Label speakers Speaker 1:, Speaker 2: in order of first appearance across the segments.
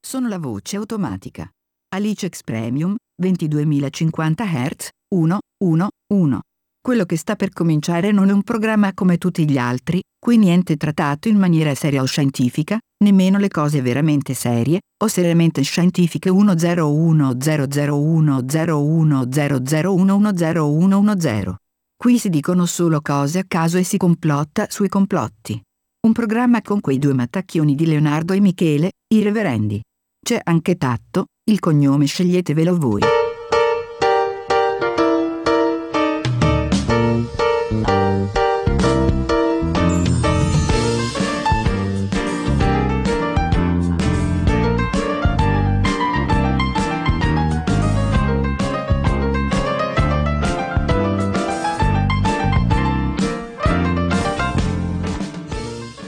Speaker 1: sono la voce automatica. Alicex Premium 22.050 Hz 111. Quello che sta per cominciare non è un programma come tutti gli altri, qui niente trattato in maniera seria o scientifica, nemmeno le cose veramente serie o seriamente scientifiche 1010010100100110110. Qui si dicono solo cose a caso e si complotta sui complotti. Un programma con quei due mattacchioni di Leonardo e Michele, i reverendi. C'è anche Tatto, il cognome sceglietevelo voi.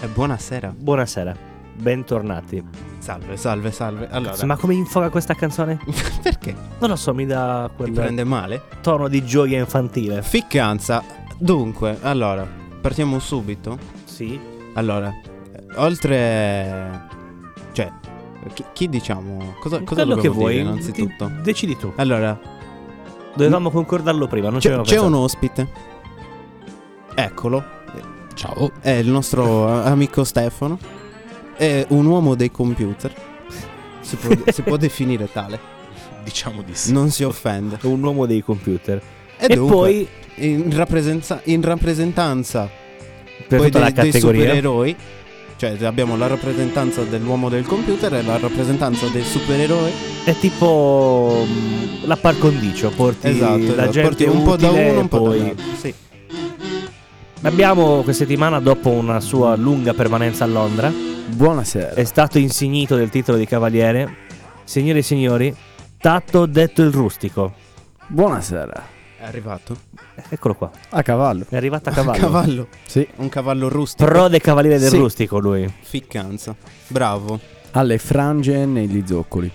Speaker 2: Eh, buonasera.
Speaker 3: Buonasera, bentornati.
Speaker 2: Salve, salve, salve. Allora,
Speaker 3: Cazzo, ma come infoca questa canzone?
Speaker 2: perché?
Speaker 3: Non lo so, mi dà
Speaker 2: Ti
Speaker 3: quel
Speaker 2: prende male?
Speaker 3: tono di gioia infantile.
Speaker 2: Ficcanza. Dunque, allora, partiamo subito.
Speaker 3: Sì.
Speaker 2: Allora, eh, oltre... Cioè, chi, chi diciamo? Cosa, cosa
Speaker 3: Quello
Speaker 2: dobbiamo
Speaker 3: che
Speaker 2: dire
Speaker 3: vuoi.
Speaker 2: innanzitutto?
Speaker 3: Ti- Decidi tu.
Speaker 2: Allora,
Speaker 3: Dovevamo concordarlo prima, non ci
Speaker 2: c'è,
Speaker 3: avevamo
Speaker 2: c'è
Speaker 3: pensato.
Speaker 2: un ospite. Eccolo. Ciao. È il nostro eh, amico Stefano. È un uomo dei computer. Si può, si può definire tale.
Speaker 4: Diciamo di sì.
Speaker 2: Non si offende.
Speaker 3: un uomo dei computer.
Speaker 2: E,
Speaker 3: e
Speaker 2: dunque,
Speaker 3: poi,
Speaker 2: in, rappresenza- in rappresentanza
Speaker 3: per
Speaker 2: poi
Speaker 3: tutta la
Speaker 2: dei, dei
Speaker 3: categoria,
Speaker 2: supereroi, cioè abbiamo la rappresentanza dell'uomo del computer e la rappresentanza dei supereroi.
Speaker 3: è tipo mm, la par condicio. Porti
Speaker 2: esatto,
Speaker 3: la
Speaker 2: esatto.
Speaker 3: gente
Speaker 2: porti un po' da
Speaker 3: utile e
Speaker 2: uno, un po'
Speaker 3: poi...
Speaker 2: dall'altro. Sì.
Speaker 3: Abbiamo questa settimana, dopo una sua lunga permanenza a Londra,
Speaker 4: Buonasera.
Speaker 3: è stato insignito del titolo di cavaliere, signore e signori, Tatto detto il rustico.
Speaker 4: Buonasera.
Speaker 2: È arrivato.
Speaker 3: Eccolo qua,
Speaker 4: A cavallo.
Speaker 3: è arrivato a cavallo.
Speaker 2: Cavallo.
Speaker 4: Sì.
Speaker 2: Un cavallo rustico.
Speaker 3: Prode cavaliere del
Speaker 4: Sì.
Speaker 3: rustico lui.
Speaker 2: Ficcanza. Bravo.
Speaker 4: Alle frange e negli zoccoli.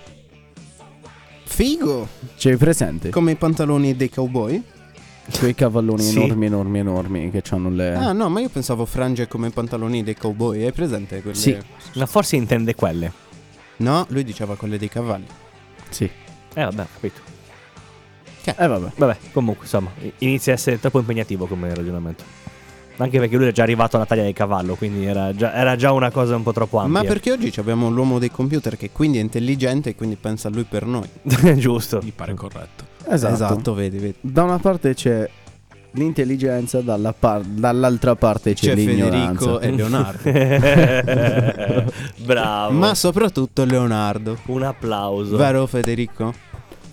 Speaker 2: Figo.
Speaker 4: C'è presente?
Speaker 2: Come i pantaloni dei cowboy?
Speaker 4: Quei cavalloni
Speaker 3: Sì.
Speaker 4: enormi, enormi, enormi che hanno
Speaker 3: Eh.
Speaker 4: le...
Speaker 2: Ah no, ma io pensavo frange come i pantaloni dei cowboy. Hai presente quelle?
Speaker 3: Sì. Ma forse intende quelle.
Speaker 2: No, lui diceva quelle dei cavalli.
Speaker 4: Sì.
Speaker 3: Eh vabbè, capito.
Speaker 4: Eh vabbè.
Speaker 3: Vabbè, comunque insomma, i- inizia a essere troppo impegnativo come ragionamento. Anche perché lui era già arrivato alla taglia del cavallo, quindi era già, era già una cosa un po' troppo ampia.
Speaker 2: Ma perché oggi abbiamo l'uomo dei computer che quindi è intelligente e quindi pensa a lui per noi.
Speaker 3: perché? Giusto.
Speaker 5: Mi pare corretto.
Speaker 4: Esatto.
Speaker 2: vedi, vedi.
Speaker 4: Da una parte c'è l'intelligenza, dalla par- dall'altra parte c'è,
Speaker 2: C'è
Speaker 4: l'ignoranza.
Speaker 2: Federico e Leonardo.
Speaker 3: Bravo.
Speaker 2: Ma soprattutto Leonardo.
Speaker 5: Esatto.
Speaker 3: Un applauso.
Speaker 2: Vero Federico?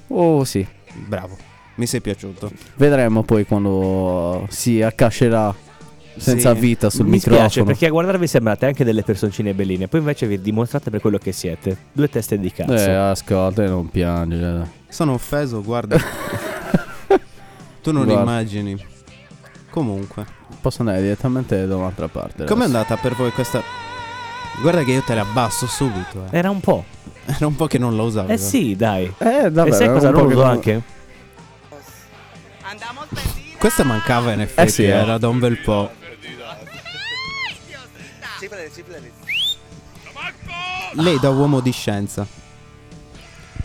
Speaker 4: Oh sì.
Speaker 2: Bravo. Mi sei piaciuto.
Speaker 4: Vedremo poi quando si accascerà senza
Speaker 2: Sì.
Speaker 4: vita sul
Speaker 3: Mi spiace
Speaker 4: microfono.
Speaker 3: perché a guardarvi sembrate anche delle personcine belline, poi invece vi dimostrate per quello che siete. Due teste di
Speaker 4: Eh,
Speaker 3: cazzo.
Speaker 4: ascolta e non piangere.
Speaker 2: Sono offeso, guarda. tu non
Speaker 4: Guarda.
Speaker 2: immagini. Comunque,
Speaker 4: Posso andare direttamente da un'altra parte.
Speaker 2: com'è
Speaker 4: adesso.
Speaker 2: andata per voi questa Guarda che io te la abbasso subito, eh.
Speaker 3: Era un po'.
Speaker 2: Era un po' che non la usavo.
Speaker 3: Eh sì, dai.
Speaker 4: Eh, vabbè,
Speaker 3: e sai
Speaker 4: era
Speaker 3: cosa
Speaker 4: un po'
Speaker 3: non
Speaker 4: che
Speaker 3: uso
Speaker 4: non-
Speaker 3: anche?
Speaker 2: Questa mancava in effetti,
Speaker 4: Eh sì, eh.
Speaker 2: era da un bel po'. Lei da uomo di scienza.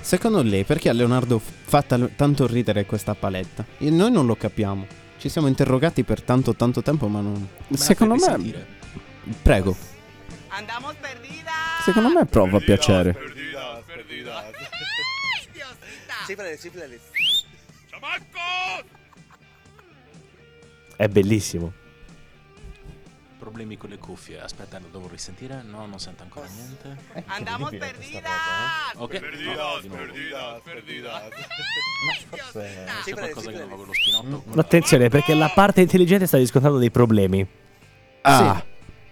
Speaker 2: Secondo lei perché a Leonardo fa tal- tanto ridere questa paletta? E noi non lo capiamo. Ci siamo interrogati per tanto tanto tempo ma non...
Speaker 4: Secondo me,
Speaker 2: Prego.
Speaker 4: secondo me prova a piacere.
Speaker 3: È bellissimo.
Speaker 5: Problemi con le cuffie. Aspetta, lo devo risentire. No, non sento ancora niente.
Speaker 6: Andamos perdida.
Speaker 7: Ah,
Speaker 5: Ok. No, di nuovo.
Speaker 3: eh?
Speaker 5: C'è qualcosa che non va con lo spinotto?
Speaker 3: Ma attenzione, perché la parte intelligente sta riscontrando dei problemi.
Speaker 2: Ah.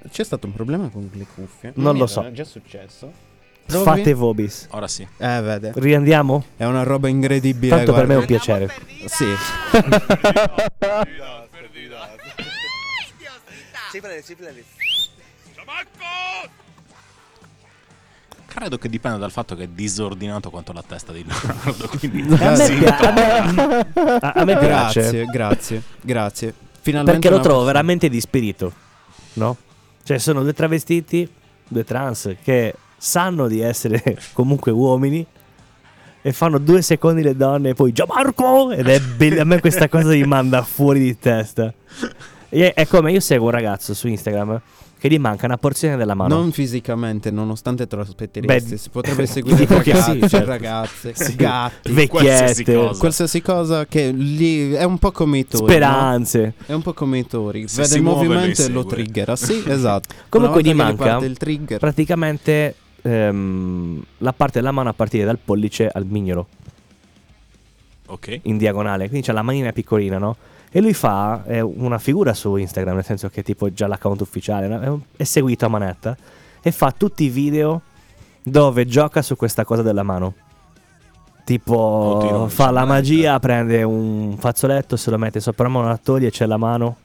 Speaker 2: C'è stato un problema con le cuffie?
Speaker 3: Non
Speaker 2: Mi
Speaker 3: lo
Speaker 2: era
Speaker 3: so.
Speaker 2: già successo? Provi?
Speaker 3: Sfate vobis.
Speaker 5: Ora sì.
Speaker 2: Eh, vede.
Speaker 3: Riandiamo?
Speaker 2: È una roba incredibile.
Speaker 3: Tanto per me è un
Speaker 2: guarda.
Speaker 3: piacere.
Speaker 2: Sì.
Speaker 5: Credo che dipenda dal fatto che è disordinato quanto la testa di Leonardo. Quindi
Speaker 3: A me,
Speaker 2: sì.
Speaker 3: pia- a- a- a me piace.
Speaker 2: Grazie, grazie, grazie. Finalmente
Speaker 3: Perché lo
Speaker 2: una-
Speaker 3: trovo veramente di spirito. No? Cioè, sono due travestiti, due trans che sanno di essere comunque uomini e fanno due secondi le donne e poi Gianmarco! Ed è bello, a me questa cosa mi manda fuori di testa. E è come io seguo un ragazzo su Instagram che gli manca una porzione della mano.
Speaker 2: Non fisicamente, nonostante te lo aspetteresti,
Speaker 3: Beh,
Speaker 2: si potrebbe seguire
Speaker 3: tipo che
Speaker 2: ragazze,
Speaker 3: sì, certo.
Speaker 2: ragazze,
Speaker 3: Sì.
Speaker 2: gatti,
Speaker 5: qualsiasi
Speaker 3: Vecchiette,
Speaker 5: cosa.
Speaker 2: qualsiasi cosa che lì è un po' come i tori. no?
Speaker 3: speranze.
Speaker 2: È un po' come i tori,
Speaker 5: Se
Speaker 2: vede
Speaker 5: si
Speaker 2: il
Speaker 5: muove, lui
Speaker 2: movimento e lo
Speaker 5: segue.
Speaker 2: triggera. Sì, esatto.
Speaker 3: Comunque
Speaker 2: Una
Speaker 3: gli
Speaker 2: volta che gli
Speaker 3: manca
Speaker 2: parte il trigger.
Speaker 3: Praticamente ehm, la parte della mano a partire dal pollice al mignolo.
Speaker 5: Ok.
Speaker 3: in diagonale, quindi c'ha la manina piccolina, no? E lui fa eh, una figura su Instagram, nel senso che tipo già l'account ufficiale, no? È un- è seguito a manetta e fa tutti i video dove gioca su questa cosa della mano. Tipo
Speaker 5: Oddio,
Speaker 3: fa la
Speaker 5: veramente.
Speaker 3: magia, prende un fazzoletto, se lo mette sopra la mano, la toglie e c'è la mano.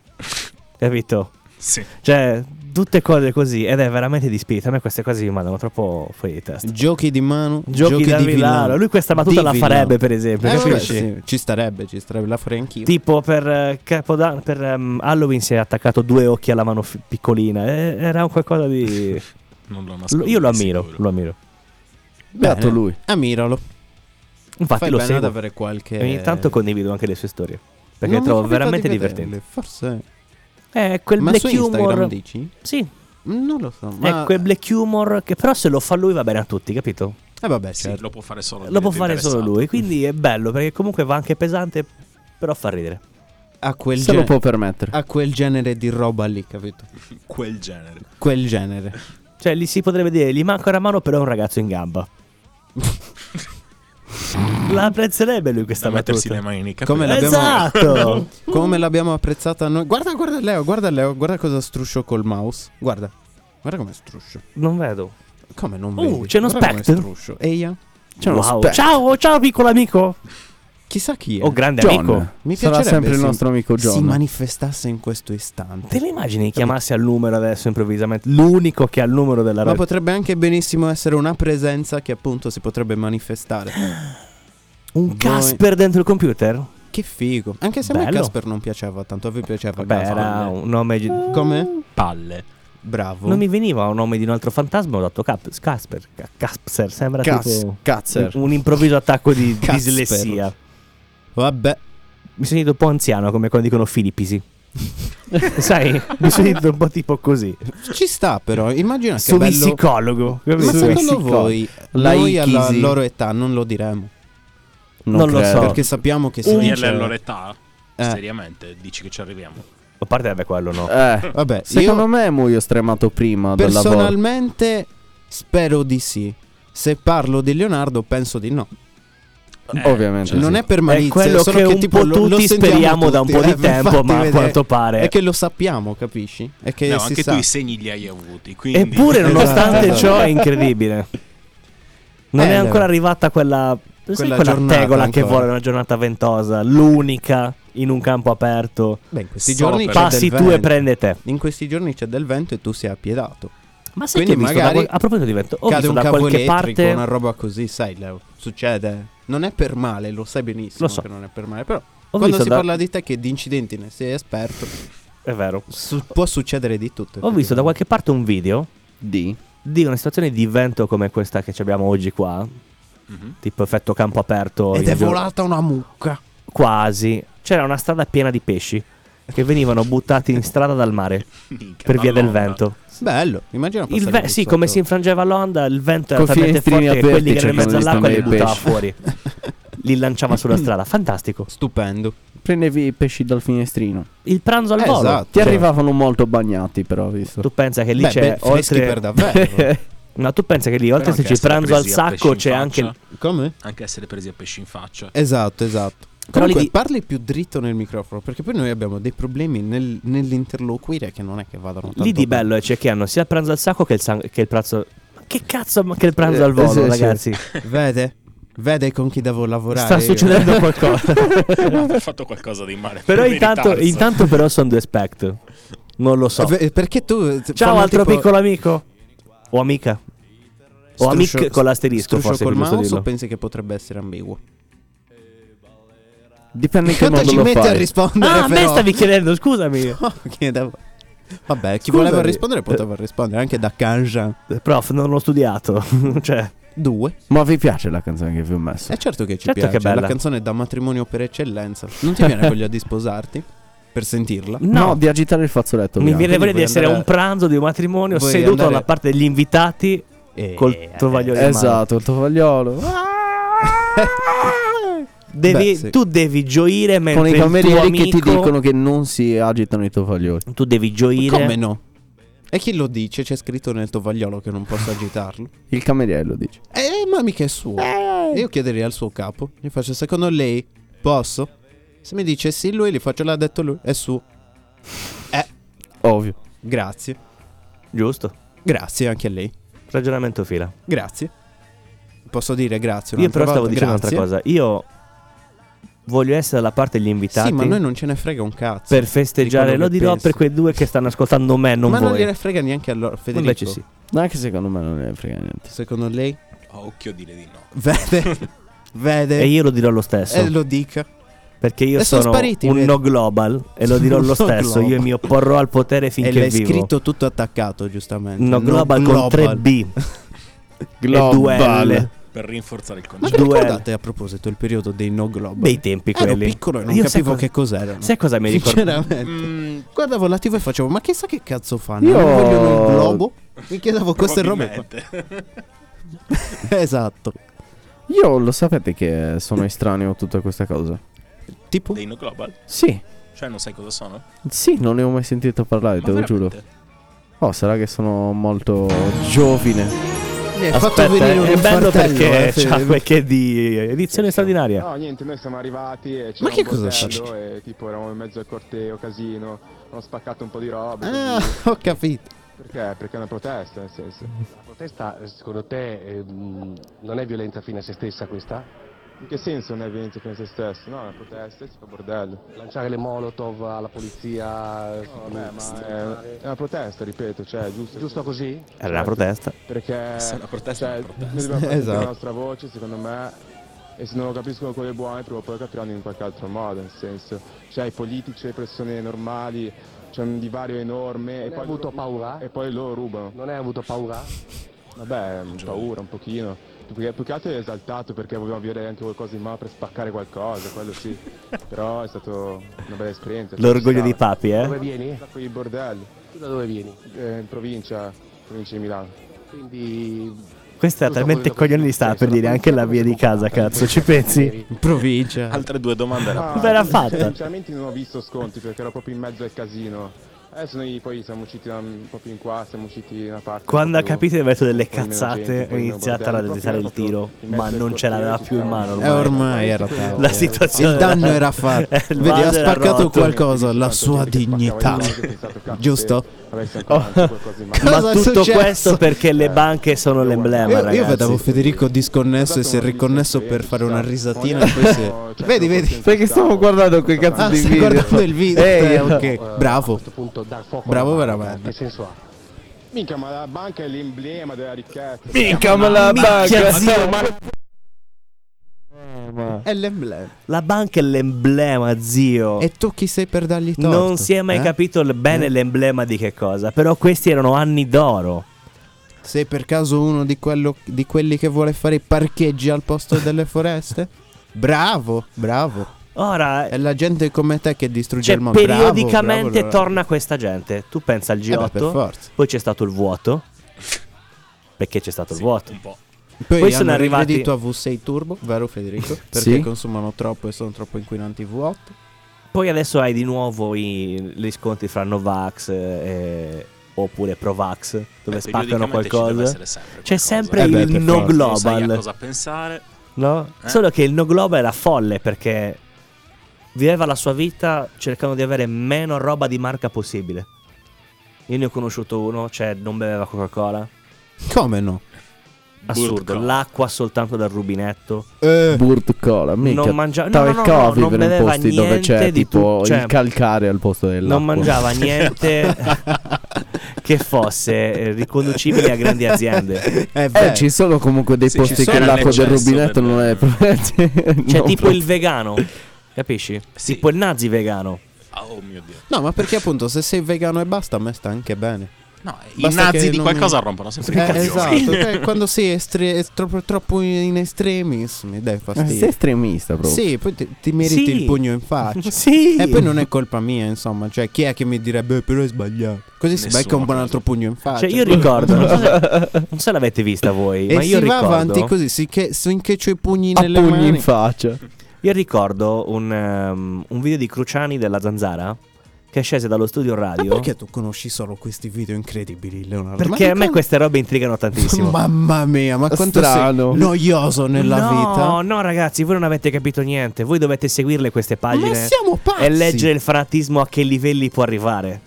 Speaker 3: Capito?
Speaker 5: Sì.
Speaker 3: Cioè, tutte cose così ed è veramente di spirito. A me queste cose mi mandano troppo fuori di testa.
Speaker 2: Giochi di mano,
Speaker 3: Giochi
Speaker 2: giochi,
Speaker 3: da
Speaker 2: di
Speaker 3: villano.
Speaker 2: villano.
Speaker 3: Lui questa battuta
Speaker 2: Di
Speaker 3: la
Speaker 2: villano.
Speaker 3: farebbe, per esempio,
Speaker 2: Eh, vabbè,
Speaker 3: capisci?
Speaker 2: sì, ci starebbe, ci starebbe, la farei anch'io.
Speaker 3: Tipo per, eh, Capodan- per ehm, Halloween si è attaccato due occhi alla mano fi- piccolina. Eh, era un qualcosa di.
Speaker 5: Non lo
Speaker 3: Lo-
Speaker 5: nascondo.
Speaker 3: Io lo
Speaker 5: di
Speaker 3: ammiro,
Speaker 5: sicuro.
Speaker 3: lo ammiro.
Speaker 4: Beato lui.
Speaker 2: Ammiralo.
Speaker 3: Infatti
Speaker 2: Fai
Speaker 3: lo
Speaker 2: bene ad
Speaker 3: seguo.
Speaker 2: avere qualche
Speaker 3: E ogni tanto condivido anche le sue storie. Perché
Speaker 2: Non
Speaker 3: le
Speaker 2: mi
Speaker 3: trovo
Speaker 2: capita di
Speaker 3: veramente
Speaker 2: vederle,
Speaker 3: divertenti.
Speaker 2: Forse
Speaker 3: È quel
Speaker 2: Ma
Speaker 3: black
Speaker 2: su Instagram
Speaker 3: humor.
Speaker 2: dici?
Speaker 3: Sì,
Speaker 2: Non lo so, ma
Speaker 3: è quel black humor che però se lo fa lui va bene a tutti, capito?
Speaker 2: Eh vabbè,
Speaker 5: Sì,
Speaker 2: certo.
Speaker 5: lo può fare solo
Speaker 3: Lo può fare solo lui, quindi è bello perché comunque va anche pesante, però fa ridere.
Speaker 2: a quel
Speaker 4: Se lo
Speaker 2: genere
Speaker 4: può permettere.
Speaker 2: a quel genere di roba lì, capito?
Speaker 5: Quel genere.
Speaker 2: Quel genere.
Speaker 3: Cioè, lì si potrebbe dire, gli manca una mano però è un ragazzo in gamba. La apprezzerebbe lui questa
Speaker 5: Da mettersi
Speaker 3: battuta.
Speaker 5: le mani nei capelli.
Speaker 2: Come
Speaker 5: Eh,
Speaker 2: l'abbiamo
Speaker 3: Esatto!
Speaker 2: Come l'abbiamo apprezzata noi. Guarda, guarda Leo, guarda Leo, guarda cosa struscio col mouse. Guarda. Guarda come struscio.
Speaker 3: non vedo.
Speaker 2: Come non
Speaker 3: Oh,
Speaker 2: vedi?
Speaker 3: c'è uno
Speaker 2: Guarda come
Speaker 3: Spectre.
Speaker 2: struscio. Eia.
Speaker 4: C'è uno
Speaker 3: Wow.
Speaker 4: spec-
Speaker 3: Ciao, ciao piccolo amico.
Speaker 2: Chissà chi è.
Speaker 3: O grande
Speaker 4: John.
Speaker 3: amico.
Speaker 2: Mi
Speaker 4: Sarà
Speaker 2: piacerebbe
Speaker 4: sempre il
Speaker 2: se-
Speaker 4: nostro amico John.
Speaker 2: Si manifestasse in questo istante.
Speaker 3: Te le immagini chiamassi al numero adesso improvvisamente? L'unico che ha il numero della
Speaker 2: Ma
Speaker 3: radio.
Speaker 2: potrebbe anche benissimo essere una presenza che appunto si potrebbe manifestare.
Speaker 3: un
Speaker 2: voi-
Speaker 3: Casper dentro il computer?
Speaker 2: Che figo. Anche se a me
Speaker 3: Bello.
Speaker 2: Casper non piaceva tanto, a voi piaceva
Speaker 3: Beh,
Speaker 2: Casper.
Speaker 3: era un nome.
Speaker 4: Eh.
Speaker 3: di-
Speaker 2: Come?
Speaker 5: Palle.
Speaker 2: Bravo.
Speaker 3: Non mi veniva un nome di un altro fantasma. Ho dato Cap- Casper. Ca- Casper. Sembra
Speaker 4: Cas-
Speaker 3: tipo.
Speaker 4: Cazzer.
Speaker 3: Un improvviso attacco di
Speaker 2: Casper.
Speaker 3: dislessia.
Speaker 2: Vabbè.
Speaker 3: Mi sono sentito un po' anziano, come quando dicono Filippisi. Sai, mi sono sentito un po' tipo così.
Speaker 2: Ci sta però, immagina che
Speaker 3: Su
Speaker 2: bello.
Speaker 3: psicologo.
Speaker 2: Ma
Speaker 4: su
Speaker 2: secondo
Speaker 4: Issico.
Speaker 2: voi
Speaker 4: La
Speaker 2: noi alla
Speaker 4: Ikisi.
Speaker 2: loro età non lo diremo?
Speaker 3: non lo
Speaker 4: credo.
Speaker 3: so.
Speaker 2: Perché sappiamo che si
Speaker 5: Se
Speaker 2: dice
Speaker 5: dirle allora età,
Speaker 2: Eh.
Speaker 5: seriamente, dici che ci arriviamo.
Speaker 3: A parte vabbè, quello no.
Speaker 4: Eh,
Speaker 2: Vabbè,
Speaker 4: secondo
Speaker 2: io
Speaker 4: me muoio stremato prima del lavoro.
Speaker 2: personalmente spero di sì. Se parlo di Leonardo penso di no.
Speaker 5: Eh,
Speaker 4: Ovviamente.
Speaker 5: cioè,
Speaker 2: non
Speaker 4: sì.
Speaker 2: è per malizia,
Speaker 3: È quello
Speaker 2: solo
Speaker 3: che un
Speaker 2: tipo
Speaker 3: po'
Speaker 2: lo- lo
Speaker 3: tutti
Speaker 2: sentiamo
Speaker 3: speriamo da un
Speaker 2: tutti,
Speaker 3: po' di
Speaker 2: eh,
Speaker 3: tempo,
Speaker 2: infatti,
Speaker 3: ma a
Speaker 2: vede-
Speaker 3: quanto pare.
Speaker 2: è che lo sappiamo, capisci? È che
Speaker 5: No,
Speaker 2: si
Speaker 5: anche
Speaker 2: sa.
Speaker 5: tu i segni li hai avuti. Quindi...
Speaker 3: Eppure,
Speaker 2: Esatto,
Speaker 3: nonostante
Speaker 2: esatto.
Speaker 3: ciò, è incredibile. Non
Speaker 2: Eh,
Speaker 3: è
Speaker 2: allora.
Speaker 3: ancora arrivata quella, sai,
Speaker 2: Quella
Speaker 3: quella,
Speaker 2: giornata
Speaker 3: tegola che
Speaker 2: ancora.
Speaker 3: vuole una giornata ventosa, l'unica in un campo aperto.
Speaker 2: Beh, in questi
Speaker 5: Solo
Speaker 2: giorni
Speaker 5: per-
Speaker 2: c'è
Speaker 3: Passi
Speaker 2: del
Speaker 3: tu e
Speaker 2: vento.
Speaker 3: prende te.
Speaker 2: In questi giorni c'è del vento e tu sei appiedato.
Speaker 3: Ma sai
Speaker 2: Quindi
Speaker 3: che ho visto da
Speaker 2: magari
Speaker 3: qual- a proposito di vento, ho
Speaker 2: Cade
Speaker 3: visto
Speaker 2: un
Speaker 3: da
Speaker 2: cavo
Speaker 3: qualche
Speaker 2: elettrico,
Speaker 3: parte
Speaker 2: una roba così, sai Leo, succede. Non è per male, lo sai benissimo
Speaker 3: Lo so.
Speaker 2: che non è per male, però
Speaker 3: ho
Speaker 2: quando
Speaker 3: visto
Speaker 2: si
Speaker 3: da-
Speaker 2: parla di te che di incidenti ne sei esperto,
Speaker 3: è vero.
Speaker 2: su- può succedere di tutto.
Speaker 3: Ho visto da qualche parte un video
Speaker 4: Di.
Speaker 3: di una situazione di vento come questa che ci abbiamo oggi qua,
Speaker 5: Mhm.
Speaker 3: tipo effetto campo aperto
Speaker 2: Ed
Speaker 3: in
Speaker 2: è
Speaker 3: giro-
Speaker 2: volata una mucca.
Speaker 3: quasi. C'era una strada piena di pesci che venivano buttati in strada dal mare
Speaker 5: Minchia,
Speaker 3: per via del
Speaker 5: dall'onda.
Speaker 3: vento.
Speaker 2: Bello, immagina
Speaker 3: Il
Speaker 2: passare
Speaker 3: ve- sì,
Speaker 2: sotto.
Speaker 3: come si infrangeva l'onda, il vento era
Speaker 4: Con
Speaker 3: talmente
Speaker 4: finestrini
Speaker 3: forte che
Speaker 4: aperti
Speaker 3: quelli che erano in
Speaker 5: cioè,
Speaker 3: mezzo
Speaker 4: cercano
Speaker 3: all'acqua
Speaker 4: di
Speaker 3: li
Speaker 4: prendere i
Speaker 3: buttava fuori. Li lanciava sulla strada, fantastico.
Speaker 2: Stupendo.
Speaker 4: Prendevi i pesci dal finestrino.
Speaker 3: Il pranzo al
Speaker 2: Eh,
Speaker 3: volo.
Speaker 2: esatto.
Speaker 4: Ti
Speaker 3: Cioè,
Speaker 4: arrivavano molto bagnati, però, ho visto.
Speaker 3: Tu pensa che lì
Speaker 2: Beh,
Speaker 3: c'è
Speaker 2: beh, freschi
Speaker 3: oltre
Speaker 2: per davvero.
Speaker 3: No, tu pensa che lì
Speaker 5: Però
Speaker 3: oltre se
Speaker 5: anche
Speaker 3: c'è
Speaker 5: essere
Speaker 3: pranzo al
Speaker 5: presi a pesci
Speaker 3: sacco
Speaker 5: in
Speaker 3: c'è anche
Speaker 5: faccia,
Speaker 2: come?
Speaker 5: anche essere presi a pesci in faccia.
Speaker 2: Esatto, esatto.
Speaker 3: Però
Speaker 2: Comunque,
Speaker 3: lì di-
Speaker 2: parli più dritto nel microfono, perché poi noi abbiamo dei problemi nel- nell'interloquire che non è che vadano tanto
Speaker 3: lì di
Speaker 2: bene.
Speaker 3: bello è c'è che hanno sia il pranzo al sacco che il, san- che il pranzo Ma che cazzo, ma che il pranzo
Speaker 4: Eh,
Speaker 3: al volo,
Speaker 4: sì, sì.
Speaker 3: ragazzi?
Speaker 2: Vede? Vede con chi devo lavorare.
Speaker 3: Sta
Speaker 2: io.
Speaker 3: succedendo qualcosa.
Speaker 5: Ha fatto qualcosa di male.
Speaker 3: Però
Speaker 5: per
Speaker 3: intanto,
Speaker 5: meritarsi.
Speaker 3: intanto però sono due spect. Non lo so.
Speaker 2: Eh, Perché tu
Speaker 3: Ciao
Speaker 2: fanno
Speaker 3: altro
Speaker 2: tipo-
Speaker 3: piccolo amico O amica O
Speaker 2: Struscio-
Speaker 3: amic con l'asterisco
Speaker 2: struscio
Speaker 3: forse
Speaker 2: col
Speaker 3: è più giusto
Speaker 2: mouse o
Speaker 3: dirlo.
Speaker 2: pensi che potrebbe essere ambiguo?
Speaker 4: Dipende in che
Speaker 2: Quanto
Speaker 4: modo
Speaker 2: ci
Speaker 4: lo
Speaker 2: metti a
Speaker 4: fai.
Speaker 2: rispondere
Speaker 3: Ah a me
Speaker 2: però?
Speaker 3: stavi chiedendo scusami
Speaker 2: Chiedevo- Vabbè, chi
Speaker 3: Scusami.
Speaker 2: voleva
Speaker 3: eh.
Speaker 2: rispondere poteva rispondere anche da Kanjan.
Speaker 3: Prof, non ho studiato. cioè,
Speaker 2: Due.
Speaker 4: Ma vi piace la canzone che vi ho messo?
Speaker 2: E certo che ci
Speaker 3: Certo
Speaker 2: piace.
Speaker 3: che è bella.
Speaker 2: La canzone da matrimonio per eccellenza. Non ti viene voglia di sposarti? Per sentirla?
Speaker 3: no.
Speaker 4: di agitare il fazzoletto.
Speaker 3: mi
Speaker 4: bianco.
Speaker 3: viene
Speaker 2: quindi
Speaker 3: voglia di essere
Speaker 2: vuoi
Speaker 3: a
Speaker 2: andare-
Speaker 3: un pranzo di un matrimonio
Speaker 2: vuoi
Speaker 3: seduto
Speaker 2: andare-
Speaker 3: alla parte degli invitati
Speaker 2: E...
Speaker 3: col tovagliolo in mano.
Speaker 4: Esatto, il
Speaker 3: Eh,
Speaker 4: tovagliolo. Ah,
Speaker 3: Devi-
Speaker 2: Beh, sì.
Speaker 3: Tu devi gioire mentre
Speaker 4: Con i
Speaker 3: il tuo
Speaker 4: camerieri
Speaker 3: amico,
Speaker 4: che ti dicono che non si agitano i tovaglioli.
Speaker 3: Tu devi
Speaker 2: Ma
Speaker 3: gioire
Speaker 2: Come no? E chi lo dice? C'è scritto nel tovagliolo che non posso agitarlo.
Speaker 4: Il cameriere lo dice.
Speaker 2: Eh, ma mica è suo.
Speaker 3: Eh.
Speaker 2: E Io chiederei al suo capo. Gli faccio, secondo lei, posso? Se mi dice sì, lui, gli faccio, l'ha detto lui, è suo.
Speaker 4: Ovvio.
Speaker 2: Grazie.
Speaker 3: Giusto
Speaker 2: Grazie anche a lei.
Speaker 3: Ragionamento fila
Speaker 2: Grazie. Posso dire grazie.
Speaker 3: Io
Speaker 2: un'altra
Speaker 3: però stavo
Speaker 2: volta?
Speaker 3: dicendo
Speaker 2: Grazie.
Speaker 3: un'altra cosa Io voglio essere dalla parte degli invitati
Speaker 2: Sì, ma a noi non ce ne frega un cazzo.
Speaker 3: Per festeggiare
Speaker 2: Di quello
Speaker 3: Lo
Speaker 2: che
Speaker 3: dirò
Speaker 2: penso.
Speaker 3: per quei due che stanno ascoltando me Non
Speaker 2: ma non
Speaker 3: voi
Speaker 2: gliene frega neanche a loro. Federico.
Speaker 3: Invece sì
Speaker 4: Anche secondo me non ne frega niente.
Speaker 2: Secondo lei?
Speaker 5: A occhio dire di no.
Speaker 2: Vede. Vede.
Speaker 3: E io lo dirò lo stesso
Speaker 2: E Eh, lo dica.
Speaker 3: Perché io
Speaker 2: E eh, sono
Speaker 3: sono,
Speaker 2: spariti,
Speaker 3: un
Speaker 2: vedi?
Speaker 3: no global E lo dirò
Speaker 2: No
Speaker 3: lo stesso
Speaker 2: global.
Speaker 3: Io mi opporrò al potere
Speaker 2: E
Speaker 3: finché
Speaker 2: l'hai
Speaker 3: vivo
Speaker 2: scritto tutto attaccato, giustamente.
Speaker 3: No
Speaker 2: Non
Speaker 3: global,
Speaker 2: global.
Speaker 3: con 3B E 2 L
Speaker 5: Per rinforzare il
Speaker 2: Ma
Speaker 5: concetto.
Speaker 2: vi
Speaker 3: Due.
Speaker 2: ricordate a proposito il periodo dei no global? Eh,
Speaker 3: Bei tempi
Speaker 2: Ero
Speaker 3: quelli
Speaker 2: piccolo e non
Speaker 3: Io sai
Speaker 2: capivo
Speaker 3: cosa-
Speaker 2: che cos'erano.
Speaker 3: Sai cosa mi ricordo?
Speaker 2: Sinceramente.
Speaker 5: Mm,
Speaker 2: Guardavo la TV e facevo, ma chissà che cazzo fanno?
Speaker 4: Io-
Speaker 2: Non vogliono un globo? Mi chiedevo queste robe qua.
Speaker 5: probabilmente.
Speaker 2: Esatto.
Speaker 4: Io lo sapete che sono estraneo a tutta questa cosa?
Speaker 2: Tipo,
Speaker 5: Dei no global?
Speaker 4: Sì.
Speaker 5: Cioè non sai cosa sono?
Speaker 3: Eh,
Speaker 5: Ma
Speaker 4: Sì, non ne ho mai sentito parlare, te lo giuro.
Speaker 5: veramente?
Speaker 4: Oh, sarà che sono molto giovine.
Speaker 2: mi hai
Speaker 3: Aspetta,
Speaker 2: fatto venire un
Speaker 3: è bello
Speaker 2: infartello,
Speaker 3: perché
Speaker 2: eh, Fede.
Speaker 3: c'ha quel che di edizione straordinaria.
Speaker 6: No, niente, noi siamo arrivati e c'era
Speaker 2: Ma che
Speaker 6: un
Speaker 2: cosa
Speaker 6: bordello e tipo eravamo in mezzo al corteo, casino, hanno spaccato un po' di roba.
Speaker 2: Ah, ho capito.
Speaker 6: Perché? Perché è una protesta, nel senso.
Speaker 2: Mm.
Speaker 8: La protesta, eh, secondo te, eh, mh, non è violenza fine a se stessa questa?
Speaker 6: In che senso non è violenza fino a se stesso? No, è una protesta e si fa bordello.
Speaker 8: Lanciare le molotov alla polizia? eh,
Speaker 6: No, vabbè, ma è, è una protesta, ripeto, cioè, è giusto.
Speaker 8: Giusto così?
Speaker 3: Era una protesta.
Speaker 6: Perché...
Speaker 5: Se è una protesta, è
Speaker 6: cioè,
Speaker 5: una protesta.
Speaker 6: Noi dobbiamo fare
Speaker 2: Esatto.
Speaker 6: la nostra voce, secondo me. E se non lo capiscono quelle buone, prima o poi lo capiranno in qualche altro modo, nel senso. Cioè, i politici e le persone normali, c'è un divario enorme. E
Speaker 8: Non hai
Speaker 6: poi,
Speaker 8: avuto paura?
Speaker 6: e poi loro rubano.
Speaker 8: Non hai avuto paura?
Speaker 6: Vabbè, ho paura un pochino. Perché più che altro è esaltato perché volevamo avere anche qualcosa in mano per spaccare qualcosa, quello sì. Però è stata una bella esperienza.
Speaker 3: L'orgoglio di
Speaker 6: Ci stava.
Speaker 3: papi,
Speaker 8: Dove
Speaker 3: eh?
Speaker 8: vieni?
Speaker 6: Da quei bordelli,
Speaker 8: Tu da dove vieni?
Speaker 6: eh, in provincia, provincia di Milano.
Speaker 8: Quindi...
Speaker 3: Questa era talmente coglione di stare per dire anche la via di casa, cazzo, ci pensi?
Speaker 2: Provincia.
Speaker 5: Altre due domande era
Speaker 6: Ma,
Speaker 3: Ve l'ha fatta.
Speaker 6: cioè, Sinceramente non ho visto sconti perché ero proprio in mezzo al casino. Adesso noi poi siamo usciti da- un po' più in qua, siamo usciti da una parte.
Speaker 3: Quando ha
Speaker 6: proprio-
Speaker 3: capito di aver detto delle
Speaker 6: un po' di meno
Speaker 3: cazzate,
Speaker 6: gente,
Speaker 3: ho
Speaker 6: poi
Speaker 3: iniziato a
Speaker 6: bordelli,
Speaker 3: raddrizzare il
Speaker 6: proprio-
Speaker 3: tiro,
Speaker 6: in mezzo
Speaker 3: ma
Speaker 6: al
Speaker 3: non ce l'aveva
Speaker 6: corteo,
Speaker 3: più in
Speaker 6: ci
Speaker 3: mano
Speaker 2: Eh,
Speaker 6: stavano-
Speaker 3: ormai.
Speaker 2: ormai era
Speaker 6: Quello-
Speaker 3: La
Speaker 2: tardi.
Speaker 3: situazione
Speaker 2: Il danno
Speaker 3: era-
Speaker 2: era fatto.
Speaker 3: Eh, il
Speaker 2: Vedi, ha
Speaker 3: vaso era
Speaker 2: spaccato
Speaker 3: rotto.
Speaker 2: qualcosa, la sua dignità. Giusto?
Speaker 4: Eh,
Speaker 6: Oh.
Speaker 3: Ma
Speaker 2: Cosa è
Speaker 3: tutto
Speaker 2: successo?
Speaker 3: questo perché le banche sono l'emblema,
Speaker 2: Io, io vedevo
Speaker 3: ragazzi.
Speaker 2: Federico disconnesso e si è riconnesso per fare una risatina e poi si
Speaker 6: cioè,
Speaker 2: è- Vedi, vedi.
Speaker 4: Perché stavo guardando quei cazzo
Speaker 2: Ah,
Speaker 4: di
Speaker 2: stai
Speaker 4: video.
Speaker 2: guardando il video.
Speaker 4: Eh,
Speaker 2: Eh,
Speaker 4: io-
Speaker 8: eh,
Speaker 2: ok,
Speaker 8: A
Speaker 2: bravo.
Speaker 8: questo punto dar fuoco
Speaker 2: Bravo
Speaker 8: alla banca,
Speaker 2: veramente.
Speaker 8: Che senso ha?
Speaker 6: Minchia, ma la banca è l'emblema della ricchezza.
Speaker 4: Minchia, me la
Speaker 2: Ah,
Speaker 3: Minchia,
Speaker 4: banca.
Speaker 3: zio, ma-
Speaker 2: È l'emblema.
Speaker 3: La banca è l'emblema, zio.
Speaker 2: E tu chi sei per dargli torto?
Speaker 3: Non si è mai
Speaker 2: eh?
Speaker 3: capito il- bene
Speaker 2: Eh.
Speaker 3: l'emblema di che cosa, però questi erano anni d'oro.
Speaker 2: Sei per caso uno di, quello- di quelli che vuole fare i parcheggi al posto delle foreste? Bravo, bravo.
Speaker 3: Ora,
Speaker 2: È la gente come te che distrugge
Speaker 3: Cioè,
Speaker 2: il mondo. Eh, Bravo,
Speaker 3: periodicamente
Speaker 2: bravo, bravo.
Speaker 3: torna questa gente. Tu pensa al
Speaker 2: Eh beh, per
Speaker 3: G8,
Speaker 2: forza.
Speaker 3: poi c'è stato il vuoto. Perché c'è stato il vuoto?
Speaker 5: un po'.
Speaker 2: Poi,
Speaker 3: Poi
Speaker 2: hanno
Speaker 3: sono arrivati-
Speaker 2: regredito a V6 Turbo, vero Federico? Perché
Speaker 4: Sì.
Speaker 2: consumano troppo e sono troppo inquinanti i V8.
Speaker 3: Poi adesso hai di nuovo i, gli sconti fra Novax e- oppure Provax, dove
Speaker 5: Beh,
Speaker 3: spaccano
Speaker 5: Eh, periodicamente ci deve
Speaker 3: qualcosa.
Speaker 5: essere sempre
Speaker 3: C'è
Speaker 5: qualcosa.
Speaker 3: sempre
Speaker 2: Eh beh,
Speaker 3: il
Speaker 2: per
Speaker 3: no
Speaker 2: forza.
Speaker 5: Non sai a
Speaker 3: global,
Speaker 5: cosa pensare.
Speaker 3: no?
Speaker 5: Eh.
Speaker 3: Solo che il no global era folle perché viveva la sua vita cercando di avere meno roba di marca possibile. Io ne ho conosciuto uno, cioè non beveva Coca-Cola.
Speaker 2: Come no?
Speaker 3: Assurdo,
Speaker 5: Burko.
Speaker 3: l'acqua soltanto dal rubinetto.
Speaker 2: Eh,
Speaker 4: Burt cola, minchia.
Speaker 3: non mangiava
Speaker 4: Stava
Speaker 3: no,
Speaker 4: il
Speaker 3: no, no, no,
Speaker 4: Covid
Speaker 3: non
Speaker 4: per i
Speaker 3: beveva
Speaker 4: posti dove c'è
Speaker 3: niente di
Speaker 4: tipo
Speaker 3: tu- cioè,
Speaker 4: il calcare al posto dell'acqua.
Speaker 3: Non mangiava niente che fosse eh, riconducibile a grandi aziende. Cioè,
Speaker 2: eh,
Speaker 4: Eh,
Speaker 2: beh.
Speaker 4: ci sono comunque dei
Speaker 5: Sì, ci
Speaker 4: posti che
Speaker 5: sono
Speaker 4: l'acqua del
Speaker 5: l'eccesso
Speaker 4: rubinetto
Speaker 5: del-
Speaker 4: non è
Speaker 5: Cioè,
Speaker 4: Cioè,
Speaker 3: Cioè, tipo il vegano, capisci?
Speaker 5: Sì.
Speaker 3: Tipo il nazi vegano.
Speaker 5: Ah, oh mio dio.
Speaker 2: No, ma perché appunto se sei vegano e basta, a me sta anche bene.
Speaker 5: No, i
Speaker 2: Basta
Speaker 5: nazi
Speaker 2: che
Speaker 5: di
Speaker 2: non-
Speaker 5: qualcosa rompono sempre i
Speaker 2: Eh,
Speaker 5: coglioni.
Speaker 2: esatto, te quando sei estre- è troppo, troppo in estremis mi dai
Speaker 4: Sei
Speaker 2: fastidio.
Speaker 4: estremista proprio.
Speaker 2: Sì, poi ti, ti meriti
Speaker 3: Sì.
Speaker 2: il pugno in faccia.
Speaker 3: Sì.
Speaker 2: E poi non è colpa mia, insomma, cioè chi è che mi direbbe "Eh, però è sbagliato? Così si
Speaker 5: Nessuno,
Speaker 2: becca un buon
Speaker 5: credo.
Speaker 2: altro pugno in faccia.
Speaker 3: Cioè, io ricordo, non so se, non so se l'avete vista voi,
Speaker 2: E
Speaker 3: ma
Speaker 2: si
Speaker 3: io
Speaker 2: va
Speaker 3: ricordo,
Speaker 2: avanti così, si che, finché c'ho i pugni
Speaker 4: A
Speaker 2: nelle
Speaker 4: pugni
Speaker 2: mani.
Speaker 4: in faccia.
Speaker 3: io ricordo un, ehm, un video di Cruciani della Zanzara che è scese dallo studio
Speaker 2: Ma
Speaker 3: radio.
Speaker 2: perché tu conosci solo questi video incredibili, Leonardo?
Speaker 3: Perché
Speaker 2: Ma
Speaker 3: a me
Speaker 2: che-
Speaker 3: queste robe intrigano tantissimo.
Speaker 2: Mamma mia, ma quanto
Speaker 4: Strano.
Speaker 2: sei noioso nella
Speaker 3: no,
Speaker 2: vita.
Speaker 3: No, ragazzi, voi non avete capito niente. Voi dovete seguirle queste
Speaker 2: Ma
Speaker 3: pagine
Speaker 2: siamo pazzi.
Speaker 3: e leggere il fanatismo a che livelli può arrivare.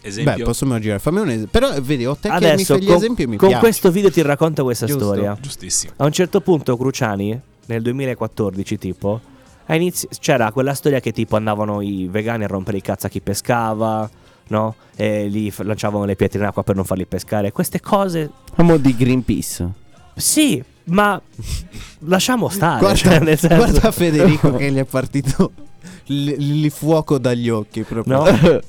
Speaker 5: Esempio,
Speaker 2: Beh, posso immaginare, fammi un esempio. Però eh, vedi, ho te che mi
Speaker 3: Adesso,
Speaker 2: fai gli
Speaker 3: con,
Speaker 2: esempi e mi
Speaker 3: con
Speaker 2: piace.
Speaker 3: questo video ti racconto questa
Speaker 2: Giusto.
Speaker 3: storia.
Speaker 5: giustissimo.
Speaker 3: A un certo punto Cruciani, nel 2014 tipo, ha inizi- c'era quella storia che tipo andavano i vegani a rompere il cazzo a chi pescava, no? E li f- lanciavano le pietre in acqua per non farli pescare. Queste cose,
Speaker 4: Amo di Greenpeace.
Speaker 3: sì, ma lasciamo stare.
Speaker 2: Guarda,
Speaker 3: cioè, nel senso-
Speaker 2: guarda Federico che gli è partito il il fuoco dagli occhi proprio.
Speaker 3: No?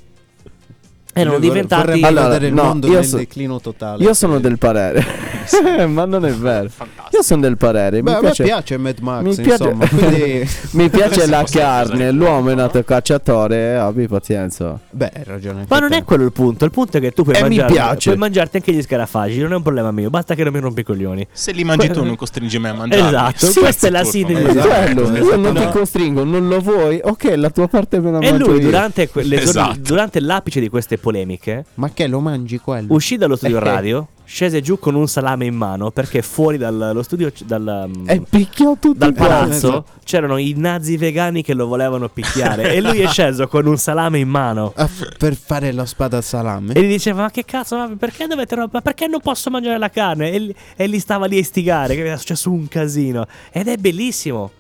Speaker 3: Erano
Speaker 2: Lui vorre-
Speaker 3: diventati...
Speaker 2: vorrebbe
Speaker 4: Allora,
Speaker 2: vedere il
Speaker 4: no,
Speaker 2: mondo
Speaker 4: io
Speaker 2: nel
Speaker 4: so-
Speaker 2: declino totale.
Speaker 4: Io sono del parere. Ma non è vero.
Speaker 5: Fantastico.
Speaker 4: Io sono del parere.
Speaker 2: Beh,
Speaker 4: mi piace,
Speaker 2: a me piace Mad Max,
Speaker 4: mi piace-
Speaker 2: insomma, quindi
Speaker 4: mi piace la
Speaker 5: Possiamo
Speaker 4: carne.
Speaker 5: scusare.
Speaker 4: L'uomo è nato cacciatore. eh, Abbi pazienza.
Speaker 2: beh, hai ragione. anche
Speaker 3: Ma non
Speaker 2: te.
Speaker 3: è quello il punto, il punto è che tu puoi,
Speaker 4: Eh, mi
Speaker 3: mangiarti-
Speaker 4: piace.
Speaker 3: puoi mangiarti anche gli scarafaggi, non è un problema mio, basta che non mi rompi i coglioni.
Speaker 5: Se li mangi tu non costringi me a mangiarli.
Speaker 3: Esatto,
Speaker 5: Sì,
Speaker 3: questa è la
Speaker 5: turno,
Speaker 3: sintesi.
Speaker 5: esatto.
Speaker 4: Quello, io non ti
Speaker 2: No.
Speaker 4: costringo, non lo vuoi? Ok, la tua parte me la
Speaker 3: E
Speaker 4: mangio
Speaker 3: lui
Speaker 4: io.
Speaker 3: durante, que- le-
Speaker 5: Esatto.
Speaker 3: durante l'apice di queste polemiche
Speaker 2: Ma che lo mangi
Speaker 4: Mm.
Speaker 2: quello?
Speaker 3: Uscì dallo studio
Speaker 2: Eh.
Speaker 3: radio, scese giù con un salame in mano perché fuori dallo studio, c- dal, mm,
Speaker 4: E picchiò tutti
Speaker 3: dal
Speaker 4: quanti.
Speaker 3: palazzo, c'erano i nazi vegani che lo volevano picchiare e lui è sceso con un salame in mano.
Speaker 2: Ah, per fare la spada al salame?
Speaker 3: E gli diceva: Ma che cazzo, ma perché dovete roba? ma Perché non posso mangiare la carne? E, li- e li stava lì a istigare, che era successo un casino. Ed è bellissimo.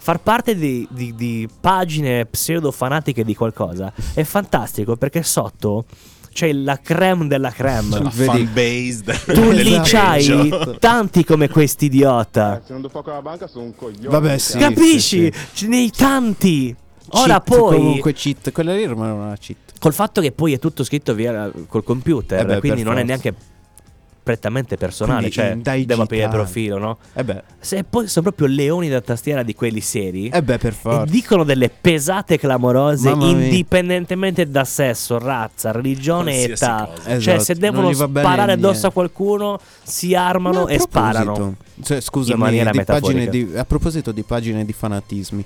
Speaker 3: Far parte di, di- di pagine pseudo-fanatiche di qualcosa è fantastico perché sotto c'è la creme della creme.
Speaker 5: La
Speaker 2: Vedi.
Speaker 5: fan base del-
Speaker 3: Tu
Speaker 5: del
Speaker 3: lì
Speaker 2: Esatto.
Speaker 3: c'hai
Speaker 5: peggio.
Speaker 3: tanti come questi idiota.
Speaker 6: Eh, se non do fuoco alla banca sono un coglione.
Speaker 2: Vabbè, sì.
Speaker 3: Capisci?
Speaker 2: sì,
Speaker 3: Ce Nei tanti. Ora
Speaker 2: Cheat,
Speaker 3: poi,
Speaker 2: Comunque cheat, quella lì ormai non è una cheat.
Speaker 3: col fatto che poi è tutto scritto via col computer,
Speaker 2: Eh beh,
Speaker 3: quindi
Speaker 2: per
Speaker 3: non è
Speaker 2: forza.
Speaker 3: neanche prettamente personale,
Speaker 2: Quindi
Speaker 3: cioè
Speaker 2: dai
Speaker 3: devo aprire il
Speaker 2: gitani.
Speaker 3: profilo, no?
Speaker 2: E Eh beh,
Speaker 3: Se poi sono proprio leoni da tastiera di quelli seri.
Speaker 2: eh beh, per
Speaker 3: E
Speaker 2: forza.
Speaker 3: dicono delle pesate clamorose
Speaker 2: Mamma mia.
Speaker 3: indipendentemente da sesso, razza, religione e
Speaker 5: Qualsiasi
Speaker 3: età.
Speaker 5: cosa.
Speaker 2: Esatto,
Speaker 3: Cioè, se
Speaker 2: non
Speaker 3: devono
Speaker 2: gli va bene
Speaker 3: sparare addosso
Speaker 2: niente.
Speaker 3: a qualcuno, si
Speaker 2: Ma a
Speaker 3: armano e
Speaker 2: proposito,
Speaker 3: sparano.
Speaker 2: Cioè,
Speaker 3: In
Speaker 2: scusami,
Speaker 3: maniera
Speaker 2: di pagine
Speaker 3: metaforica.
Speaker 2: di- a proposito di pagine di fanatismi,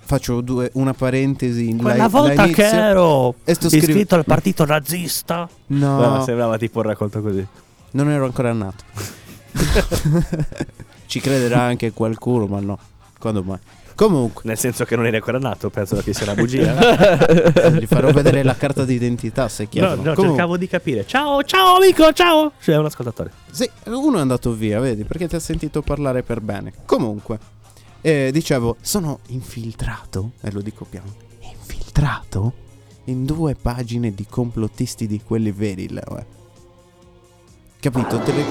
Speaker 2: faccio due- una parentesi. in-
Speaker 3: Quella
Speaker 2: la- la
Speaker 3: volta
Speaker 2: inizio-
Speaker 3: che ero
Speaker 2: e sto
Speaker 3: iscritto
Speaker 2: scrive-
Speaker 3: al partito nazista.
Speaker 2: No,
Speaker 3: sembrava tipo un racconto così.
Speaker 2: non ero ancora nato. Ci crederà anche qualcuno, ma no. Quando mai? Comunque,
Speaker 3: Nel senso che non eri ancora nato, penso che sia una bugia.
Speaker 2: eh, gli farò vedere la carta d'identità se
Speaker 3: no,
Speaker 2: chiedono.
Speaker 3: no,
Speaker 2: Comunque-
Speaker 3: cercavo di capire. Ciao, ciao amico, ciao. C'è un ascoltatore.
Speaker 2: Sì, uno è andato via, vedi, perché ti ha sentito parlare per bene. Comunque, eh, dicevo, sono infiltrato, e lo dico piano, infiltrato in due pagine di complottisti di quelli veri, Leo. eh. Capito? Te le-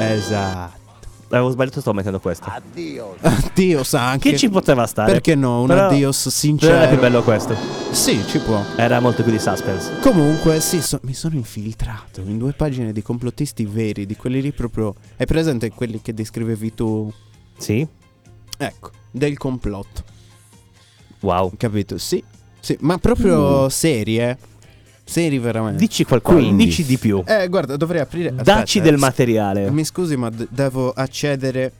Speaker 2: Esatto.
Speaker 3: Avevo sbagliato, sto mettendo questo.
Speaker 2: Addio sa anche...
Speaker 3: Che ci poteva stare?
Speaker 2: Ah, Perché no? Un
Speaker 3: Però-
Speaker 2: addios
Speaker 3: Non era più
Speaker 2: sincero.
Speaker 3: bello questo.
Speaker 2: Sì, ci può.
Speaker 3: Era molto più di suspense.
Speaker 2: Comunque, sì, so- mi sono infiltrato in due pagine di complottisti veri, di quelli lì proprio... Hai presente quelli che descrivevi tu
Speaker 3: Sì?
Speaker 2: Ecco, del complotto,
Speaker 3: Wow.
Speaker 2: capito? Sì, sì ma proprio serie, eh. Serie veramente.
Speaker 3: Dici qualcosa,
Speaker 4: Quindi.
Speaker 3: dici di più.
Speaker 2: eh, guarda, dovrei aprire...
Speaker 3: Dacci
Speaker 2: aspetta,
Speaker 3: del
Speaker 2: eh,
Speaker 3: materiale.
Speaker 2: Mi scusi, ma d- devo accedere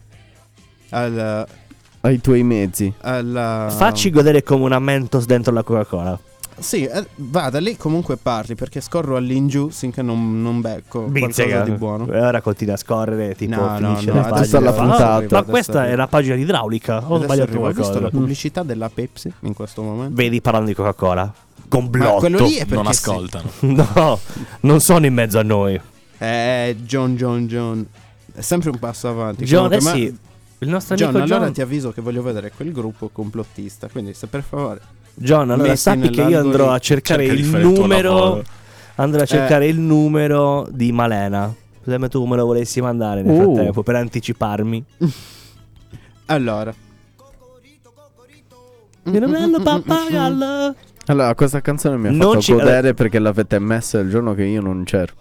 Speaker 2: al... um,
Speaker 4: Ai tuoi mezzi.
Speaker 2: alla-
Speaker 3: Facci godere come una Mentos dentro la Coca-Cola.
Speaker 2: Sì, eh, vada, lì comunque parli, perché scorro all'ingiù finché non, non becco
Speaker 3: Bizzega.
Speaker 2: qualcosa di buono.
Speaker 3: E ora continua a scorrere, tipo
Speaker 2: No, no,
Speaker 3: finisce
Speaker 2: no,
Speaker 3: la
Speaker 2: adesso
Speaker 3: pagina.
Speaker 4: alla
Speaker 3: Fa,
Speaker 4: puntata.
Speaker 3: "Ah, Ma
Speaker 2: Adesso
Speaker 3: questa
Speaker 2: arrivo."
Speaker 3: è una pagina idraulica. Ho
Speaker 2: Adesso
Speaker 3: sbagliato
Speaker 2: arrivo, ho visto la
Speaker 3: qualcosa.
Speaker 2: pubblicità della Pepsi in questo momento.
Speaker 3: Vedi parlando di Coca-Cola. Complotto.
Speaker 2: Ma quello lì è perché
Speaker 5: Non
Speaker 2: sì.
Speaker 5: ascoltano.
Speaker 3: No, non sono in mezzo a noi.
Speaker 2: Eh, John, John, John. È sempre un passo avanti.
Speaker 3: John, eh
Speaker 2: comunque, ma-
Speaker 3: sì. Il nostro
Speaker 2: John,
Speaker 3: amico
Speaker 2: allora
Speaker 3: John.
Speaker 2: ti avviso che voglio vedere quel gruppo complottista, quindi se per favore...
Speaker 3: John, allora
Speaker 2: Metti
Speaker 3: sappi che io
Speaker 2: nell'algorithmo.
Speaker 3: andrò a cercare
Speaker 5: Cerca di
Speaker 3: il
Speaker 5: fare il tuo
Speaker 3: numero.
Speaker 5: lavoro.
Speaker 3: Andrò a cercare il numero di Malena. Se tu me lo volessi mandare nel
Speaker 4: Uh.
Speaker 3: frattempo per anticiparmi.
Speaker 2: Allora...
Speaker 3: Caramella, pappagallo.
Speaker 4: Allora, questa canzone mi ha
Speaker 3: Non
Speaker 4: fatto
Speaker 3: ci-
Speaker 4: godere perché l'avete messa il giorno che io non c'ero.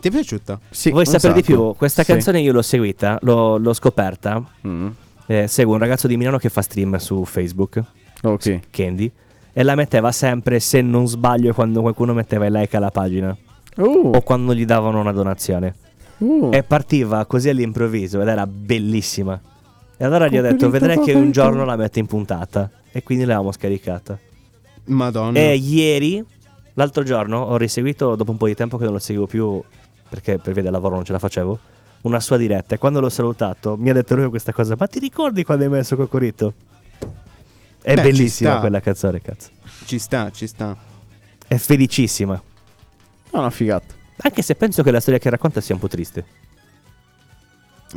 Speaker 2: Ti è piaciuta?
Speaker 4: Sì,
Speaker 3: Vuoi
Speaker 4: un
Speaker 3: sapere di
Speaker 4: sacco.
Speaker 3: più? Questa
Speaker 4: Sì.
Speaker 3: canzone io l'ho seguita, l'ho, l'ho scoperta.
Speaker 4: Mm,
Speaker 3: Eh, seguo un ragazzo di Milano che fa stream su Facebook,
Speaker 4: ok.
Speaker 3: Candy, e la metteva sempre, se non sbaglio, quando qualcuno metteva il like alla pagina
Speaker 4: Uh,
Speaker 3: o quando gli davano una donazione.
Speaker 2: Oh.
Speaker 4: uh.
Speaker 3: E partiva così all'improvviso ed era bellissima. E allora gli ho detto,
Speaker 4: Cucurita,
Speaker 3: vedrai che un
Speaker 4: cucurita."
Speaker 3: giorno la metto in puntata. E quindi l'avevamo scaricata.
Speaker 2: Oh Madonna.
Speaker 3: E ieri, l'altro giorno, ho riseguito dopo un po' di tempo che non lo seguivo più perché per via del lavoro non ce la facevo. Una sua diretta e quando l'ho salutato mi ha detto proprio questa cosa: Ma ti ricordi quando hai messo Cocorito? È
Speaker 2: Beh, ci
Speaker 3: bellissima
Speaker 2: sta.
Speaker 3: quella canzone, cazzo.
Speaker 2: Ci sta, ci sta.
Speaker 3: È felicissima.
Speaker 4: È una figata.
Speaker 3: Anche se penso che la storia che racconta sia un po' triste.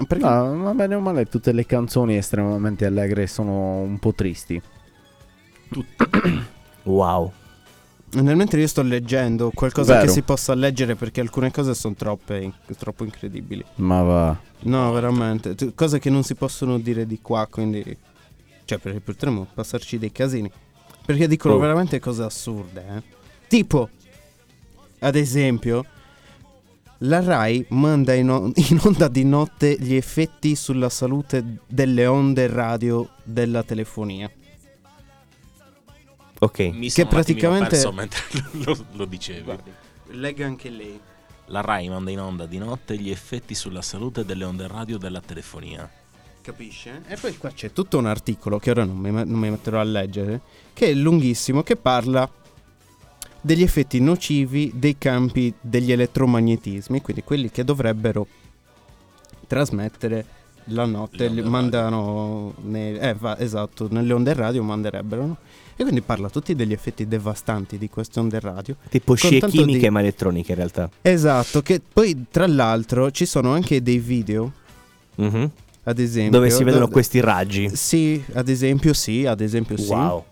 Speaker 2: Perché
Speaker 4: No, ma bene o male, tutte le canzoni estremamente allegre sono un po' tristi.
Speaker 3: Wow.
Speaker 2: nel mentre io sto leggendo qualcosa
Speaker 4: Vero.
Speaker 2: che si possa leggere perché alcune cose sono troppe, in- troppo incredibili.
Speaker 4: Ma va.
Speaker 2: No, veramente. Tu- Cose che non si possono dire di qua, quindi... Cioè, perché potremmo passarci dei casini. Perché dicono
Speaker 3: Oh.
Speaker 2: veramente cose assurde, eh. Tipo, ad esempio, la RAI manda in, on- in onda di notte gli effetti sulla salute delle onde radio della telefonia.
Speaker 3: Ok.
Speaker 5: Mi
Speaker 2: Che
Speaker 5: sono un attimino
Speaker 2: praticamente-
Speaker 5: perso mentre lo, lo dicevi.
Speaker 2: Legga anche lei.
Speaker 5: La Rai manda in onda di notte gli effetti sulla salute delle onde radio della telefonia.
Speaker 2: Capisce? E poi qua c'è tutto un articolo che ora non mi, non mi metterò a leggere, che è lunghissimo, che parla degli effetti nocivi dei campi degli elettromagnetismi, quindi quelli che dovrebbero trasmettere la
Speaker 5: Le
Speaker 2: notte,
Speaker 5: onde
Speaker 2: li
Speaker 5: radio.
Speaker 2: mandano, nei- eh, va- esatto, nelle onde radio manderebbero. no? E quindi parla tutti degli effetti devastanti di queste onde radio.
Speaker 3: Tipo scie
Speaker 2: tanto
Speaker 3: chimiche
Speaker 2: di-
Speaker 3: ma elettroniche in realtà.
Speaker 2: Esatto, che poi tra l'altro ci sono anche dei video,
Speaker 3: Mhm.
Speaker 2: ad esempio,
Speaker 3: Dove si vedono
Speaker 2: do-
Speaker 3: questi raggi.
Speaker 2: Sì, ad esempio sì, ad esempio sì.
Speaker 3: Wow.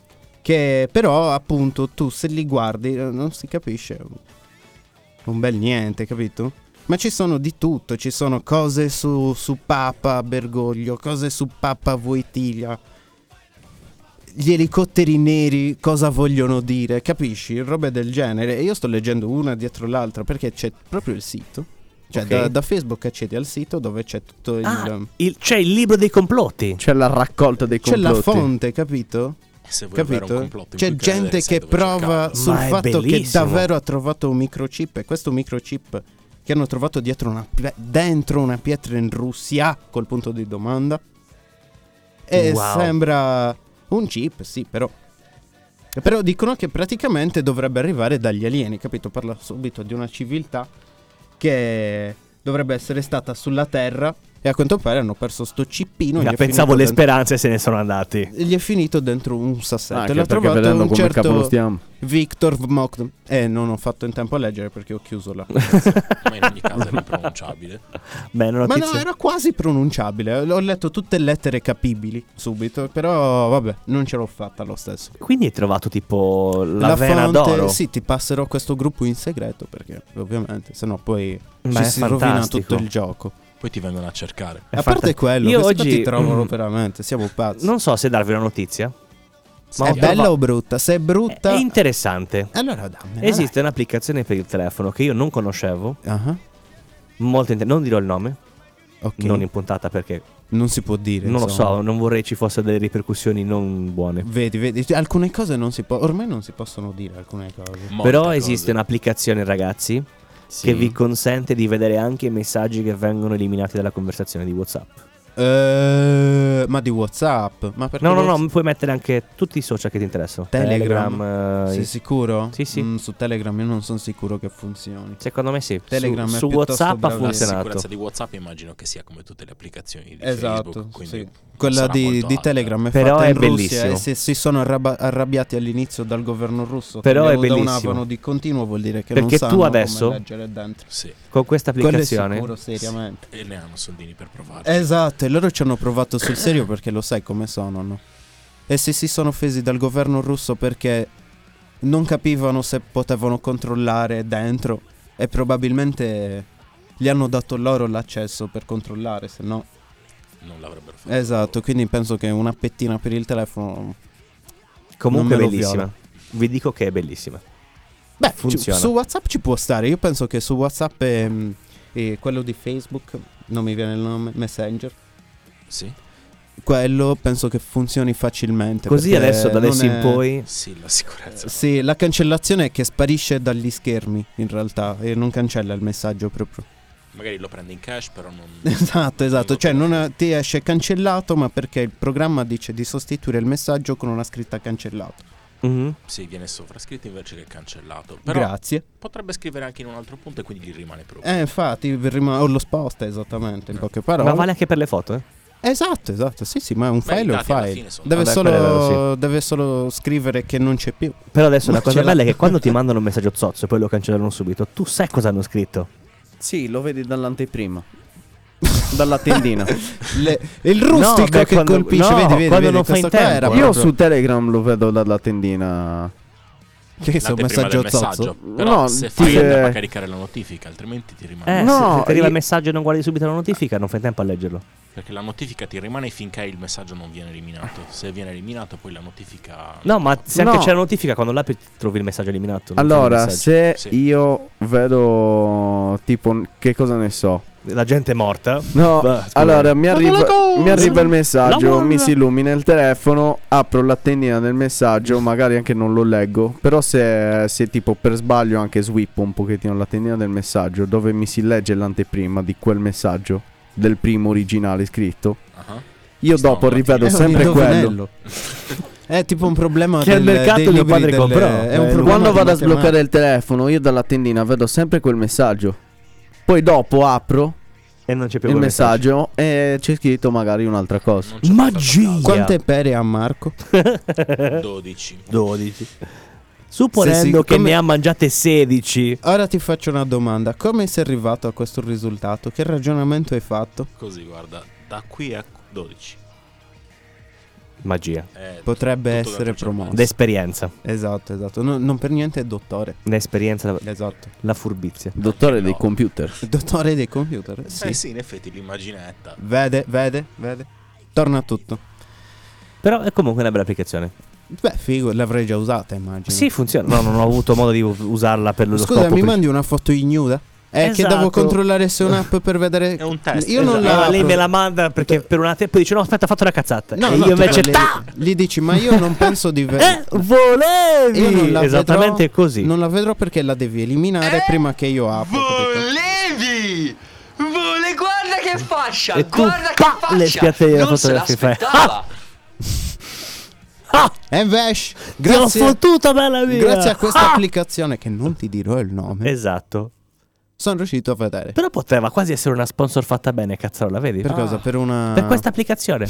Speaker 2: Che però appunto tu se li guardi eh, non si capisce un bel niente, capito? Ma ci sono di tutto, ci sono cose su, su Papa Bergoglio, cose su Papa Voitilia. Gli elicotteri neri cosa vogliono dire, capisci? Robe del genere. E io sto leggendo una dietro l'altra perché c'è proprio il sito. Cioè
Speaker 3: Ok.
Speaker 2: da, da Facebook accedi al sito dove c'è tutto il...
Speaker 3: Ah, il- c'è il libro dei
Speaker 2: Cioè,
Speaker 3: complotti. Cioè,
Speaker 4: C'è la raccolta dei
Speaker 2: c'è
Speaker 4: complotti.
Speaker 2: la fonte, capito?
Speaker 5: E se vuoi avere un
Speaker 2: Capito?
Speaker 5: complotto in
Speaker 2: C'è
Speaker 5: cui credere,
Speaker 2: gente
Speaker 5: sai
Speaker 2: che
Speaker 5: dove
Speaker 2: prova
Speaker 5: cercarlo.
Speaker 2: sul
Speaker 3: Ma è
Speaker 2: fatto che
Speaker 3: bellissimo.
Speaker 2: davvero ha trovato un microchip e questo microchip che hanno trovato dietro una pi- dentro una pietra in Russia col punto di domanda. E
Speaker 3: Wow.
Speaker 2: sembra un chip, sì, però però dicono che praticamente dovrebbe arrivare dagli alieni, capito? Parla subito di una civiltà che dovrebbe essere stata sulla Terra e a quanto pare hanno perso sto cippino.
Speaker 3: Ah,
Speaker 2: gli è
Speaker 3: Pensavo
Speaker 2: finito
Speaker 3: le
Speaker 2: dentro-
Speaker 3: speranze se ne sono andati.
Speaker 2: gli è finito dentro un sassetto.
Speaker 4: Anche
Speaker 2: e l'ha
Speaker 4: Ah, perché
Speaker 2: trovato
Speaker 4: vedendo
Speaker 2: un
Speaker 4: come cavolo
Speaker 2: certo
Speaker 4: stiamo.
Speaker 2: Victor Vmokd. Eh, non ho fatto in tempo a leggere perché ho chiuso la.
Speaker 5: Ma in ogni caso è impronunciabile.
Speaker 3: Beh, non ho
Speaker 2: Ma no,
Speaker 3: tizio-
Speaker 2: era quasi pronunciabile. Ho letto tutte lettere capibili subito. Però vabbè, non ce l'ho fatta lo stesso.
Speaker 3: Quindi hai trovato tipo la, vena
Speaker 2: fonte,
Speaker 3: d'oro.
Speaker 2: sì, ti passerò questo gruppo in segreto perché ovviamente, sennò poi
Speaker 3: Beh,
Speaker 2: ci
Speaker 3: è
Speaker 2: si rovina
Speaker 3: fantastico.
Speaker 2: tutto il gioco.
Speaker 5: Poi ti vengono a cercare.
Speaker 3: È
Speaker 2: a parte
Speaker 3: Eh, fanta-
Speaker 2: quello,
Speaker 3: Io
Speaker 2: questi qua
Speaker 3: oggi
Speaker 2: ti trovano
Speaker 3: mm,
Speaker 2: veramente, siamo pazzi.
Speaker 3: Non so se darvi una notizia. Ma
Speaker 2: è
Speaker 3: ho
Speaker 2: bella
Speaker 3: trovato-
Speaker 2: o brutta? Se è brutta,
Speaker 3: È interessante.
Speaker 2: allora dammela.
Speaker 3: Esiste un'applicazione per il telefono che io non conoscevo.
Speaker 2: dai. Ah,
Speaker 3: Molto inter- non dirò il nome,
Speaker 2: ok.
Speaker 3: non in puntata perché
Speaker 2: Non si può dire.
Speaker 3: non lo
Speaker 2: insomma.
Speaker 3: so, non vorrei ci fossero delle ripercussioni non buone.
Speaker 2: Vedi, vedi, cioè, alcune cose non si può. Ormai non si possono dire alcune cose.
Speaker 5: Molte
Speaker 3: Però
Speaker 5: cose.
Speaker 3: esiste un'applicazione, ragazzi, che vi consente di vedere anche i messaggi che vengono eliminati dalla conversazione di WhatsApp.
Speaker 2: Eh, ma di WhatsApp? Ma perché
Speaker 3: No, no, no,
Speaker 2: WhatsApp-
Speaker 3: puoi mettere anche tutti i social che ti interessano.
Speaker 2: Telegram.
Speaker 3: eh,
Speaker 2: Sei sicuro?
Speaker 3: Sì, sì.
Speaker 2: Mm, su Telegram io non sono sicuro che funzioni.
Speaker 3: Secondo me sì. Su-
Speaker 2: Telegram è
Speaker 3: su,
Speaker 2: piuttosto
Speaker 3: WhatsApp ha
Speaker 2: bravo.
Speaker 5: La
Speaker 3: funzionato.
Speaker 5: sicurezza di WhatsApp immagino che sia come tutte le applicazioni di
Speaker 2: Esatto,
Speaker 5: Facebook.
Speaker 2: sì.
Speaker 5: quindi
Speaker 2: Quella
Speaker 5: sarà
Speaker 2: di,
Speaker 5: molto
Speaker 2: di
Speaker 5: alta.
Speaker 2: Telegram è
Speaker 3: Però
Speaker 2: fatta
Speaker 3: è
Speaker 2: in Russia
Speaker 3: bellissimo.
Speaker 2: e se si sono arrabba- arrabbiati all'inizio dal governo russo
Speaker 3: Però
Speaker 2: che
Speaker 3: è
Speaker 2: lo
Speaker 3: bellissimo.
Speaker 2: donavano di continuo vuol dire che
Speaker 3: Perché
Speaker 2: non
Speaker 3: tu
Speaker 2: sanno
Speaker 3: adesso-
Speaker 2: come leggere dentro.
Speaker 5: Sì,
Speaker 3: Con questa
Speaker 2: Quello è
Speaker 3: applicazione
Speaker 2: sicuro, seriamente.
Speaker 5: e ne hanno soldini per provare.
Speaker 2: Esatto, e loro ci hanno provato sul serio perché lo sai come sono, no? E se si sono offesi dal governo russo perché non capivano se potevano controllare dentro e probabilmente gli hanno dato loro l'accesso per controllare, se no...
Speaker 5: Non l'avrebbero fatto.
Speaker 2: Esatto, quindi penso che una pettina per il telefono
Speaker 3: Comunque è
Speaker 2: Non me lo
Speaker 3: bellissima.
Speaker 2: viola.
Speaker 3: Vi dico che è bellissima.
Speaker 2: Beh, ci-
Speaker 3: Funziona.
Speaker 2: su WhatsApp ci può stare. Io penso che su WhatsApp e, mh, e quello di Facebook, non mi viene il nome, Messenger.
Speaker 5: Sì,
Speaker 2: Quello penso che funzioni facilmente.
Speaker 3: Così
Speaker 2: perché
Speaker 3: adesso da
Speaker 2: non
Speaker 3: adesso in
Speaker 2: è-
Speaker 3: poi
Speaker 5: sì, la sicurezza.
Speaker 2: Sì, la cancellazione è che sparisce dagli schermi in realtà e non cancella il messaggio proprio.
Speaker 5: Magari lo prende in cash, però non...
Speaker 2: Esatto, esatto, cioè non ti esce cancellato ma perché il programma dice di sostituire il messaggio con una scritta cancellato.
Speaker 3: Mhm.
Speaker 5: Sì, viene sovrascritto invece che cancellato. Però
Speaker 2: Grazie.
Speaker 5: potrebbe scrivere anche in un altro punto e quindi gli rimane proprio.
Speaker 2: Eh, infatti, vi rima- o lo sposta esattamente in poche parole.
Speaker 3: Ma vale anche per le foto, eh?
Speaker 2: Esatto, esatto, sì, sì, ma è un
Speaker 5: Beh, i
Speaker 2: file, è un
Speaker 5: dati alla
Speaker 2: file.
Speaker 5: fine sono-
Speaker 2: Deve,
Speaker 3: Vabbè,
Speaker 2: solo,
Speaker 3: quello è vero,
Speaker 2: deve solo scrivere che non c'è più.
Speaker 3: Però adesso la
Speaker 2: Ma
Speaker 3: cosa
Speaker 2: ce l'ha.
Speaker 3: bella è che quando ti mandano un messaggio zozzo e poi lo cancellano subito, tu sai cosa hanno scritto.
Speaker 4: Sì, lo vedi dall'anteprima. Dalla tendina.
Speaker 2: Le- il rustico
Speaker 3: No, beh,
Speaker 2: che
Speaker 3: quando-
Speaker 2: colpisce,
Speaker 3: no,
Speaker 2: vedi, vedi,
Speaker 3: quando
Speaker 2: vedi,
Speaker 3: non fai
Speaker 2: questo
Speaker 3: in
Speaker 2: qua
Speaker 3: tempo,
Speaker 2: era
Speaker 3: eh.
Speaker 4: Io
Speaker 2: proprio-
Speaker 4: su Telegram lo vedo dalla tendina.
Speaker 2: Che so, un
Speaker 5: L'anteprima
Speaker 2: messaggio
Speaker 5: del
Speaker 2: zozzo.
Speaker 5: Però
Speaker 4: No,
Speaker 5: se
Speaker 4: ti-
Speaker 5: fai
Speaker 4: eh.
Speaker 5: andare a caricare la notifica, altrimenti ti rimane.
Speaker 3: Eh,
Speaker 4: No,
Speaker 3: se, se ti arriva
Speaker 4: io-
Speaker 3: il messaggio e non guardi subito la notifica, non fai tempo a leggerlo.
Speaker 5: Perché la notifica ti rimane finché il messaggio non viene eliminato. Se viene eliminato, poi la notifica.
Speaker 3: No, ma se
Speaker 4: No.
Speaker 3: anche c'è la notifica, quando l'apri ti trovi il messaggio eliminato. non trovi il
Speaker 4: Allora,
Speaker 3: messaggio.
Speaker 4: se
Speaker 5: Sì.
Speaker 4: io vedo tipo che cosa ne so.
Speaker 3: la gente è morta.
Speaker 4: No,
Speaker 3: Beh, scusa.
Speaker 4: allora mi
Speaker 3: la
Speaker 4: arriva,
Speaker 3: cosa!
Speaker 4: mi arriva il
Speaker 3: La
Speaker 4: messaggio,
Speaker 3: guarda!
Speaker 4: mi si illumina il telefono, apro la tendina del messaggio, magari anche non lo leggo, però se, se tipo per sbaglio anche swippo un pochettino la tendina del messaggio dove mi si legge l'anteprima di quel messaggio, del primo originale scritto,
Speaker 5: Ah,
Speaker 4: io
Speaker 5: Sto
Speaker 4: dopo
Speaker 5: un attimo.
Speaker 4: rivedo
Speaker 2: È un
Speaker 4: sempre quello.
Speaker 2: indovinello. È tipo un problema
Speaker 4: Che al
Speaker 2: del,
Speaker 4: mercato
Speaker 2: dei
Speaker 4: mio
Speaker 2: libri
Speaker 4: padre
Speaker 2: delle-
Speaker 4: comprò.
Speaker 2: È
Speaker 4: Eh,
Speaker 2: un
Speaker 4: Quando
Speaker 2: problema di
Speaker 4: vado a
Speaker 2: matematica.
Speaker 4: sbloccare il telefono, io dalla tendina vedo sempre quel messaggio. Poi dopo apro
Speaker 3: E non c'è più
Speaker 4: il
Speaker 3: quel
Speaker 4: messaggio e c'è scritto magari un'altra cosa.
Speaker 5: non c'è
Speaker 3: Magia!
Speaker 2: Quante pere ha Marco?
Speaker 5: stato 12.
Speaker 3: 12. Supponendo
Speaker 2: sì,
Speaker 3: che
Speaker 2: come-
Speaker 3: ne ha mangiate 16.
Speaker 2: Ora ti faccio una domanda. Come sei arrivato a questo risultato? Che ragionamento hai fatto?
Speaker 5: Così, guarda, da qui a 12.
Speaker 3: Magia.
Speaker 5: Eh,
Speaker 2: Potrebbe
Speaker 5: tutto
Speaker 2: essere
Speaker 5: dentro il cervello.
Speaker 2: promosso.
Speaker 3: D'esperienza.
Speaker 2: Esatto, esatto. No- non per niente è dottore.
Speaker 3: L'esperienza, la,
Speaker 2: Esatto.
Speaker 3: la furbizia.
Speaker 4: Dottore
Speaker 5: Anche
Speaker 4: dei
Speaker 5: no.
Speaker 4: computer.
Speaker 2: Dottore dei computer. Sì.
Speaker 5: Eh sì, in effetti l'immaginetta.
Speaker 2: Vede, vede, vede. Torna tutto.
Speaker 3: Però è comunque una bella applicazione.
Speaker 2: Beh, figo, l'avrei già usata, immagino.
Speaker 3: Sì, funziona. No, non ho avuto modo di u- usarla per lo
Speaker 2: Scusa,
Speaker 3: scopo.
Speaker 2: mi
Speaker 3: principale.
Speaker 2: mandi una foto ignuda? Eh, che
Speaker 3: Esatto.
Speaker 2: devo controllare se è un'app per vedere.
Speaker 5: È un test.
Speaker 2: Io non
Speaker 3: Esatto.
Speaker 2: la.
Speaker 3: Ah, lei
Speaker 2: apro.
Speaker 3: me la manda perché per una tempo dice no aspetta ho fatto una cazzata
Speaker 2: No,
Speaker 3: e
Speaker 2: no,
Speaker 3: io
Speaker 2: tu
Speaker 3: invece
Speaker 2: le-
Speaker 3: ta!
Speaker 2: Gli dici, ma io non penso di.
Speaker 3: eh
Speaker 2: ve-
Speaker 3: volevi
Speaker 2: Io non la
Speaker 3: esattamente
Speaker 2: vedrò-
Speaker 3: così
Speaker 2: Non la vedrò perché la devi eliminare
Speaker 3: Eh?
Speaker 2: prima che io apro. capito?
Speaker 7: Volevi! Vole, guarda che fascia!
Speaker 3: E tu,
Speaker 7: guarda che
Speaker 3: pa,
Speaker 7: fascia!
Speaker 3: le schiatte la
Speaker 7: non se
Speaker 3: fotografia, fai,
Speaker 7: l'aspettava!
Speaker 3: ah
Speaker 2: E invece,
Speaker 3: ti ho
Speaker 2: Eh, grazie,
Speaker 3: fottuta bella mia
Speaker 2: grazie a questa
Speaker 3: Ah!
Speaker 2: applicazione che non ti dirò il nome,
Speaker 3: esatto
Speaker 2: sono riuscito a vedere.
Speaker 3: però poteva quasi essere una sponsor fatta bene cazzarola vedi
Speaker 2: Per
Speaker 3: Ah.
Speaker 2: cosa? Per una.
Speaker 3: Per questa applicazione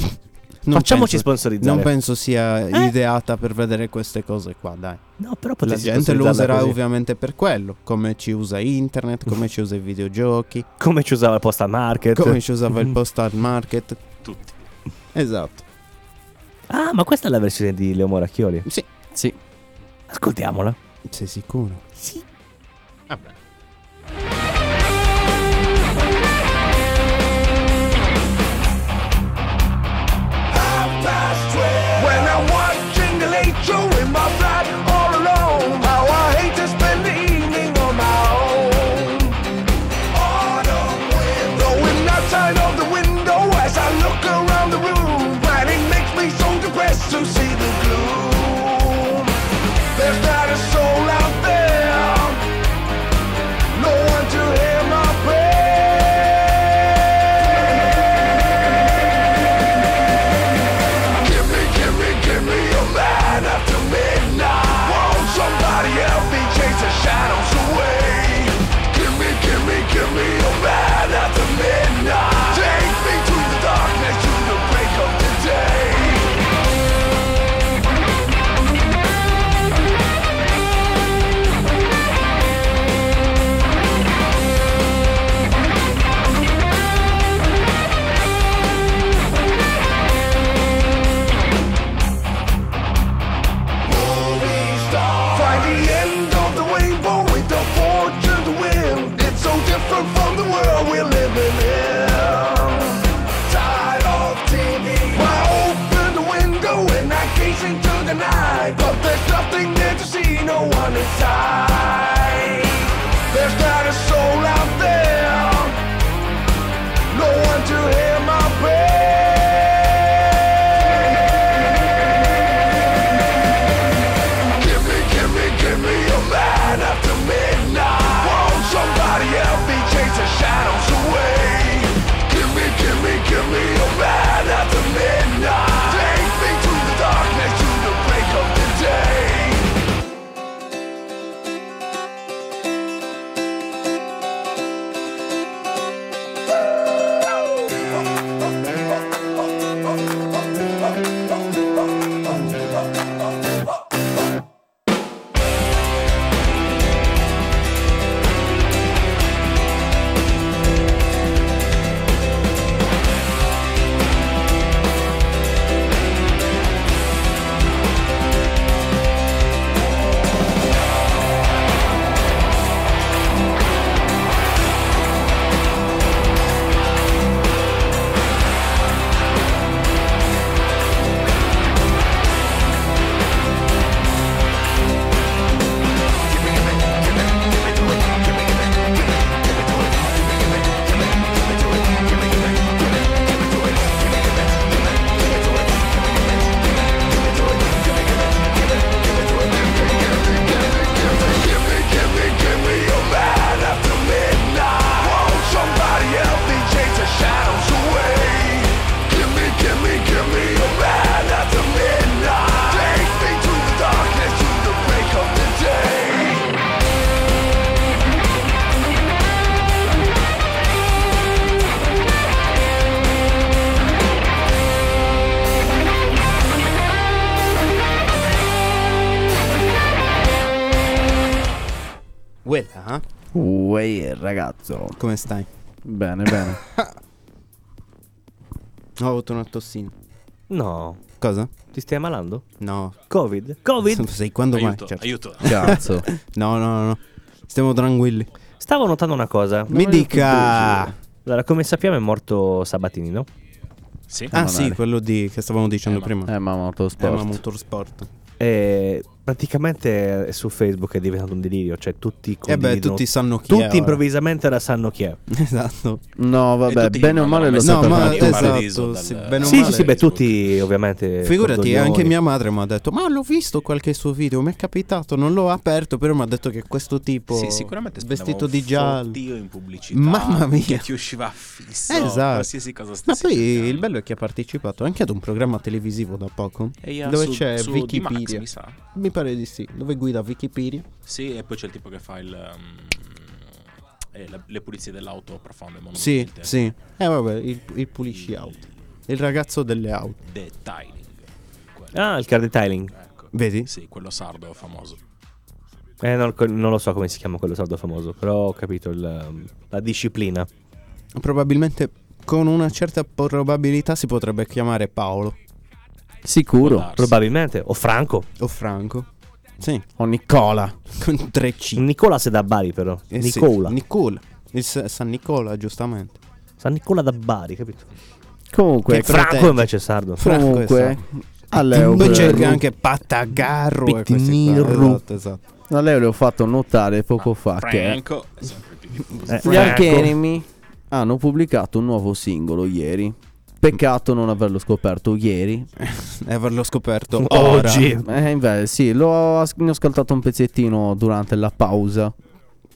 Speaker 2: Non
Speaker 3: facciamoci
Speaker 2: penso-
Speaker 3: sponsorizzare.
Speaker 2: Non penso sia
Speaker 3: Eh?
Speaker 2: ideata per vedere queste cose qua, dai.
Speaker 3: no però
Speaker 2: La
Speaker 3: potresti
Speaker 2: gente lo
Speaker 3: sponsorizzarla
Speaker 2: userà
Speaker 3: così.
Speaker 2: ovviamente per quello, come ci usa internet, come ci usa i videogiochi,
Speaker 3: come ci usava il posta market
Speaker 2: come ci usava il postal market.
Speaker 5: Tutti.
Speaker 2: Esatto.
Speaker 3: ah ma questa è la versione di Leo Moracchioli
Speaker 2: Sì,
Speaker 4: Sì.
Speaker 3: ascoltiamola
Speaker 2: sei sicuro?
Speaker 3: sì
Speaker 5: Vabbè.
Speaker 9: When I watch Jingle Late Show in my flat all alone, how I hate to spend the evening on my own. Autumn wind blowing outside of the window as I look around the room, planning makes me so depressed to see the gloom. There's not a soul out there. outside. There's not a soul out there. No one to hear my prayer. Give me, give me, give me a man after midnight. Won't somebody help me chase the shadows away? Give me, give me, give me a man after midnight. Take me to the darkness, to the break of the day. Give me, give me, give me a man after midnight. Won't somebody help me chase the shadows away? Give me, give me, give me a man after midnight. Take me to the darkness, to the break of the day.
Speaker 2: Quella, eh?
Speaker 4: Uè, ragazzo.
Speaker 2: Come stai?
Speaker 4: Bene, bene.
Speaker 2: Ho avuto una tossina.
Speaker 3: No.
Speaker 2: Cosa?
Speaker 3: Ti stai ammalando?
Speaker 2: No.
Speaker 3: Covid? Covid?
Speaker 2: Sei quando
Speaker 5: Aiuto,
Speaker 2: mai? Certo.
Speaker 5: aiuto.
Speaker 4: Cazzo.
Speaker 2: No, no, no, no. Stiamo tranquilli.
Speaker 3: Stavo notando una cosa.
Speaker 2: Mi dica.
Speaker 3: Allora, come sappiamo è morto Sabatini, no?
Speaker 5: Sì.
Speaker 2: Ah,
Speaker 4: Madonna.
Speaker 2: sì, quello di, che stavamo dicendo
Speaker 5: Emma.
Speaker 2: prima.
Speaker 4: Eh, ma molto sport.
Speaker 2: Emma Motorsport.
Speaker 3: E praticamente su Facebook è diventato un delirio, cioè tutti
Speaker 2: E Eh beh,
Speaker 3: condividono
Speaker 2: tutti sanno chi è.
Speaker 3: tutti
Speaker 2: ora.
Speaker 3: improvvisamente ora sanno chi è.
Speaker 2: Esatto.
Speaker 4: No,
Speaker 5: E
Speaker 4: vabbè,
Speaker 5: tutti gli
Speaker 4: bene o male
Speaker 5: mandano messaggi.
Speaker 4: lo so
Speaker 2: No, ma
Speaker 5: tornato
Speaker 2: esatto,
Speaker 5: paradiso
Speaker 2: sì,
Speaker 5: dal-
Speaker 2: bene o
Speaker 5: Non
Speaker 3: sì,
Speaker 2: male.
Speaker 3: sì, sì, beh,
Speaker 5: Facebook.
Speaker 3: tutti
Speaker 5: Eh,
Speaker 3: ovviamente.
Speaker 2: Figurati,
Speaker 3: condoglioni.
Speaker 2: anche mia madre mi ha detto: Ma l'ho visto qualche suo video, mi è capitato, non l'ho aperto, però mi ha detto che questo tipo
Speaker 5: Sì, sicuramente spendevo
Speaker 2: vestito
Speaker 5: un
Speaker 2: di giallo.
Speaker 5: fottio in pubblicità.
Speaker 2: Mamma mia.
Speaker 5: Che ti usciva fisso.
Speaker 2: Eh, esatto.
Speaker 5: Qualsiasi cosa
Speaker 2: Ma
Speaker 5: stessi
Speaker 2: poi
Speaker 5: cercando.
Speaker 2: il bello è che ha partecipato anche ad un programma televisivo da poco
Speaker 5: E io
Speaker 2: dove
Speaker 5: su-
Speaker 2: c'è
Speaker 5: su
Speaker 2: Wikipedia.
Speaker 5: D-Max, mi sa. Mm,
Speaker 2: Mi pare di sì, dove guida Wikipedia.
Speaker 5: Sì, e poi c'è il tipo che fa il. um, eh, la- le pulizie dell'auto profonde. ma non
Speaker 2: Sì,
Speaker 5: il te-
Speaker 2: sì. Eh vabbè, il, il pulisci auto. Il ragazzo delle auto.
Speaker 5: Detailing. Quello.
Speaker 3: Ah, il car detailing.
Speaker 5: Ecco.
Speaker 2: Vedi?
Speaker 5: Sì, quello sardo famoso.
Speaker 3: Eh, non, non lo so come si chiama quello sardo famoso, però ho capito il- ehm, la disciplina.
Speaker 2: Probabilmente con una certa probabilità si potrebbe chiamare Paolo
Speaker 4: Sicuro.
Speaker 3: Probabilmente. O Franco.
Speaker 2: o Franco. Sì,
Speaker 4: O Nicola.
Speaker 2: con tre C.
Speaker 3: Nicola se da Bari, però.
Speaker 2: Eh sì,
Speaker 3: Nicola.
Speaker 2: Nicola. Il S- San Nicola, giustamente.
Speaker 3: San Nicola da Bari, capito?
Speaker 4: Comunque,
Speaker 2: Che
Speaker 3: Franco
Speaker 2: fratello.
Speaker 3: invece è sardo.
Speaker 2: Franco è
Speaker 4: comunque. A Leo,
Speaker 2: Poi c'è
Speaker 4: eh,
Speaker 2: anche Pattagarro e questi qua.
Speaker 3: Pittinirru.
Speaker 2: Esatto, esatto.
Speaker 4: a Leo le ho fatto notare poco fa che
Speaker 5: Franco è sempre più diffuso.
Speaker 3: Eh,
Speaker 4: gli
Speaker 3: Franco.
Speaker 4: Archenemy hanno pubblicato un nuovo singolo ieri. Peccato non averlo scoperto ieri.
Speaker 2: E averlo eh, scoperto ora.
Speaker 3: Oggi.
Speaker 4: Eh, invece, sì, l'ho as- ne ho ascoltato un pezzettino durante la pausa.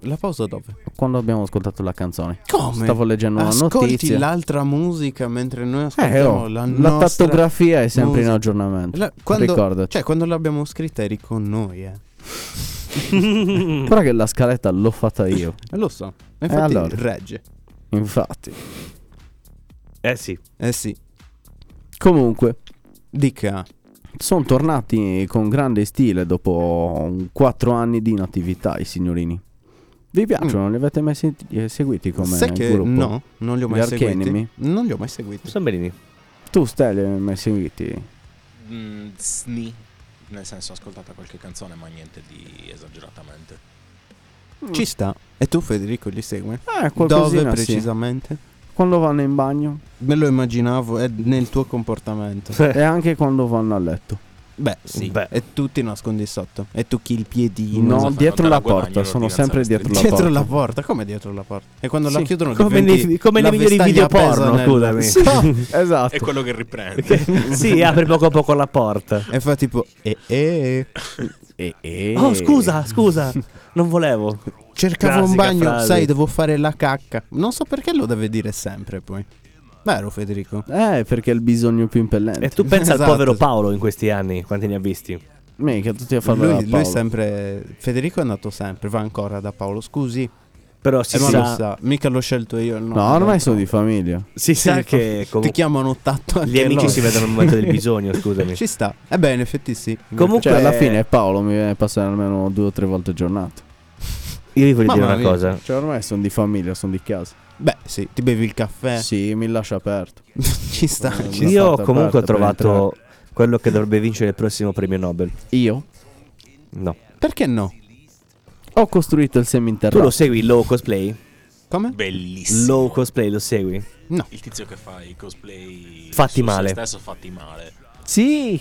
Speaker 2: La pausa dove?
Speaker 4: Quando abbiamo ascoltato la canzone.
Speaker 2: Come?
Speaker 4: Stavo leggendo una
Speaker 2: Ascolti
Speaker 4: notizia.
Speaker 2: l'altra musica mentre noi
Speaker 4: Eh,
Speaker 2: ascoltiamo
Speaker 4: oh,
Speaker 2: la
Speaker 4: la,
Speaker 2: nostra
Speaker 4: tattografia è sempre in
Speaker 2: musica.
Speaker 4: aggiornamento.
Speaker 2: La- quando,
Speaker 4: Ricordati.
Speaker 2: Cioè, quando l'abbiamo scritta eri con noi, eh.
Speaker 4: Guarda che la scaletta l'ho fatta io.
Speaker 2: Eh, Lo so. E Infatti
Speaker 4: allora?
Speaker 2: regge.
Speaker 4: Infatti.
Speaker 3: Eh sì.
Speaker 2: Eh sì.
Speaker 4: Comunque,
Speaker 2: Dica.
Speaker 4: sono tornati con grande stile dopo 4 anni di inattività i signorini. Vi piacciono? Li avete mai senti- eh, seguiti come
Speaker 2: Mm. Sai che
Speaker 4: gruppo?
Speaker 2: no, non li ho mai
Speaker 4: Gli
Speaker 2: seguiti.
Speaker 4: Archenemy?
Speaker 2: Non li ho mai seguiti.
Speaker 3: Sono bellini.
Speaker 4: Tu, Stai, li hai mai seguiti? Eh,
Speaker 5: Mm, sni. Nel senso, ho ascoltato qualche canzone, ma niente di esageratamente.
Speaker 2: Ci sta. E tu Federico li segui?
Speaker 4: Eh,
Speaker 2: Dove
Speaker 4: qualcosina sì.
Speaker 2: precisamente?
Speaker 4: Quando vanno in bagno
Speaker 2: Me lo immaginavo, è nel tuo comportamento.
Speaker 4: e anche quando vanno a letto.
Speaker 2: Beh, sì.
Speaker 3: Beh.
Speaker 2: E tu ti nascondi sotto. E tu chi il piedino.
Speaker 4: No,
Speaker 5: fanno?
Speaker 4: dietro
Speaker 5: Te la
Speaker 4: la
Speaker 5: guadagni
Speaker 4: porta. Sono
Speaker 5: l'ordinanza
Speaker 4: sempre dietro la
Speaker 2: Dietro
Speaker 4: porta.
Speaker 2: la porta, come dietro la porta? E quando la
Speaker 3: Sì,
Speaker 2: chiudono
Speaker 3: come nei-
Speaker 2: diventi
Speaker 3: come nei
Speaker 2: la
Speaker 3: migliori
Speaker 2: vestaglia
Speaker 3: video
Speaker 2: appesa
Speaker 3: porno, scusami.
Speaker 2: Sì.
Speaker 5: È
Speaker 4: Esatto.
Speaker 2: Ecco.
Speaker 5: quello che riprende.
Speaker 3: sì, apri poco a poco la porta.
Speaker 2: E fa tipo eh, eh, eh, eh.
Speaker 3: Oh, scusa, scusa, non volevo.
Speaker 2: Cercavo un
Speaker 3: Classica
Speaker 2: bagno,
Speaker 3: frase.
Speaker 2: sai, devo fare la cacca. Non so perché lo deve dire sempre poi. Vero Federico?
Speaker 4: Eh, perché è il bisogno più impellente.
Speaker 3: E tu pensa al
Speaker 2: Esatto.
Speaker 3: povero Paolo in questi anni, quanti ne ha visti?
Speaker 4: Mica tutti a farlo
Speaker 2: Lui,
Speaker 4: da
Speaker 2: lui
Speaker 4: Paolo.
Speaker 2: sempre Federico è andato sempre, va ancora da Paolo. Scusi,
Speaker 3: Però si
Speaker 2: e Eh, non lo
Speaker 3: sa,
Speaker 2: sa, mica l'ho scelto io. No,
Speaker 4: No, ormai sono di famiglia.
Speaker 3: si sa
Speaker 2: Sì,
Speaker 3: che
Speaker 2: Ti
Speaker 3: comunque
Speaker 2: chiamano tatto anche
Speaker 3: gli amici
Speaker 2: loro.
Speaker 3: si vedono al momento del bisogno, scusami.
Speaker 2: Ci sta. Eh beh, in effetti sì.
Speaker 3: Comunque-
Speaker 4: Cioè, alla fine Paolo mi viene a passare almeno due o tre volte a giornata.
Speaker 3: Io vi voglio dire
Speaker 2: Mamma
Speaker 3: una
Speaker 2: mia.
Speaker 3: cosa.
Speaker 4: Cioè, ormai sono di famiglia, sono di casa.
Speaker 2: Beh, sì, ti bevi il caffè.
Speaker 4: Sì, mi lascia aperto.
Speaker 2: Ci sta.
Speaker 4: Eh,
Speaker 2: ci
Speaker 4: no.
Speaker 2: sta.
Speaker 3: Io
Speaker 4: stata
Speaker 3: comunque ho
Speaker 4: aperta per
Speaker 3: trovato quello che dovrebbe vincere il prossimo premio Nobel.
Speaker 4: Io
Speaker 3: No.
Speaker 2: Perché no?
Speaker 4: ho costruito il
Speaker 3: Tu
Speaker 4: seminterrato.
Speaker 3: lo segui Low Cosplay?
Speaker 2: Come?
Speaker 5: Bellissimo.
Speaker 3: Low Cosplay lo segui?
Speaker 5: Il tizio che fa i cosplay
Speaker 3: Fatti
Speaker 5: su se
Speaker 3: male.
Speaker 5: stesso fatti male.
Speaker 3: Sì.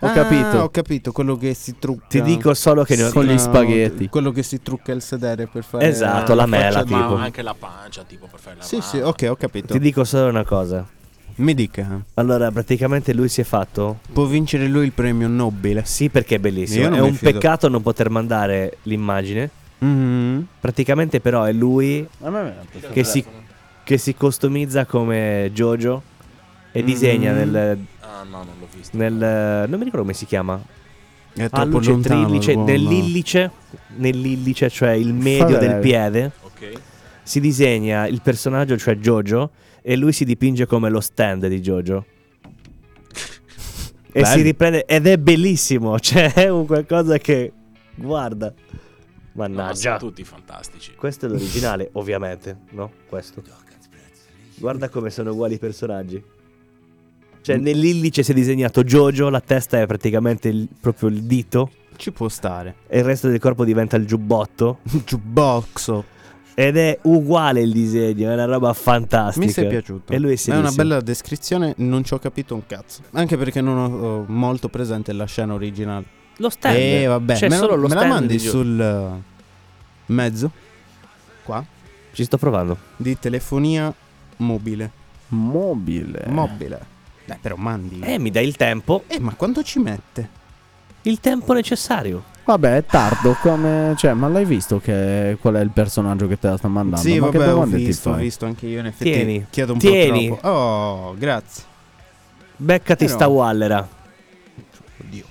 Speaker 4: Ho
Speaker 2: Ah,
Speaker 4: capito.
Speaker 2: Ho capito quello che si trucca.
Speaker 3: Ti dico solo che ne ho...
Speaker 4: Con gli
Speaker 2: No,
Speaker 4: spaghetti.
Speaker 2: Quello che si trucca il sedere per fare
Speaker 3: Esatto, la mela,
Speaker 2: faccia-
Speaker 5: Cioè, Ma
Speaker 3: tipo.
Speaker 5: anche la pancia, tipo per fare la
Speaker 2: Sì,
Speaker 5: mano.
Speaker 2: sì, ok, ho capito.
Speaker 3: Ti dico solo una cosa.
Speaker 2: Mi dica.
Speaker 3: Allora, praticamente lui si è fatto.
Speaker 2: Può vincere lui il premio Nobile.
Speaker 3: Sì, perché è
Speaker 2: Io
Speaker 3: bellissimo.
Speaker 2: non
Speaker 3: È
Speaker 2: mi
Speaker 3: un
Speaker 2: fido.
Speaker 3: peccato non poter mandare l'immagine. Mm-hmm. Praticamente, però, è lui
Speaker 4: A me me la-
Speaker 3: che si, che si customizza come Jojo
Speaker 2: Mm.
Speaker 3: e disegna nel,
Speaker 5: Ah no, non l'ho visto.
Speaker 3: nel- Non mi ricordo come si chiama. Ah,
Speaker 2: È troppo
Speaker 3: Alluce,
Speaker 2: lontano.
Speaker 3: trillice,
Speaker 2: l'uomo.
Speaker 3: nell'illice, nell'illice, cioè il medio
Speaker 4: Vabbè.
Speaker 3: del piede.
Speaker 5: Ok.
Speaker 3: Si disegna il personaggio, cioè Jojo, e lui si dipinge come lo stand di Jojo. e si riprende. Ed è bellissimo. Cioè, è un qualcosa che. Guarda.
Speaker 5: No,
Speaker 3: Mannaggia.
Speaker 5: sono tutti
Speaker 2: Eh,
Speaker 5: fantastici.
Speaker 3: Questo è l'originale, ovviamente, no? Questo. Guarda come sono uguali i personaggi. Cioè, nell'illice si è disegnato Jojo, la testa è praticamente il- proprio il dito,
Speaker 2: Ci può stare.
Speaker 3: e il resto del corpo diventa il giubbotto.
Speaker 2: Jukeboxo.
Speaker 3: Ed è uguale il disegno, è una roba fantastica.
Speaker 2: Mi sei piaciuto.
Speaker 3: E lui è
Speaker 2: è una
Speaker 3: serissimo.
Speaker 2: bella descrizione, non ci ho capito un cazzo. Anche perché non ho ho molto presente la scena originale.
Speaker 3: Lo stand.
Speaker 2: Eh, vabbè,
Speaker 3: C'è
Speaker 2: me, lo-
Speaker 3: solo lo
Speaker 2: me la
Speaker 3: stand
Speaker 2: mandi
Speaker 3: di Jojo.
Speaker 2: sul eh, mezzo qua
Speaker 3: Ci sto provando.
Speaker 2: di telefonia mobile.
Speaker 4: Mobile.
Speaker 2: Mobile. Beh, però mandi.
Speaker 3: Eh, mi dai il tempo.
Speaker 2: Eh, ma quanto ci mette?
Speaker 3: Il tempo necessario.
Speaker 4: Vabbè, è tardo come... Cioè, ma l'hai visto che... qual è il personaggio che te la sta mandando?
Speaker 2: sì,
Speaker 4: ma che
Speaker 2: vabbè, ho
Speaker 4: domande
Speaker 2: visto,
Speaker 4: ti
Speaker 2: ho
Speaker 4: fai?
Speaker 2: visto anche io in effetti.
Speaker 3: Tieni,
Speaker 2: Chiedo un
Speaker 3: tieni.
Speaker 2: po' troppo. Oh, grazie.
Speaker 3: Beccati
Speaker 2: Però-
Speaker 3: sta Wallera.
Speaker 2: Oddio.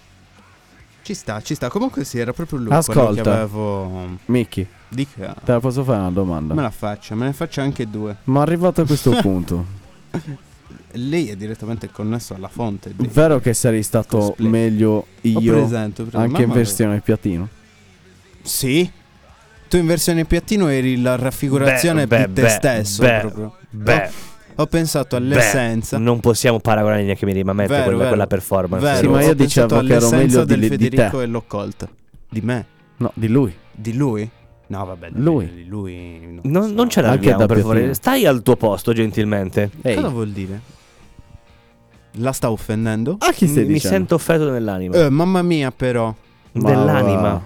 Speaker 2: Ci sta, ci sta. Comunque sì, era proprio lui quello che
Speaker 4: Ascolta.
Speaker 2: avevo
Speaker 4: Mickey,
Speaker 2: dica.
Speaker 4: te la posso fare una domanda?
Speaker 2: Me la faccia, me ne faccia anche due.
Speaker 4: Ma arrivato a questo punto,
Speaker 2: Lei è direttamente connesso alla fonte. di-
Speaker 4: vero che sarei stato
Speaker 2: Cosplay.
Speaker 4: meglio
Speaker 2: Ho
Speaker 4: io
Speaker 2: presente, ho presente.
Speaker 4: anche in
Speaker 2: Mamma mia.
Speaker 4: versione piatino?
Speaker 2: Sì. Tu in versione piattino eri la raffigurazione
Speaker 3: Beh,
Speaker 2: di
Speaker 3: beh,
Speaker 2: te
Speaker 3: beh,
Speaker 2: stesso.
Speaker 3: beh,
Speaker 2: proprio.
Speaker 3: Beh,
Speaker 2: Ho pensato all'essenza.
Speaker 3: non possiamo paragonare neanche minimamente
Speaker 2: Vero,
Speaker 3: quella,
Speaker 2: vero.
Speaker 3: quella performance.
Speaker 2: Vero,
Speaker 4: Sì, ma
Speaker 2: ho
Speaker 4: io
Speaker 2: pensato
Speaker 4: dicevo che ero
Speaker 2: all'essenza
Speaker 4: meglio
Speaker 2: del
Speaker 4: di- di te.
Speaker 2: Federico e l'ho colta. Di me?
Speaker 4: No, di lui.
Speaker 2: Di lui? No, vabbè, di
Speaker 4: Lui.
Speaker 2: Di lui no,
Speaker 3: Non, non ce
Speaker 4: Anche
Speaker 3: l'abbiamo
Speaker 4: da
Speaker 3: per favore.
Speaker 4: Piotino.
Speaker 3: Stai al tuo posto, gentilmente.
Speaker 4: Ehi,
Speaker 2: Cosa vuol dire? La sta offendendo?
Speaker 4: a Ah, chi stai
Speaker 3: Mi
Speaker 4: dicendo?
Speaker 3: sento offeso
Speaker 4: Ah,
Speaker 3: nell'anima.
Speaker 2: Eh, mamma mia, però.
Speaker 4: Ma
Speaker 3: Nell'anima.
Speaker 4: va.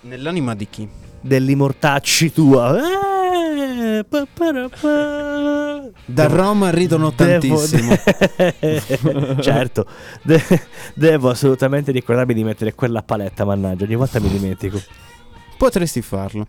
Speaker 2: Nell'anima di chi?
Speaker 3: Dell'immortacci tua. Eh, pa, pa, ra, pa.
Speaker 2: Da Roma ridono
Speaker 3: Devo-
Speaker 2: tantissimo.
Speaker 3: certo, De- devo assolutamente ricordarmi di mettere quella paletta, mannaggia, ogni volta mi dimentico.
Speaker 2: Potresti farlo.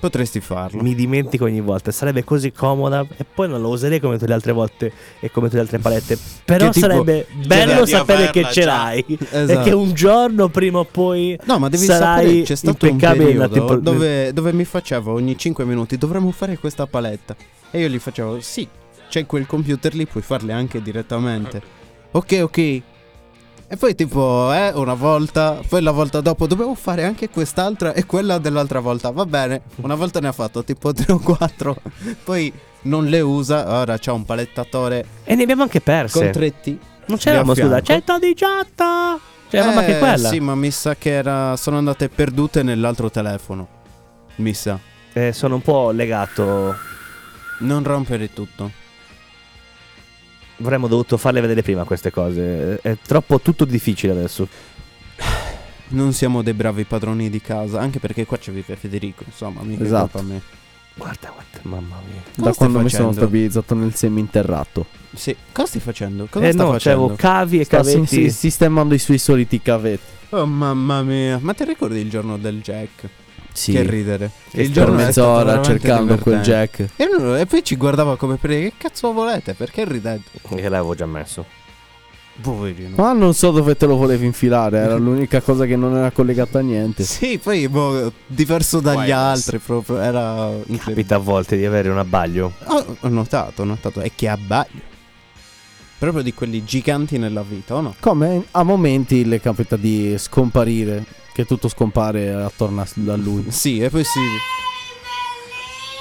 Speaker 2: Potresti farlo.
Speaker 3: Mi dimentico ogni volta, sarebbe così comoda e poi non lo userei come tutte le altre volte e come tutte le altre palette. Però
Speaker 2: Che tipo-
Speaker 3: sarebbe
Speaker 5: Cioè,
Speaker 3: bello
Speaker 5: di
Speaker 3: sapere che
Speaker 5: averla
Speaker 3: ce
Speaker 5: già.
Speaker 3: l'hai e
Speaker 2: Esatto.
Speaker 3: che un giorno prima o poi
Speaker 2: No, ma devi
Speaker 3: sarai
Speaker 2: sapere, c'è stato un
Speaker 3: impeccabile nella
Speaker 2: periodo
Speaker 3: tempo-
Speaker 2: dove, dove mi facevo ogni 5 minuti dovremmo fare questa paletta. E io gli facevo, sì, c'è quel computer lì, puoi farle anche direttamente. Ok, ok. E poi tipo, eh, una volta, poi la volta dopo, dovevo fare anche quest'altra e quella dell'altra volta. Va bene, una volta ne ha fatto tipo 3 o 4. Poi non le usa, ora c'ha un palettatore
Speaker 3: e ne abbiamo anche perse.
Speaker 2: con 3T.
Speaker 3: non c'eravamo,
Speaker 2: lì a
Speaker 3: scusa,
Speaker 2: fianco.
Speaker 3: 118. Cioè,
Speaker 2: Eh,
Speaker 3: roba che quella.
Speaker 2: Sì, ma mi sa che era... sono andate perdute nell'altro telefono. Mi sa.
Speaker 3: Eh, sono un po' legato.
Speaker 2: Non rompere tutto.
Speaker 3: Avremmo dovuto farle vedere prima queste cose. È troppo tutto difficile adesso.
Speaker 2: Non siamo dei bravi padroni di casa, anche perché qua c'è vive Federico, insomma, mica è
Speaker 4: Esatto.
Speaker 2: colpa mia.
Speaker 3: Guarda, guarda, mamma mia.
Speaker 4: Da
Speaker 2: stai
Speaker 4: quando mi sono
Speaker 2: facendo?
Speaker 4: stabilizzato nel seminterrato.
Speaker 2: Sì, cosa stai facendo? Cosa
Speaker 3: eh
Speaker 2: sta
Speaker 3: no,
Speaker 2: facendo?
Speaker 3: c'avevo cavi e
Speaker 4: Sta sim-
Speaker 3: cavetti.
Speaker 4: si- Ah, sistemando i suoi soliti cavetti.
Speaker 2: oh mamma mia, ma ti ricordi il giorno del Jack?
Speaker 4: Sì.
Speaker 2: Che ridere.
Speaker 3: Che
Speaker 2: il
Speaker 3: sta-
Speaker 4: per
Speaker 2: giorno è stato
Speaker 4: mezz'ora
Speaker 2: veramente
Speaker 4: cercando quel
Speaker 2: divertente.
Speaker 4: jack.
Speaker 2: E, lui- e poi ci guardava come per dire, che cazzo volete? Perché ridete?
Speaker 3: Che l'avevo già messo.
Speaker 2: Poverino.
Speaker 4: Ma non so dove te lo volevi infilare, era l'unica cosa che non era collegata a niente.
Speaker 2: Sì, poi boh, diverso dagli
Speaker 5: Wireless.
Speaker 2: altri proprio, era incredibile.
Speaker 3: Capita a volte di avere un abbaglio.
Speaker 2: Ho, ho notato, ho notato, è che abbaglio. Proprio di quelli giganti nella vita, o no?
Speaker 4: Come a momenti le capita di scomparire, che tutto scompare attorno a s- da lui.
Speaker 2: Sì, e poi sì.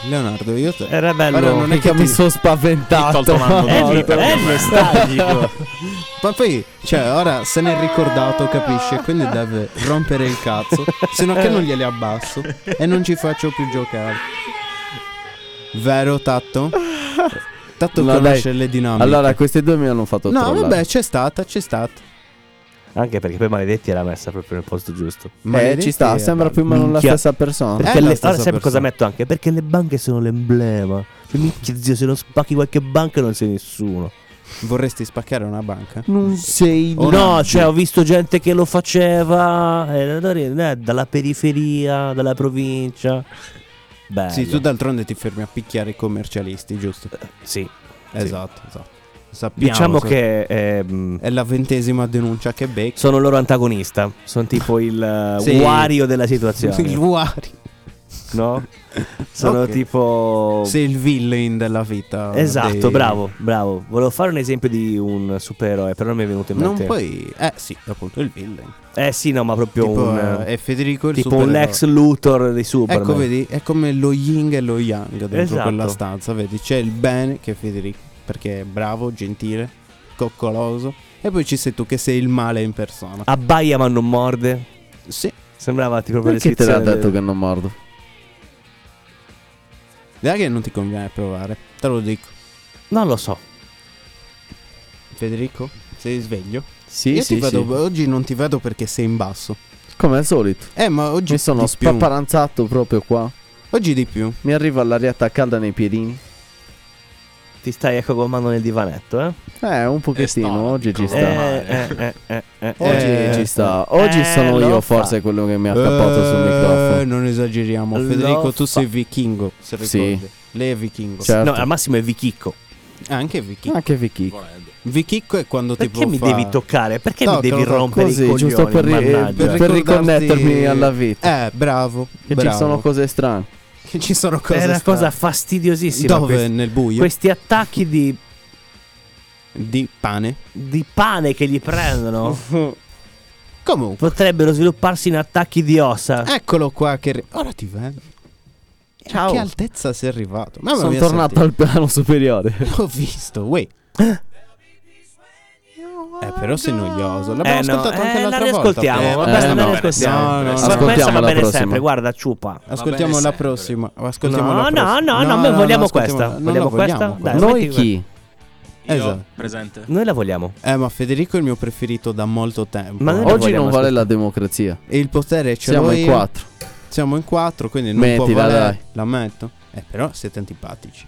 Speaker 2: Leonardo, io
Speaker 4: Eh.
Speaker 2: te...
Speaker 3: Era bello.
Speaker 2: Guarda, non è che
Speaker 4: Mica mi
Speaker 2: ti-
Speaker 4: sono spaventato.
Speaker 2: Eh,
Speaker 3: È lì- è nostalgico.
Speaker 2: Ma poi, cioè, ora se n'è ricordato, capisci? E Quindi deve rompere il cazzo. se no che non glieli abbasso e non ci faccio più giocare. Vero, Tatto? Tatto
Speaker 4: No,
Speaker 2: conosce
Speaker 4: dai.
Speaker 2: le dinamiche.
Speaker 4: Allora, Eh, queste due mi hanno fatto
Speaker 2: no,
Speaker 4: trollare.
Speaker 2: vabbè, c'è stata, c'è stata.
Speaker 3: Anche perché poi Maledetti era messa proprio nel posto giusto.
Speaker 4: Eh, ci sta, sembra più o meno la
Speaker 3: Minchia.
Speaker 4: stessa persona.
Speaker 3: Perché
Speaker 2: è la
Speaker 3: le,
Speaker 2: stessa
Speaker 3: ora sai cosa
Speaker 2: persona.
Speaker 3: metto anche? Perché le banche sono l'emblema. Cioè, minchia zio, se non spacchi qualche banca non sei nessuno.
Speaker 2: Vorresti spaccare una banca?
Speaker 4: Non sei
Speaker 2: Oh,
Speaker 3: no,
Speaker 2: no,
Speaker 3: cioè, ho visto gente che lo faceva. eh, allora, eh, dalla periferia, dalla provincia. Bello.
Speaker 2: Sì, tu d'altronde ti fermi a picchiare i commercialisti, giusto?
Speaker 3: Eh, Sì.
Speaker 2: Esatto, esatto. Sappiamo.
Speaker 3: Diciamo
Speaker 2: so-
Speaker 3: che ehm,
Speaker 2: È la ventesima denuncia che becchi.
Speaker 3: sono il loro antagonista. Sono tipo il eh,
Speaker 2: Sì.
Speaker 3: Wario della situazione.
Speaker 2: Il Ruari.
Speaker 3: no? Sono
Speaker 2: Ok.
Speaker 3: tipo.
Speaker 2: Sei il villain della vita.
Speaker 3: Oh. Esatto,
Speaker 2: dei-
Speaker 3: bravo, bravo. Volevo fare un esempio di un supereroe, però non mi è venuto in mente.
Speaker 2: Non puoi. Eh sì, appunto il villain.
Speaker 3: Eh sì, no, ma proprio
Speaker 2: tipo,
Speaker 3: un.
Speaker 2: eh, è Federico il
Speaker 3: tipo un
Speaker 2: supereroe.
Speaker 3: Lex Luthor di Superman.
Speaker 2: Ecco, vedi, è come lo yin e lo yang dentro
Speaker 3: Esatto.
Speaker 2: quella stanza, vedi? C'è il bene che è Federico, perché è bravo, gentile, coccoloso. E poi ci sei tu che sei il male in persona.
Speaker 3: Abbaia ma non morde.
Speaker 2: Sì.
Speaker 3: Sembrava tipo la
Speaker 4: Perché te l'ha
Speaker 3: descrizione del-
Speaker 4: detto che non mordo?
Speaker 2: Dai che non ti conviene provare, te lo dico.
Speaker 3: Non lo so.
Speaker 2: Federico, sei sveglio?
Speaker 4: Sì,
Speaker 2: Io
Speaker 4: sì,
Speaker 2: ti vedo,
Speaker 4: sì.
Speaker 2: oggi non ti vedo perché sei in basso.
Speaker 4: Come al solito.
Speaker 2: Eh, ma oggi
Speaker 4: Mi sono
Speaker 2: di più.
Speaker 4: spaparanzato proprio qua.
Speaker 2: Oggi di più.
Speaker 4: Mi arriva l'arietta calda nei piedini.
Speaker 3: Ti stai ecco con mano nel divanetto, eh?
Speaker 4: Eh, un
Speaker 5: Eh,
Speaker 4: pochettino.
Speaker 5: sta,
Speaker 4: Oggi ci
Speaker 5: dico.
Speaker 4: sta. Oh,
Speaker 5: Eh,
Speaker 3: Eh, eh, eh, eh, eh.
Speaker 4: Oggi
Speaker 2: eh,
Speaker 4: ci sta. Oggi
Speaker 3: eh,
Speaker 4: sono
Speaker 3: lo
Speaker 4: io
Speaker 3: fa.
Speaker 4: forse quello che mi ha tappato sul microfono.
Speaker 2: Eh, Non esageriamo.
Speaker 3: Lo
Speaker 2: Federico, tu
Speaker 3: fa-
Speaker 2: sei vichingo. Se
Speaker 4: Sì.
Speaker 2: ricordi. Lei è vichingo. Ah,
Speaker 4: Certo.
Speaker 3: No, al massimo è Vichicco.
Speaker 2: Anche vichicco.
Speaker 4: Anche Vicky.
Speaker 5: Volendo.
Speaker 2: Vichicco è quando
Speaker 3: Perché
Speaker 2: tipo
Speaker 3: mi
Speaker 2: fa-
Speaker 3: devi toccare? Perché
Speaker 2: No,
Speaker 3: mi
Speaker 2: te
Speaker 3: devi
Speaker 2: lo tocco
Speaker 3: rompere i
Speaker 4: Così,
Speaker 3: coglioni?
Speaker 4: giusto per, ri-
Speaker 3: mannaggia?
Speaker 4: per
Speaker 2: Ricordarti-
Speaker 4: riconnettermi alla vita.
Speaker 2: Eh, bravo.
Speaker 4: che
Speaker 2: bravo.
Speaker 4: ci sono cose strane.
Speaker 2: Che ci sono cose
Speaker 3: È una
Speaker 2: strane.
Speaker 3: cosa fastidiosissima.
Speaker 2: Dove?
Speaker 3: questi-
Speaker 2: Nel buio?
Speaker 3: Questi attacchi di,
Speaker 2: Di pane?
Speaker 3: di pane che gli prendono
Speaker 2: Comunque,
Speaker 3: potrebbero svilupparsi in attacchi di
Speaker 2: Eh,
Speaker 3: ossa.
Speaker 2: eccolo qua che... ri- Ora ti vedo.
Speaker 4: Ciao.
Speaker 2: A che altezza sei arrivato? Mamma
Speaker 4: sono
Speaker 2: mia,
Speaker 4: tornato al piano superiore.
Speaker 2: senti, L'ho visto, wey. Eh, però sei noioso.
Speaker 3: Eh,
Speaker 2: L'abbiamo ascoltato
Speaker 3: no,
Speaker 2: anche
Speaker 3: eh, la
Speaker 2: l'altra volta.
Speaker 3: riascoltiamo.
Speaker 5: Eh,
Speaker 3: ma
Speaker 5: vabbè,
Speaker 3: basta,
Speaker 4: no,
Speaker 3: la
Speaker 4: no,
Speaker 3: riascoltiamo.
Speaker 2: no, no,
Speaker 3: Ma
Speaker 4: ascoltiamo
Speaker 3: questa va
Speaker 4: la
Speaker 3: bene
Speaker 4: prossima.
Speaker 3: sempre, guarda, ciupa.
Speaker 5: Va
Speaker 2: Eh, Ascoltiamo
Speaker 5: bene
Speaker 2: la
Speaker 5: sempre.
Speaker 2: prossima. Ascoltiamo
Speaker 3: No,
Speaker 2: la
Speaker 3: no,
Speaker 2: prossima.
Speaker 3: no, no, noi vogliamo
Speaker 2: ascoltiamo-
Speaker 3: questa.
Speaker 2: non la
Speaker 3: Vogliamo questa? Dai,
Speaker 2: questa.
Speaker 4: Noi
Speaker 3: aspetti que-
Speaker 4: chi?
Speaker 5: Io
Speaker 2: Esatto.
Speaker 5: presente.
Speaker 3: Noi la vogliamo.
Speaker 2: Eh, ma Federico è il mio preferito da molto tempo.
Speaker 3: Ma noi-
Speaker 4: Oggi
Speaker 3: vogliamo
Speaker 4: non vale
Speaker 3: ascoltare.
Speaker 4: la democrazia.
Speaker 2: E il potere ce
Speaker 4: Siamo
Speaker 2: l'ho
Speaker 4: in
Speaker 2: io.
Speaker 4: quattro.
Speaker 2: Siamo in quattro, quindi non può
Speaker 4: Mettila,
Speaker 2: valere.
Speaker 4: dai.
Speaker 2: La metto. Eh, però siete antipatici.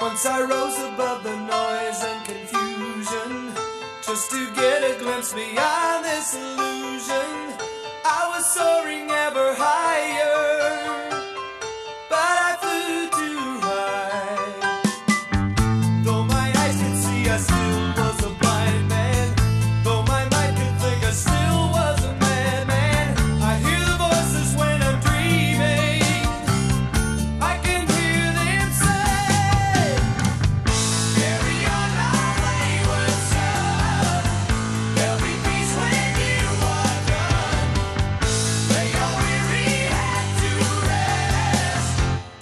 Speaker 9: Once I rose above the noise and confusion, just to get a glimpse beyond this illusion. I was soaring ever higher, but I flew too high. Though my eyes could see, I still was a blind man. Though my mind could think, I still was a madman. I hear the voices when I'm dreaming.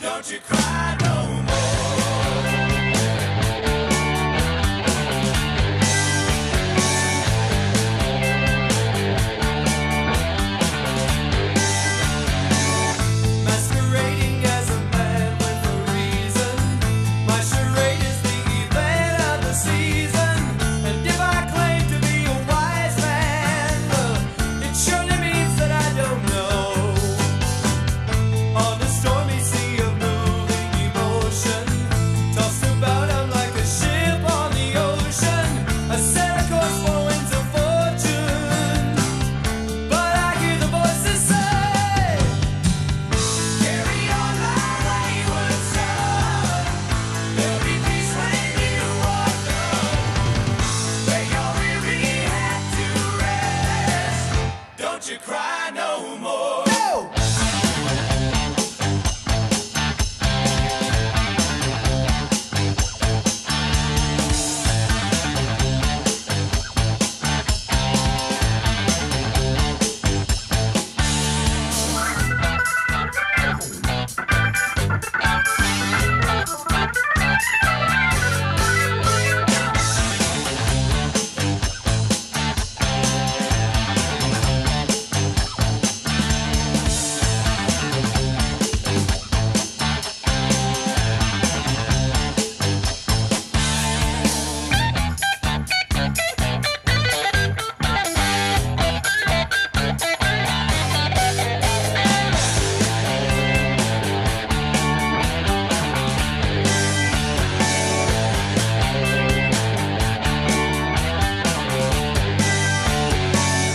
Speaker 9: Don't you cry no more. Masquerading as a man with a reason. My charade is the event of the season. And if I claim to be a wise man, look, it surely means that I don't know. On the stormy sea of moving emotion, tossed about I'm like a ship on the ocean. I set a course for winds of fortune, but I hear the voices say, "Carry on thy wayward son. There'll be peace when you are done. Lay your weary head to rest. Don't you cry no more." No.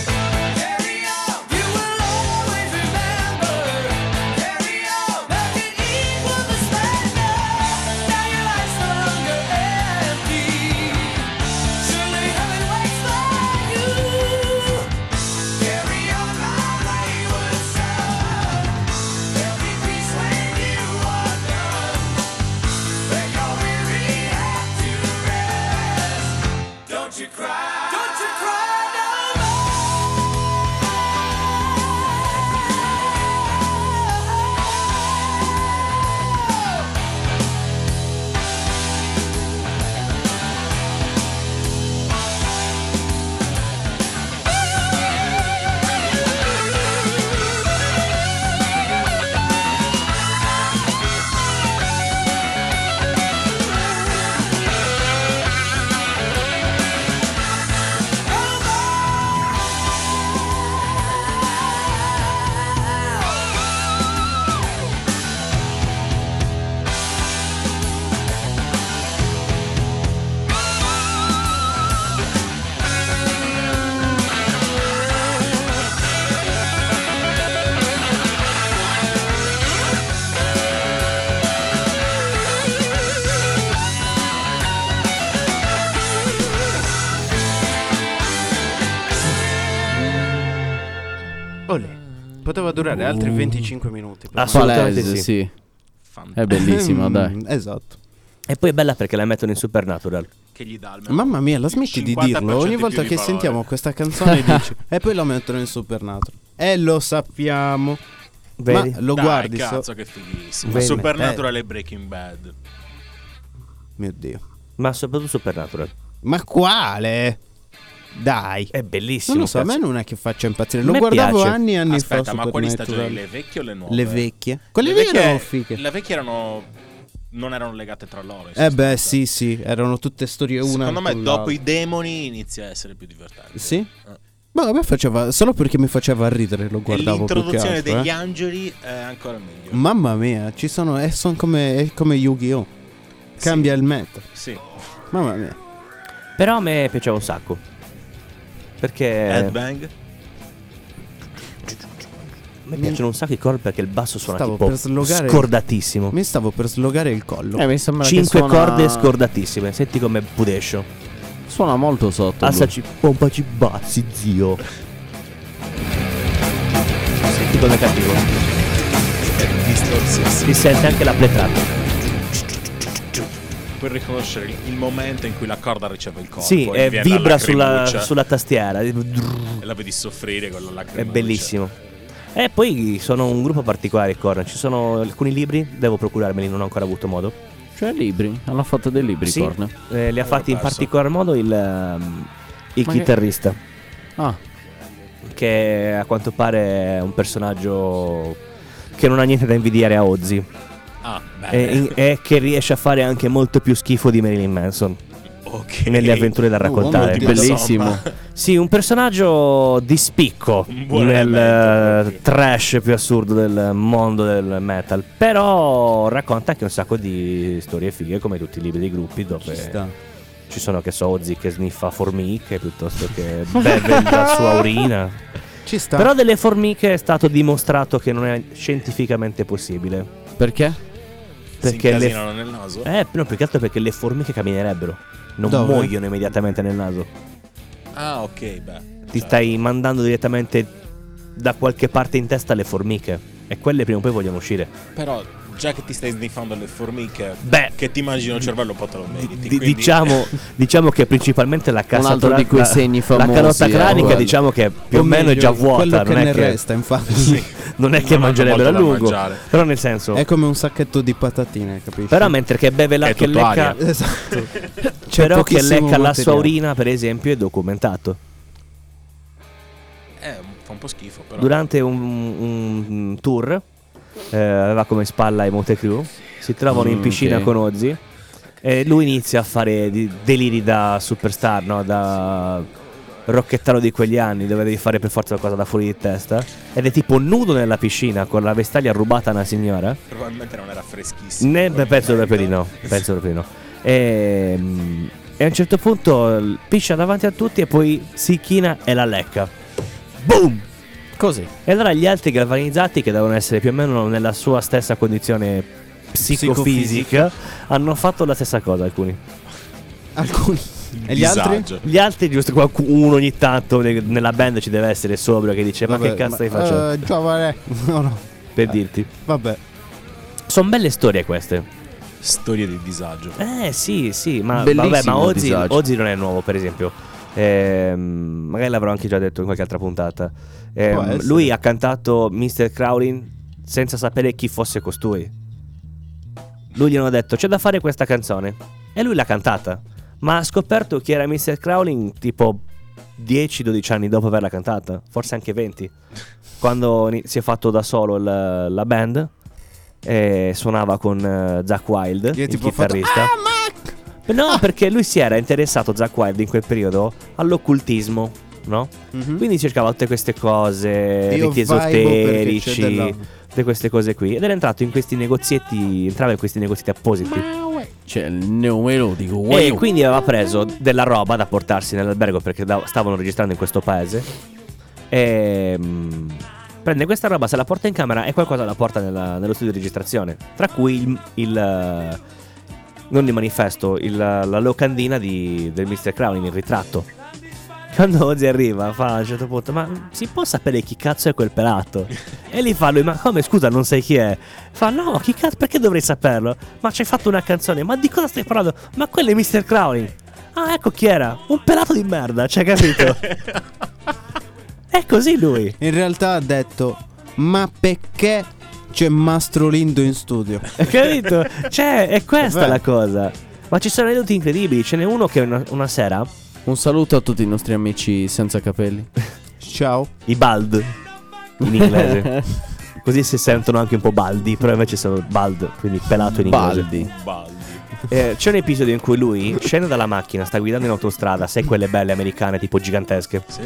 Speaker 9: Carry on, you will always remember. Carry on, nothing equals the splendor. Now your life's no longer empty. Surely heaven waits for you. Carry on, my wayward son. There'll be peace when you are done. Lay your weary head to rest. Don't you cry. Don't you cry no more.
Speaker 2: Poteva durare
Speaker 3: Uh.
Speaker 2: altri 25 minuti. per
Speaker 3: Assolut-
Speaker 2: me.
Speaker 3: Assolutamente
Speaker 4: Palese,
Speaker 3: sì.
Speaker 5: Fantastico.
Speaker 4: È
Speaker 3: Eh
Speaker 4: bellissima, dai.
Speaker 2: Mm, Esatto.
Speaker 3: E poi è bella perché la mettono in Supernatural.
Speaker 5: Che gli dà almeno.
Speaker 2: Mamma mia, la smetti di
Speaker 5: 50%
Speaker 2: dirlo. Ogni
Speaker 5: più
Speaker 2: volta
Speaker 5: di
Speaker 2: che
Speaker 5: parole.
Speaker 2: sentiamo questa canzone dici. E poi la mettono in Supernatural. E lo sappiamo.
Speaker 3: Vedi?
Speaker 2: Ma lo
Speaker 5: Dai,
Speaker 2: guardi. so-
Speaker 5: cazzo, che fighissimo.
Speaker 3: Bene.
Speaker 5: Supernatural e Breaking Bad.
Speaker 2: Mio dio.
Speaker 3: Ma soprattutto Supernatural.
Speaker 2: Ma quale? Dai.
Speaker 3: È bellissimo.
Speaker 2: Non lo so, a
Speaker 3: cazzo.
Speaker 2: me non è che faccia impazzire.
Speaker 3: A
Speaker 2: Lo
Speaker 3: me
Speaker 2: guardavo
Speaker 3: piace.
Speaker 2: anni e anni
Speaker 5: Aspetta,
Speaker 2: fa.
Speaker 5: ma quali stagioni?
Speaker 2: Supernatural.
Speaker 5: Le vecchie o le nuove?
Speaker 2: Le vecchie. Quelle
Speaker 5: Le
Speaker 2: vecchie
Speaker 5: vecchie-
Speaker 2: erano fighe.
Speaker 5: Le vecchie erano. Non erano legate tra loro. in
Speaker 2: Eh
Speaker 5: sostanza.
Speaker 2: beh, sì, sì, erano tutte storie una.
Speaker 5: Secondo me,
Speaker 2: con
Speaker 5: dopo
Speaker 2: l'altra.
Speaker 5: i demoni inizia a essere più divertente.
Speaker 2: Sì?
Speaker 5: Eh.
Speaker 2: Ma a me faceva solo perché mi faceva ridere, lo
Speaker 5: E
Speaker 2: guardavo più che
Speaker 5: l'introduzione
Speaker 2: altro,
Speaker 5: degli
Speaker 2: eh.
Speaker 5: angeli è ancora meglio.
Speaker 2: Esatto. Mamma mia, ci sono e sono come è come Yu-Gi-Oh. Cambia il meta.
Speaker 5: Sì.
Speaker 2: Mamma mia.
Speaker 3: Però a me piaceva un sacco. Perché
Speaker 4: Eh,
Speaker 5: Headbang.
Speaker 3: a me piacciono un sacco i call perché il basso suona
Speaker 2: Stavo
Speaker 3: tipo
Speaker 2: per slogare-
Speaker 3: scordatissimo.
Speaker 2: Mi stavo per slogare il collo.
Speaker 4: Eh, mi sembra che
Speaker 3: Cinque
Speaker 4: suona-
Speaker 3: corde scordatissime. Senti come pudescio.
Speaker 4: Suona molto sotto. lui.
Speaker 3: Assaci, pompaci bazzi, zio. Senti come è cattivo. Si sente anche la pletrata.
Speaker 5: Per riconoscere il momento in cui la corda riceve il corpo.
Speaker 3: Sì,
Speaker 5: e
Speaker 3: eh,
Speaker 5: viene la
Speaker 3: vibra sulla,
Speaker 5: lacrimuccia
Speaker 3: sulla tastiera. È
Speaker 5: E la vedi soffrire con la lacrima.
Speaker 3: bellissimo. E poi sono un gruppo particolare i Korn, ci sono alcuni libri, devo procurarmeli, non ho ancora avuto modo.
Speaker 10: Cioè libri, hanno fatto dei libri
Speaker 3: Sì,
Speaker 10: Korn.
Speaker 3: eh, li ha fatti in
Speaker 5: perso.
Speaker 3: particolar modo il, ehm, il
Speaker 10: Ma che-
Speaker 3: chitarrista,
Speaker 10: Ah,
Speaker 3: che a quanto pare è un personaggio che non ha niente da invidiare a Ozzy
Speaker 5: Ah, beh.
Speaker 3: e, e che riesce a fare anche molto più schifo di Marilyn Manson
Speaker 5: ok.
Speaker 3: nelle avventure da
Speaker 2: uomo
Speaker 3: raccontare.
Speaker 2: di-
Speaker 4: Bellissimo.
Speaker 3: Sì, un personaggio di spicco
Speaker 5: Un buon
Speaker 3: nel
Speaker 5: elemento, proprio.
Speaker 3: eh, trash più assurdo del mondo del metal, però racconta anche un sacco di storie fighe come tutti i libri dei gruppi dove
Speaker 2: Ci sta.
Speaker 3: ci sono che so Ozzy che sniffa formiche piuttosto che beve la sua urina.
Speaker 2: Ci sta.
Speaker 3: Però delle formiche è stato dimostrato che non è scientificamente possibile.
Speaker 10: perché?
Speaker 5: Perché si
Speaker 3: Perché le,
Speaker 5: incasinano nel naso?
Speaker 3: eh, no, più che altro perché le formiche camminerebbero, non
Speaker 2: Dove?
Speaker 3: muoiono immediatamente nel naso.
Speaker 5: Ah, ok, beh.
Speaker 3: Ti
Speaker 5: Cioè,
Speaker 3: stai mandando direttamente da qualche parte in testa le formiche. E quelle prima o poi vogliono uscire.
Speaker 5: Però, già che ti stai sniffando le formiche,
Speaker 3: Beh,
Speaker 5: che ti immagino il cervello un po' te lo meriti.
Speaker 3: di-
Speaker 5: Eh, quindi-
Speaker 3: diciamo, diciamo che principalmente la
Speaker 10: Un
Speaker 3: cassa
Speaker 10: altro di
Speaker 3: torac-
Speaker 10: quei
Speaker 3: la-
Speaker 10: segni
Speaker 3: La
Speaker 10: famosi.
Speaker 3: carota
Speaker 10: eh,
Speaker 3: cranica
Speaker 10: quello.
Speaker 3: diciamo che più o, meno è
Speaker 2: meglio,
Speaker 3: già vuota,
Speaker 2: Quello
Speaker 3: non
Speaker 2: che ne
Speaker 3: è che,
Speaker 2: resta, infatti.
Speaker 3: non è che
Speaker 5: Non hanno
Speaker 3: mangerebbero a
Speaker 5: molto da
Speaker 3: lungo.
Speaker 5: mangiare.
Speaker 3: Però nel senso,
Speaker 2: È come un sacchetto di patatine, capisci?
Speaker 3: però mentre che beve la
Speaker 5: È
Speaker 3: che
Speaker 5: tutto
Speaker 3: lecca,
Speaker 5: aria.
Speaker 2: Esatto. C'è
Speaker 3: però che
Speaker 2: pochissimo
Speaker 3: lecca la sua
Speaker 2: materiale.
Speaker 3: urina, per esempio, è documentato.
Speaker 5: Eh, fa un po' schifo, però.
Speaker 3: Durante un, un tour eh, aveva come spalla i Montecru, si trovano in
Speaker 10: Mm,
Speaker 3: piscina
Speaker 10: ok.
Speaker 3: con Ozzy e lui inizia a fare di- deliri da superstar, no? da rocchettaro di quegli anni dove devi fare per forza qualcosa da fuori di testa ed è tipo nudo nella piscina con la vestaglia rubata a una signora.
Speaker 5: Probabilmente non era freschissimo.
Speaker 3: Ne, beh,
Speaker 5: Poi-
Speaker 3: penso proprio di no. Penso proprio di no. E, mm, e a un certo punto l- piscia davanti a tutti e poi si china e la lecca. Boom!
Speaker 10: Così.
Speaker 3: E allora gli altri galvanizzati, che devono essere più o meno nella sua stessa condizione psicofisica, hanno fatto la stessa cosa alcuni.
Speaker 2: Alcuni. E gli altri?
Speaker 5: Disagio.
Speaker 3: Gli altri, giusto qualcuno ogni tanto ne- nella band ci deve essere sobrio che dice ma
Speaker 2: Vabbè,
Speaker 3: che cazzo stai
Speaker 2: ma-
Speaker 3: facendo?
Speaker 2: eh, giovane. No, no.
Speaker 3: per dirti.
Speaker 2: Vabbè.
Speaker 3: Sono belle storie queste.
Speaker 5: Storie di disagio.
Speaker 3: Eh sì, sì, ma
Speaker 10: Bellissimo
Speaker 3: vabbè, ma
Speaker 10: il
Speaker 3: Ozzy,
Speaker 10: disagio.
Speaker 3: Ozzy non è nuovo per esempio. Ehm, magari l'avrò anche già detto in qualche altra puntata. Ehm,
Speaker 2: Può essere.
Speaker 3: lui ha cantato Mr. Crowley senza sapere chi fosse costui. Lui gli hanno detto c'è da fare questa canzone. E lui l'ha cantata. Ma ha scoperto chi era Mr. Crowley tipo 10-12 anni dopo averla cantata. Forse anche 20. Quando ni- si è fatto da solo il- la band. E suonava con eh, Zack Wild,
Speaker 2: Io
Speaker 3: il
Speaker 2: tipo ho fatto, "Ah,
Speaker 3: chitarrista. No, perché lui si era interessato, Zack Wild, in quel periodo, all'occultismo, no?
Speaker 2: Mhm.
Speaker 3: Quindi cercava tutte queste cose,
Speaker 2: Io
Speaker 3: riti
Speaker 2: vibo perché c'è
Speaker 3: esoterici,
Speaker 2: della-
Speaker 3: tutte queste cose qui. Ed era entrato in questi negozietti, entrava in questi negozietti appositi.
Speaker 10: C'è il neomelodico.
Speaker 3: E
Speaker 10: wow.
Speaker 3: quindi aveva preso della roba da portarsi nell'albergo perché da- stavano registrando in questo paese. E mm, prende questa roba, se la porta in camera e qualcosa la porta nella- nello studio di registrazione. Tra cui il. il, eh, non il manifesto, il- la locandina di- del Mr. Crown il ritratto. Quando Ozzy arriva fa a un certo punto Ma si può sapere chi cazzo è quel pelato? e lì fa lui Ma come scusa non sai chi è? Fa no chi cazzo perché dovrei saperlo? Ma ci hai fatto una canzone Ma di cosa stai parlando? Ma quello è Mr. Crowley Ah ecco chi era Un pelato di merda Cioè capito? è così lui
Speaker 2: In realtà ha detto, ma perché c'è Mastro Lindo in studio?
Speaker 3: Capito? Cioè è questa
Speaker 2: Vabbè.
Speaker 3: la cosa Ma ci sono aneddoti incredibili Ce n'è uno che una, una sera
Speaker 10: Un saluto a tutti i nostri amici senza capelli.
Speaker 2: Ciao.
Speaker 3: I bald In inglese Così si sentono anche un po' baldi, però invece sono bald, quindi pelato in inglese.
Speaker 10: Baldi.
Speaker 5: Baldi.
Speaker 3: Eh, c'è un episodio in cui lui scende dalla macchina, sta guidando in autostrada, sai quelle belle americane tipo gigantesche.
Speaker 5: Sì.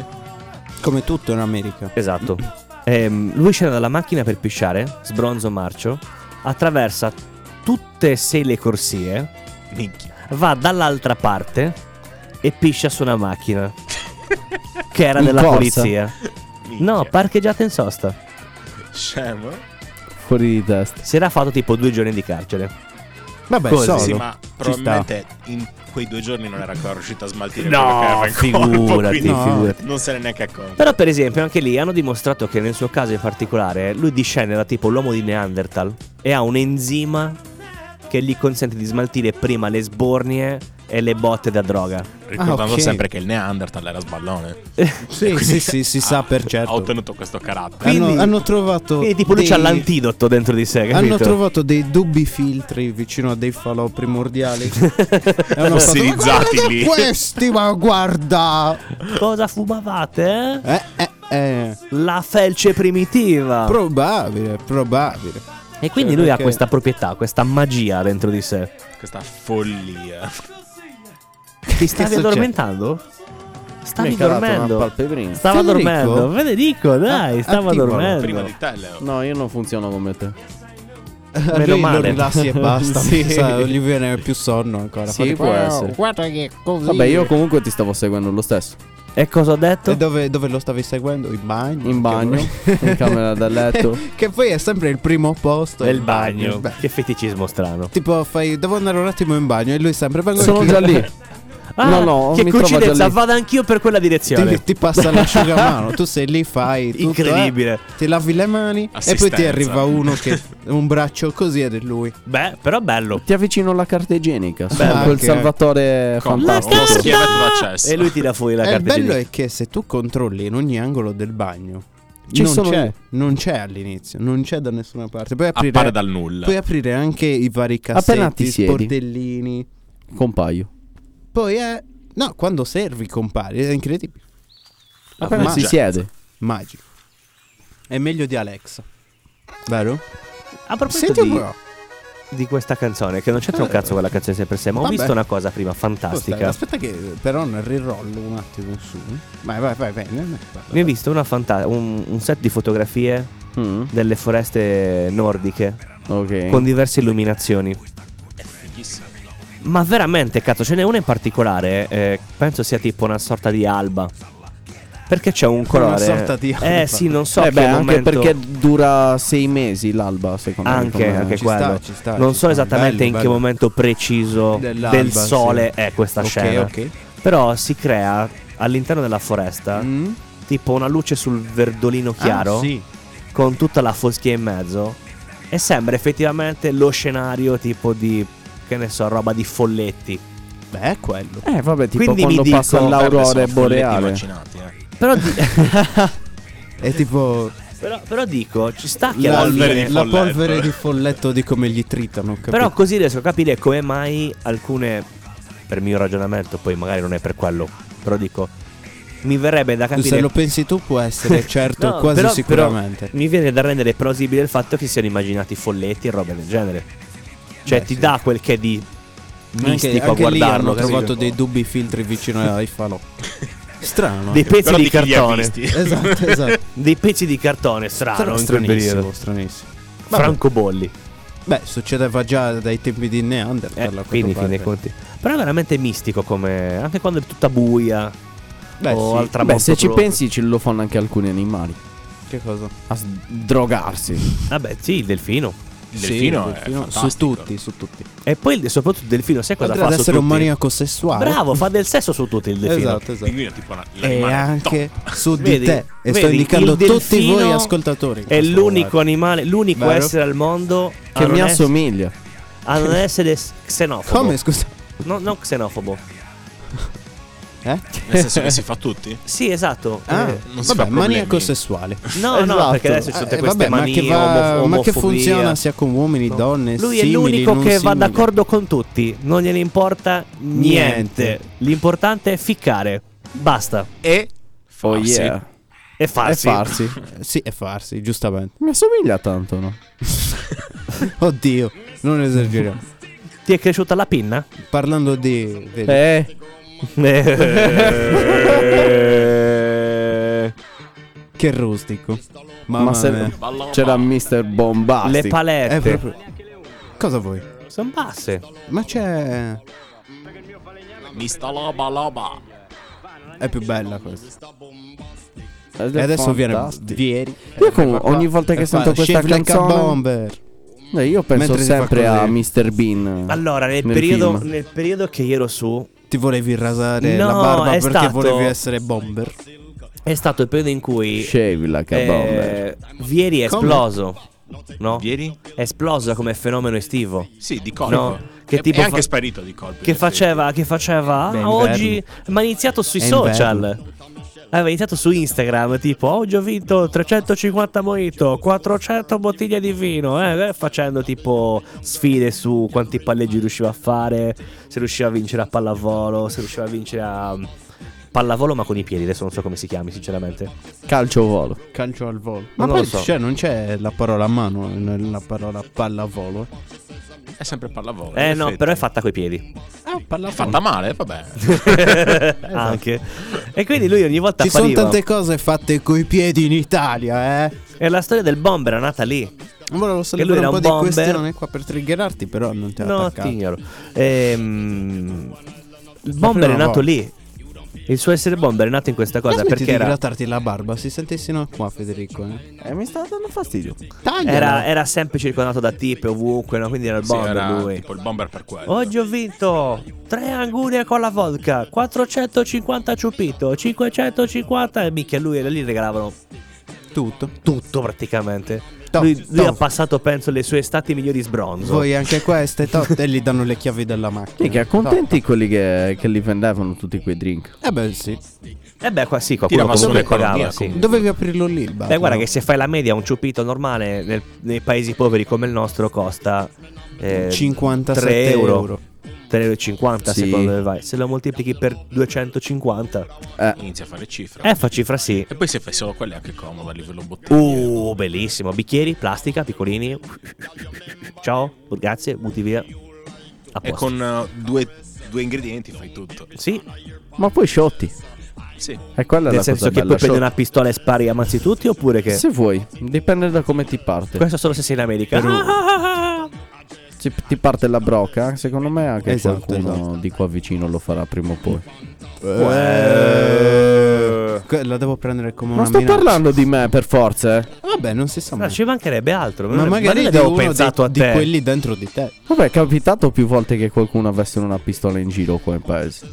Speaker 2: Come tutto in America.
Speaker 3: Esatto. Ehm, lui scende dalla macchina per pisciare, sbronzo marcio, attraversa tutte e sei le corsie,
Speaker 5: Minchia.
Speaker 3: va dall'altra parte e piscia su una macchina. che era
Speaker 10: In
Speaker 3: della
Speaker 10: corsa?
Speaker 3: polizia.
Speaker 5: minchia.
Speaker 3: No, parcheggiata in sosta.
Speaker 5: Scemo.
Speaker 10: Fuori di testa.
Speaker 3: Si era fatto tipo due giorni di carcere.
Speaker 2: Vabbè,
Speaker 3: Così.
Speaker 2: solo.
Speaker 5: Sì,
Speaker 3: Solo.
Speaker 5: ma probabilmente in quei due giorni non era ancora riuscito a smaltire
Speaker 3: No,
Speaker 5: quello che aveva in corpo,
Speaker 3: Eh, figurati,
Speaker 5: Ah, ecco. quindi
Speaker 3: figurati.
Speaker 5: Non se ne è neanche accorto.
Speaker 3: Però, per esempio, anche lì hanno dimostrato che nel suo caso in particolare lui discende da tipo l'uomo di Neanderthal e ha un enzima che gli consente di smaltire prima le sbornie e le botte da droga.
Speaker 5: Ricordando
Speaker 2: Ah, ok.
Speaker 5: sempre che il Neanderthal era sballone.
Speaker 3: Certo.
Speaker 2: Sì, sì, sì, si sa per
Speaker 5: Ha
Speaker 2: certo.
Speaker 5: ottenuto questo carattere.
Speaker 3: Quindi-
Speaker 2: hanno, hanno trovato.
Speaker 3: Quindi tipo lui
Speaker 2: dei-
Speaker 3: c'ha l'antidoto dentro di sé, capito?
Speaker 2: Hanno trovato dei dubbi filtri vicino a dei falò primordiali. e hanno fatto, "Ma
Speaker 5: Fossilizzati
Speaker 2: guardate
Speaker 5: lì."
Speaker 2: Questi, ma guarda.
Speaker 3: Cosa fumavate? eh?
Speaker 2: Eh, eh, eh.
Speaker 3: La felce primitiva.
Speaker 2: Probabile, probabile.
Speaker 3: e quindi
Speaker 2: cioè,
Speaker 3: lui ha
Speaker 2: perché-
Speaker 3: questa proprietà, questa magia dentro di sé.
Speaker 5: Questa follia.
Speaker 3: Ti stavi
Speaker 2: succede?
Speaker 3: addormentando?
Speaker 10: Mi
Speaker 3: Stavi
Speaker 10: è calata una
Speaker 3: dormendo.
Speaker 10: palpebrina.
Speaker 3: Stava
Speaker 2: Federico?
Speaker 3: dormendo.
Speaker 10: Ah,
Speaker 3: Federico, dai, stava
Speaker 2: attivalo
Speaker 3: dormendo.
Speaker 5: Prima di te, Leo.
Speaker 10: No, io non funziono come te.
Speaker 2: Lui lo
Speaker 3: male.
Speaker 2: rilassi e basta.
Speaker 10: Sì.
Speaker 2: mi sa, gli viene più sonno ancora.
Speaker 10: Sì,
Speaker 2: Fate-
Speaker 10: può
Speaker 2: "Wow,
Speaker 10: essere."
Speaker 2: Guarda che così.
Speaker 10: Vabbè, io comunque ti stavo seguendo lo stesso.
Speaker 3: E cosa ho detto?
Speaker 2: E dove, dove lo stavi seguendo? In bagno?
Speaker 10: In bagno,
Speaker 2: Che-
Speaker 10: in camera da letto.
Speaker 2: Che poi è sempre il primo posto.
Speaker 3: Nel bagno.
Speaker 2: Beh,
Speaker 3: Che feticismo strano.
Speaker 2: tipo, fai, devo andare un attimo in bagno e lui sempre. "Vengo
Speaker 10: Sono
Speaker 2: anch'io."
Speaker 10: già lì.
Speaker 3: Ah,
Speaker 10: No, no,
Speaker 3: che
Speaker 10: mi trovo già
Speaker 3: coincidenza,
Speaker 10: lì.
Speaker 3: vado anch'io per quella direzione.
Speaker 2: Ti, ti passa l'asciugamano, tu sei lì, fai tutto,
Speaker 3: Incredibile.
Speaker 2: eh, ti lavi le mani e poi ti
Speaker 5: Assistenza.
Speaker 2: arriva uno che un braccio così ed è lui.
Speaker 3: Beh, però bello.
Speaker 10: Ti avvicino alla carta
Speaker 3: Ah,
Speaker 10: igienica.
Speaker 2: Bello.
Speaker 10: Sono quel
Speaker 2: Anche-
Speaker 10: salvatore
Speaker 5: Compra
Speaker 10: fantastico.
Speaker 5: uno schiavetto d'accesso.
Speaker 3: E lui tira fuori la
Speaker 2: E il
Speaker 3: carta
Speaker 2: Eh, bello
Speaker 3: igienica.
Speaker 2: è che se tu controlli in ogni angolo del bagno,
Speaker 10: Ci
Speaker 2: non,
Speaker 10: sono
Speaker 2: c'è,
Speaker 10: io.
Speaker 2: non c'è all'inizio, non c'è da nessuna parte. Puoi aprire,
Speaker 5: Appare dal nulla.
Speaker 2: puoi aprire anche i vari
Speaker 10: Appena ti
Speaker 2: cassetti, i
Speaker 10: siedi.
Speaker 2: sportellini.
Speaker 10: Compaio.
Speaker 2: Poi è... No, quando servi compari, è incredibile.
Speaker 10: Appena si
Speaker 3: cioè?
Speaker 2: magia.
Speaker 10: siede.
Speaker 2: Magico. È meglio di Alexa. Vero?
Speaker 3: A proposito
Speaker 2: Senti un
Speaker 3: di,
Speaker 2: po'. Eh.
Speaker 3: di questa canzone, che non c'entra un cazzo con la canzone sempre sé, ma ho
Speaker 2: Vabbè.
Speaker 3: visto una cosa prima
Speaker 2: Aspetta,
Speaker 3: fantastica.
Speaker 2: aspetta che però ne rirollo un attimo su. Vai, vai, vai, vai. ne- ne- vai,
Speaker 3: Mi
Speaker 2: vai.
Speaker 3: ho visto una fanta- un, un set di fotografie
Speaker 10: Mm,
Speaker 3: delle foreste nordiche
Speaker 10: ok. Eh,
Speaker 3: con diverse illuminazioni. Ma veramente, cazzo, ce n'è una in particolare. eh, penso sia tipo una sorta di alba. Perché c'è un colore.
Speaker 2: sorta di alba.
Speaker 3: Eh sì, non so
Speaker 10: Eh
Speaker 3: che
Speaker 10: beh, anche
Speaker 3: momento-
Speaker 10: perché dura sei mesi l'alba, secondo me.
Speaker 3: Anche,
Speaker 10: come-
Speaker 3: anche
Speaker 2: ci
Speaker 3: quello.
Speaker 2: sta, ci sta,
Speaker 3: non
Speaker 2: ci
Speaker 3: so
Speaker 2: sta.
Speaker 3: esattamente
Speaker 2: Bello,
Speaker 3: in che
Speaker 2: bello.
Speaker 3: momento preciso
Speaker 2: Dell'alba,
Speaker 3: del sole
Speaker 2: sì.
Speaker 3: è questa
Speaker 2: Ok,
Speaker 3: scena.
Speaker 2: ok.
Speaker 3: Però si crea all'interno della foresta
Speaker 2: Mm?
Speaker 3: tipo una luce sul verdolino chiaro
Speaker 2: Ah, sì.
Speaker 3: con tutta la foschia in mezzo e sembra effettivamente lo scenario tipo di che ne so, roba di folletti.
Speaker 2: Beh, è quello.
Speaker 10: Eh, vabbè, tipo
Speaker 3: Quindi mi
Speaker 10: quando
Speaker 3: dico-
Speaker 10: passa l'aurora boreale.
Speaker 5: Vaccinati, eh.
Speaker 3: Però, di-
Speaker 2: È tipo
Speaker 3: però, però dico, ci sta che
Speaker 2: la,
Speaker 3: alla
Speaker 5: polvere
Speaker 3: fine-
Speaker 5: di
Speaker 2: la
Speaker 5: folletto.
Speaker 2: polvere di folletto di come gli tritano. capito?
Speaker 3: Però così riesco a capire come mai alcune, per mio ragionamento, poi magari non è per quello, però dico, mi verrebbe da capire...
Speaker 2: se lo pensi tu può essere certo
Speaker 3: No,
Speaker 2: quasi
Speaker 3: però-
Speaker 2: sicuramente.
Speaker 3: però mi viene da rendere plausibile il fatto che siano immaginati folletti e robe del genere. Cioè
Speaker 2: Beh,
Speaker 3: ti
Speaker 2: sì.
Speaker 3: dà quel che di
Speaker 2: anche
Speaker 3: mistico a
Speaker 2: anche lì
Speaker 3: guardarlo.
Speaker 2: hanno
Speaker 3: capito?
Speaker 2: trovato dei dubbi filtri vicino ai falò. Strano.
Speaker 3: Dei pezzi
Speaker 5: Però
Speaker 3: di,
Speaker 5: di chi li ha
Speaker 3: cartone.
Speaker 5: visti?
Speaker 2: Esatto, esatto.
Speaker 3: Dei pezzi di cartone strano Ah, in quel periodo.
Speaker 2: stranissimo, stranissimo. Vabbè.
Speaker 3: Francobolli.
Speaker 2: Beh, succedeva già dai tempi di
Speaker 3: Eh,
Speaker 2: Neanderthal. a quanto
Speaker 3: quindi, fin
Speaker 2: pare.
Speaker 3: dei conti. Però è veramente mistico come... Anche quando è tutta buia.
Speaker 2: Beh,
Speaker 3: o
Speaker 2: sì.
Speaker 3: al tramonto
Speaker 10: Beh, se ci
Speaker 3: proprio.
Speaker 10: pensi, ce lo fanno anche alcuni animali.
Speaker 2: Che cosa?
Speaker 10: A s- drogarsi.
Speaker 3: Vabbè, sì, il delfino.
Speaker 5: Il
Speaker 2: Sì,
Speaker 5: delfino
Speaker 2: il
Speaker 5: è
Speaker 2: delfino- su
Speaker 5: fantastico.
Speaker 2: tutti, su tutti.
Speaker 3: E poi il- soprattutto il delfino, sai cosa
Speaker 2: Oltre ad
Speaker 3: fa? Su
Speaker 2: essere un
Speaker 3: tutti?
Speaker 2: maniaco sessuale.
Speaker 3: Bravo, fa del sesso su tutti il delfino.
Speaker 2: Esatto, esatto.
Speaker 5: Quindi è tipo una,
Speaker 2: E
Speaker 5: l'animale top.
Speaker 2: anche su di
Speaker 3: Vedi,
Speaker 2: te. E sto
Speaker 3: vedi,
Speaker 2: indicando
Speaker 3: il
Speaker 2: tutti
Speaker 3: delfino
Speaker 2: voi ascoltatori. in
Speaker 3: È
Speaker 2: questo
Speaker 3: l'unico
Speaker 2: momento.
Speaker 3: animale, l'unico
Speaker 2: Vero?
Speaker 3: essere al mondo
Speaker 10: Che mi
Speaker 3: a Ah, non, ess-
Speaker 10: assomiglia.
Speaker 3: a non essere s- xenofobo.
Speaker 2: Come scusa?
Speaker 3: No, non xenofobo.
Speaker 2: Eh?
Speaker 5: Nel senso che si fa tutti?
Speaker 3: Sì, esatto.
Speaker 2: Ah,
Speaker 3: Eh,
Speaker 5: Non si fa
Speaker 2: vabbè,
Speaker 5: problemi.
Speaker 2: maniaco sessuale.
Speaker 3: No, no, perché adesso ci sono tutte
Speaker 2: Eh,
Speaker 3: queste
Speaker 2: vabbè, ma
Speaker 3: manie,
Speaker 2: che, va-
Speaker 3: omofo-
Speaker 2: ma che
Speaker 3: omofobia.
Speaker 2: funziona sia con uomini,
Speaker 3: No.
Speaker 2: donne,
Speaker 3: Lui è
Speaker 2: simili,
Speaker 3: l'unico
Speaker 2: non
Speaker 3: che va
Speaker 2: simili.
Speaker 3: d'accordo con tutti, non gliene importa niente.
Speaker 2: Niente.
Speaker 3: L'importante è ficcare. Basta.
Speaker 5: E
Speaker 10: Oh
Speaker 5: farsi.
Speaker 3: Ah,
Speaker 10: yeah.
Speaker 3: E
Speaker 10: E
Speaker 3: farsi.
Speaker 10: farsi.
Speaker 2: Eh, Sì, è farsi, giustamente.
Speaker 10: Mi assomiglia tanto, no?
Speaker 2: Oddio, non esageriamo.
Speaker 3: Ti è cresciuta la pinna?
Speaker 2: Parlando di... vedi,
Speaker 10: Eh.
Speaker 3: Eh.
Speaker 2: Che rustico. Mamma
Speaker 10: Ma se
Speaker 2: mia.
Speaker 10: c'era Mr. Bombastic.
Speaker 3: Le
Speaker 2: È
Speaker 3: palette
Speaker 2: proprio- Cosa vuoi?
Speaker 3: sono basse.
Speaker 2: Ma c'è...
Speaker 5: Mista loba loba.
Speaker 2: È più bella questa.
Speaker 10: Ed è
Speaker 2: E adesso viene
Speaker 10: fantastico.
Speaker 2: Vieri. Eh,
Speaker 10: Io comunque ogni volta che
Speaker 2: E fa
Speaker 10: sento questa
Speaker 2: Shave Like a
Speaker 10: canzone
Speaker 2: Bomber.
Speaker 10: eh, Io penso
Speaker 2: Mentre si fa
Speaker 10: sempre a
Speaker 2: così.
Speaker 10: Mr. Bean
Speaker 3: Allora, nel,
Speaker 10: nel
Speaker 3: periodo,
Speaker 10: film.
Speaker 3: nel periodo che ero su,
Speaker 2: Ti volevi rasare la
Speaker 3: No,
Speaker 2: barba
Speaker 3: è
Speaker 2: perché
Speaker 3: stato-
Speaker 2: volevi essere Bomber.
Speaker 3: è stato il periodo in cui
Speaker 10: Shave like a
Speaker 3: eh,
Speaker 10: bomber
Speaker 3: Vieri è
Speaker 2: Come?
Speaker 3: esploso. no?
Speaker 5: Ieri?
Speaker 3: È esplosa come fenomeno estivo.
Speaker 5: Sì, di colpo.
Speaker 3: No? Che
Speaker 5: Che è,
Speaker 3: tipo
Speaker 5: è anche
Speaker 3: fa- cioè-
Speaker 5: sparito di colpo.
Speaker 3: Che
Speaker 5: in effetti.
Speaker 3: faceva, che faceva
Speaker 5: Beh,
Speaker 3: "Ah,
Speaker 5: inverno.
Speaker 3: oggi ma ha iniziato sui
Speaker 5: È
Speaker 3: social.
Speaker 5: inverno.
Speaker 3: Aveva iniziato su Instagram, tipo oggi ho vinto 350 mojito, 400 bottiglie di vino, eh, eh", facendo tipo sfide su quanti palleggi riusciva a fare, se riusciva a vincere a pallavolo, se riusciva a vincere a mm, pallavolo ma con i piedi, adesso non so come si chiami sinceramente.
Speaker 4: Calcio volo.
Speaker 2: Calcio al volo. Ma
Speaker 3: Non
Speaker 2: poi
Speaker 3: lo so.
Speaker 2: c'è- non c'è la parola a mano nella parola pallavolo.
Speaker 5: È sempre pallavolo.
Speaker 3: Eh
Speaker 5: in
Speaker 3: no,
Speaker 5: effetti.
Speaker 3: però è fatta coi piedi.
Speaker 2: Ah, pallavolo.
Speaker 5: È fatta male, vabbè.
Speaker 3: Anche. E quindi lui ogni volta
Speaker 2: Ci sono
Speaker 3: appariva.
Speaker 2: tante cose fatte coi piedi in Italia, eh.
Speaker 3: E la storia del bomber è nata lì.
Speaker 2: Volevo
Speaker 3: lui
Speaker 2: sollevare
Speaker 3: era
Speaker 2: un po'
Speaker 3: un
Speaker 2: di
Speaker 3: bomber.
Speaker 2: questione qua per triggerarti, però non te l'ho
Speaker 3: No,
Speaker 2: attaccato.
Speaker 3: ti ignoro. Ehm, il
Speaker 2: La
Speaker 3: bomber è
Speaker 2: prima
Speaker 3: nato
Speaker 2: volta.
Speaker 3: lì. Il suo essere bomber è nato in questa cosa
Speaker 2: Cosa perché
Speaker 3: perché
Speaker 2: di
Speaker 3: era,
Speaker 2: grattarti la barba? Si sente sino a qua, Federico. Eh,
Speaker 4: Eh, mi sta dando fastidio.
Speaker 2: Tagliala.
Speaker 3: era, era sempre circondato da tipe ovunque, no? quindi era il
Speaker 5: Sì,
Speaker 3: bomber
Speaker 5: era
Speaker 3: lui.
Speaker 5: tipo il bomber per quello.
Speaker 3: Oggi ho vinto 3 angurie con la vodka, 450 ciupito, 550 e mica lui era lì e regalavano
Speaker 2: tutto.
Speaker 3: tutto praticamente.
Speaker 2: Top,
Speaker 3: lui lui
Speaker 2: top.
Speaker 3: ha passato penso le sue estati migliori sbronzo.
Speaker 2: Voi anche queste totte gli danno le chiavi della macchina.
Speaker 4: Mica, contenti
Speaker 3: esatto.
Speaker 4: quelli che, che li vendevano tutti quei drink.
Speaker 2: Eh beh, sì.
Speaker 3: E beh, qua sì,
Speaker 5: Tira
Speaker 3: qualcuno
Speaker 5: ma
Speaker 3: comunque
Speaker 5: sull'economia,
Speaker 3: pagava, sì.
Speaker 5: comunque.
Speaker 2: Dovevi aprirlo lì il bar.
Speaker 3: Beh, Eh, guarda
Speaker 2: però.
Speaker 3: che se fai la media un ciupito normale nel- nei paesi poveri come il nostro costa eh,
Speaker 2: 57
Speaker 3: 3
Speaker 2: euro.
Speaker 3: euro. 3,50
Speaker 4: Sì.
Speaker 3: secondo me vai. Se lo moltiplichi per 250,
Speaker 5: Inizia a fare cifra.
Speaker 3: eh, fa cifra sì.
Speaker 5: E poi se fai solo quelle è anche comodo a livello bottiglia.
Speaker 3: Uh, bellissimo. Bicchieri, plastica, piccolini. Ciao, grazie, butti via. A
Speaker 5: E
Speaker 3: posto.
Speaker 5: con eh, due, due ingredienti fai tutto.
Speaker 3: Sì,
Speaker 4: Ma poi sciotti.
Speaker 5: Sì.
Speaker 4: E quella è
Speaker 3: nel
Speaker 4: la
Speaker 3: senso
Speaker 4: cosa
Speaker 3: che poi
Speaker 4: bella.
Speaker 3: prendi
Speaker 4: sciotti.
Speaker 3: una pistola e spari a mazzi tutti oppure che...
Speaker 4: Se vuoi, dipende da come ti parte.
Speaker 3: Questo solo se sei in America. Ah,
Speaker 4: Se ti parte la brocca, secondo me anche
Speaker 2: Esatto,
Speaker 4: qualcuno
Speaker 2: esatto.
Speaker 4: di qua vicino lo farà prima o poi.
Speaker 2: Eh, que- La devo prendere come
Speaker 4: Non
Speaker 2: una
Speaker 4: sto
Speaker 2: minaccia.
Speaker 4: parlando di me per forza, eh.
Speaker 2: Vabbè, non si sa
Speaker 3: no,
Speaker 2: mai.
Speaker 3: ci mancherebbe altro.
Speaker 2: Ma magari
Speaker 3: ne
Speaker 2: di
Speaker 3: avevo
Speaker 2: uno
Speaker 3: pensato
Speaker 2: dei-
Speaker 3: a
Speaker 2: di
Speaker 3: te.
Speaker 2: quelli dentro di te.
Speaker 4: Vabbè, è capitato più volte che qualcuno avesse una pistola in giro qua in paese.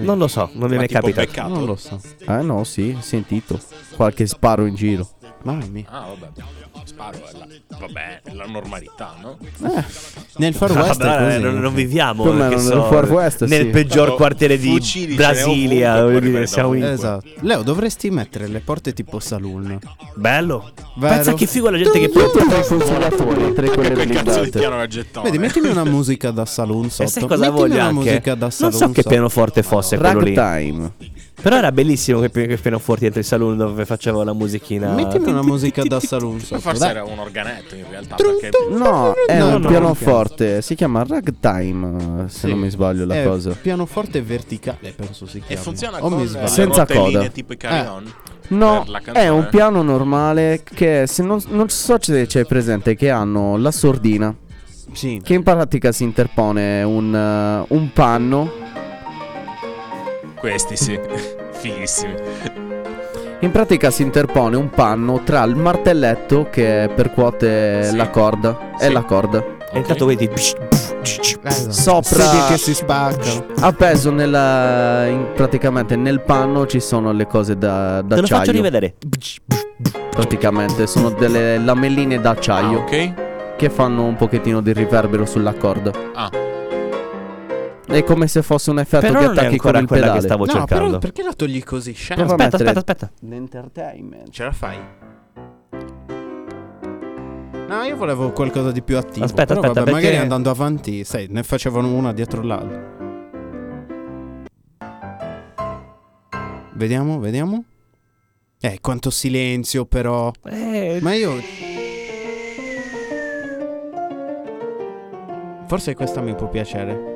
Speaker 3: Non lo so, non mi è mai
Speaker 5: tipo
Speaker 3: capitato.
Speaker 5: beccato.
Speaker 2: Non lo so.
Speaker 4: Eh no, sì, sentito. Qualche sparo in giro.
Speaker 2: Mamma mia.
Speaker 5: Ah, vabbè. Sparo. È la, vabbè, è la normalità, no?
Speaker 2: Nel Far
Speaker 3: Ah,
Speaker 2: West è
Speaker 3: vabbè,
Speaker 2: così.
Speaker 3: non, non viviamo
Speaker 4: Come
Speaker 3: che
Speaker 4: nel
Speaker 3: so,
Speaker 4: Far West,
Speaker 3: nel
Speaker 4: sì.
Speaker 3: peggior
Speaker 5: Tanto
Speaker 3: quartiere di
Speaker 5: fucili ce n'è
Speaker 3: Brasilia.
Speaker 5: ovunque,
Speaker 3: voglio
Speaker 5: poi
Speaker 3: dire, siamo in-
Speaker 5: dovunque.
Speaker 2: Esatto. Leo, dovresti mettere le porte tipo saloon.
Speaker 3: Bello.
Speaker 2: Vero?
Speaker 3: Pensa che figo la gente che
Speaker 4: Io
Speaker 3: porta.
Speaker 4: tra i fucilatori, tra quelle
Speaker 5: Quel cazzo di
Speaker 4: blindate.
Speaker 5: piano da gettone.
Speaker 2: Vedi, mettimi una musica da saloon
Speaker 3: E
Speaker 2: sotto.
Speaker 3: sai cosa
Speaker 2: mettimi
Speaker 3: voglio
Speaker 2: una
Speaker 3: anche?
Speaker 2: musica da
Speaker 3: Non
Speaker 2: saloon
Speaker 3: so che
Speaker 2: sotto.
Speaker 3: pianoforte fosse quello lì.
Speaker 4: Ragtime.
Speaker 3: Però era bellissimo che, che pianoforte dentro il saloon dove facevo la musichina.
Speaker 2: Mettimi una musica da saloon
Speaker 5: Ma
Speaker 2: sotto.
Speaker 5: forse
Speaker 2: dai.
Speaker 5: era un organetto in realtà.
Speaker 2: Trum,
Speaker 5: Perché
Speaker 2: trum.
Speaker 4: No, è
Speaker 2: No,
Speaker 4: un
Speaker 2: no,
Speaker 4: pianoforte. Si chiama Ragtime, se
Speaker 2: Sì. Eh,
Speaker 4: non mi sbaglio la
Speaker 2: È
Speaker 4: cosa.
Speaker 2: Pianoforte verticale, penso si
Speaker 5: E
Speaker 2: chiami.
Speaker 5: funziona
Speaker 3: Oh,
Speaker 2: o
Speaker 5: con eh,
Speaker 2: mi
Speaker 5: le
Speaker 2: sbaglio.
Speaker 4: Senza
Speaker 5: rotelline
Speaker 4: coda.
Speaker 5: tipo i
Speaker 3: Eh.
Speaker 5: carillon?
Speaker 4: No,
Speaker 5: per la
Speaker 4: è
Speaker 5: canzone.
Speaker 4: un piano normale che se non, non so se c'è presente che hanno la sordina
Speaker 2: Sì.
Speaker 4: che in pratica si interpone un, eh, un panno.
Speaker 5: Questi sì. Fighissimi.
Speaker 4: In pratica si interpone un panno tra il martelletto che percuote
Speaker 5: Sì.
Speaker 4: la corda e
Speaker 5: Sì.
Speaker 4: la corda.
Speaker 3: E intanto vedi. Esatto.
Speaker 4: Sopra-
Speaker 2: Sedie che si spaccano.
Speaker 4: Appeso nella, in- praticamente nel panno ci sono le cose da,
Speaker 3: Te lo faccio
Speaker 4: d'acciaio.
Speaker 3: rivedere.
Speaker 4: praticamente sono delle lamelline
Speaker 5: Ah,
Speaker 4: d'acciaio
Speaker 5: ok.
Speaker 4: che fanno un pochettino di riverbero sulla corda.
Speaker 5: Ah.
Speaker 4: È come se fosse un effetto
Speaker 3: Però
Speaker 4: che
Speaker 3: non è
Speaker 4: attacchi con
Speaker 3: ancora
Speaker 4: il
Speaker 3: quella
Speaker 4: pedale.
Speaker 3: che stavo
Speaker 2: No, però
Speaker 3: cercando.
Speaker 2: perché la togli così? Scemo.
Speaker 4: Prova a
Speaker 3: Aspetta,
Speaker 4: mettere-
Speaker 3: aspetta, aspetta.
Speaker 4: L'entertainment.
Speaker 2: Ce la fai? No, io volevo qualcosa di più attivo.
Speaker 3: Aspetta,
Speaker 2: però
Speaker 3: aspetta,
Speaker 2: vabbè,
Speaker 3: perché-
Speaker 2: magari andando avanti, sai, ne facevano una dietro l'altra. Vediamo, vediamo. Eh, quanto silenzio però.
Speaker 3: Eh,
Speaker 2: Ma io Forse questa mi può piacere.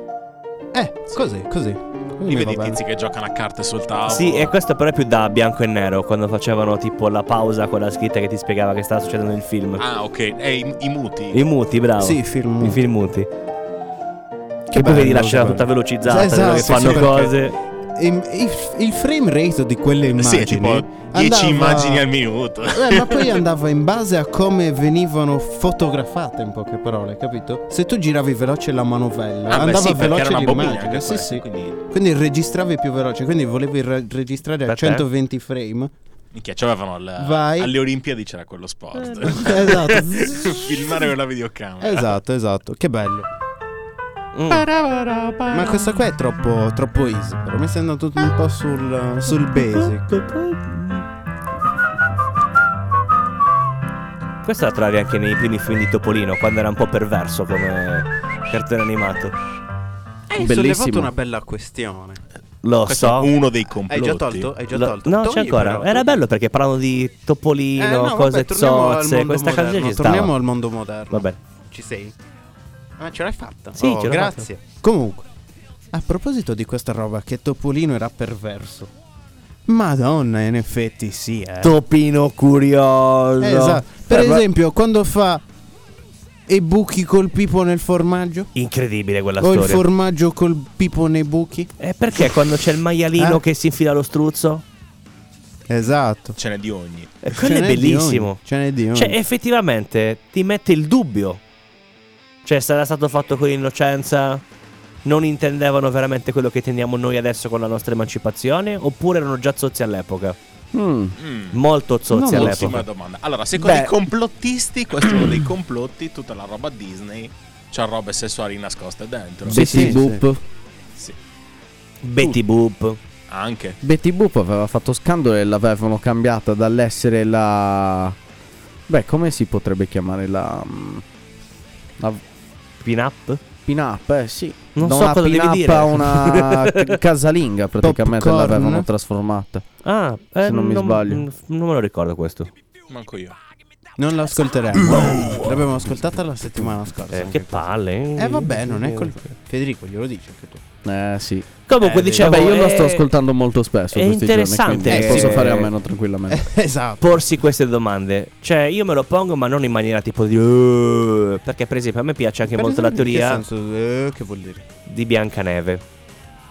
Speaker 2: Eh, così, così.
Speaker 5: Lì
Speaker 2: Mi va
Speaker 5: vedi i
Speaker 2: bene.
Speaker 5: tizi che giocano a carte sul tavolo.
Speaker 3: Sì, e questo però è più da bianco e nero, quando facevano tipo la pausa con la scritta che ti spiegava che stava succedendo nel film.
Speaker 5: Ah, ok. E i, i muti.
Speaker 3: I muti, bravo.
Speaker 2: Sì, film.
Speaker 3: I film muti. Che, poi
Speaker 2: bello,
Speaker 3: vedi la
Speaker 2: che
Speaker 3: scena
Speaker 2: bello.
Speaker 3: tutta velocizzata,
Speaker 2: Esatto,
Speaker 3: vedo che
Speaker 2: sì,
Speaker 3: fanno
Speaker 2: perché-
Speaker 3: cose.
Speaker 2: E- il, il frame rate di quelle immagini
Speaker 5: Sì, tipo 10
Speaker 2: andava-
Speaker 5: immagini al minuto.
Speaker 2: Eh, ma poi andava in base a come venivano fotografate in poche parole, capito? Se tu giravi veloce la manovella,
Speaker 5: Ah, beh,
Speaker 2: andava
Speaker 5: sì, perché
Speaker 2: veloce
Speaker 5: era una bobina
Speaker 2: l'immagine,
Speaker 5: anche
Speaker 2: sì,
Speaker 5: quella, eh,
Speaker 2: sì.
Speaker 5: Quindi
Speaker 2: Quindi registravi più veloce, quindi volevi re- registrare a
Speaker 3: Aspetta, eh.
Speaker 2: 120 frame.
Speaker 5: Minchia, c'avevano alla-
Speaker 2: Vai.
Speaker 5: alle Olimpiadi c'era quello sport.
Speaker 2: Eh, esatto.
Speaker 5: Filmare con la videocamera.
Speaker 2: Esatto, esatto. Che bello.
Speaker 5: Mm.
Speaker 2: Ma questo qua è troppo, troppo easy. Però mi sembra tutto un po' sul, sul basic.
Speaker 3: Questa la trovi anche nei primi film di Topolino, quando era un po' perverso come cartone animato.
Speaker 2: Hai sollevato una bella questione.
Speaker 3: Lo
Speaker 5: Questo
Speaker 3: so.
Speaker 5: è uno dei complotti.
Speaker 2: Hai già tolto? Hai già
Speaker 3: Lo-
Speaker 2: tolto?
Speaker 3: No,
Speaker 2: Togli
Speaker 3: c'è ancora.
Speaker 2: però,
Speaker 3: Era
Speaker 2: togli.
Speaker 3: bello perché parlavano di Topolino,
Speaker 2: Eh, no, vabbè,
Speaker 3: cose
Speaker 2: torniamo al
Speaker 3: zozze.
Speaker 2: mondo
Speaker 3: Questa canzone
Speaker 2: moderno,
Speaker 3: ci stava.
Speaker 2: Torniamo al mondo moderno.
Speaker 3: Vabbè.
Speaker 2: Ci sei? Ma ce l'hai fatta? Oh,
Speaker 3: Sì, ce l'ho
Speaker 2: grazie. Comunque, a proposito di questa roba che Topolino era perverso. Madonna, in effetti sì, eh.
Speaker 3: Topino curioso.
Speaker 2: Eh, esatto. Per
Speaker 3: Eh, ma-
Speaker 2: esempio, quando fa i buchi col pipo nel formaggio
Speaker 3: Incredibile quella
Speaker 2: o
Speaker 3: storia.
Speaker 2: il formaggio col pipo nei buchi?
Speaker 3: Eh, perché quando c'è il maialino
Speaker 2: Eh?
Speaker 3: che si infila lo struzzo?
Speaker 2: Esatto.
Speaker 5: Ce n'è di ogni.
Speaker 3: Eh, quello
Speaker 2: Ce
Speaker 3: è
Speaker 2: n'è di
Speaker 3: bellissimo.
Speaker 2: ogni, Ce n'è di ogni.
Speaker 3: Cioè, effettivamente ti mette il dubbio. Cioè, sarà stato fatto con innocenza? Non intendevano veramente quello che intendiamo noi adesso con la nostra emancipazione? Oppure erano già zozzi all'epoca?
Speaker 5: Mm.
Speaker 3: Molto zozzi
Speaker 2: No, no,
Speaker 3: all'epoca.
Speaker 5: Prossima domanda. Allora, secondo
Speaker 3: Beh.
Speaker 5: i complottisti, questo è uno dei complotti, tutta la roba Disney. C'ha robe sessuali nascoste dentro.
Speaker 2: Sì, sì,
Speaker 4: Betty
Speaker 2: sì.
Speaker 4: Boop.
Speaker 5: Sì.
Speaker 3: Betty Boop.
Speaker 5: Anche.
Speaker 4: Betty Boop aveva fatto scandalo e l'avevano cambiata dall'essere la. Beh, come si potrebbe chiamare la. mm, La
Speaker 3: Pin up?
Speaker 4: pin up? Eh sì.
Speaker 3: Non
Speaker 4: da
Speaker 3: so
Speaker 4: una
Speaker 3: cosa
Speaker 4: pin
Speaker 3: devi
Speaker 4: up
Speaker 3: dire.
Speaker 4: a una c- casalinga praticamente
Speaker 2: Popcorn.
Speaker 4: l'avevano trasformata.
Speaker 3: Ah, eh,
Speaker 4: Se non mi sbaglio.
Speaker 3: Non me lo ricordo questo.
Speaker 5: Manco io.
Speaker 2: Non l'ascolteremo. L'abbiamo ascoltata la settimana scorsa.
Speaker 3: Eh,
Speaker 2: anche
Speaker 3: che
Speaker 2: questa.
Speaker 3: palle.
Speaker 2: Eh vabbè, non è colpa. Federico glielo dice anche tu.
Speaker 4: Eh sì.
Speaker 3: Comunque,
Speaker 2: Eh,
Speaker 3: dicevo.
Speaker 4: Vabbè, io la sto
Speaker 3: eh,
Speaker 4: ascoltando molto spesso.
Speaker 3: è
Speaker 4: questi giorni,
Speaker 3: interessante
Speaker 4: quindi
Speaker 2: che-
Speaker 4: posso fare a meno tranquillamente.
Speaker 2: Esatto.
Speaker 3: porsi queste domande. Cioè, io me lo pongo, ma non in maniera tipo di. "Uh", perché, per esempio, a me piace anche molto la teoria
Speaker 2: Che, senso, eh, che vuol dire?
Speaker 3: di Biancaneve.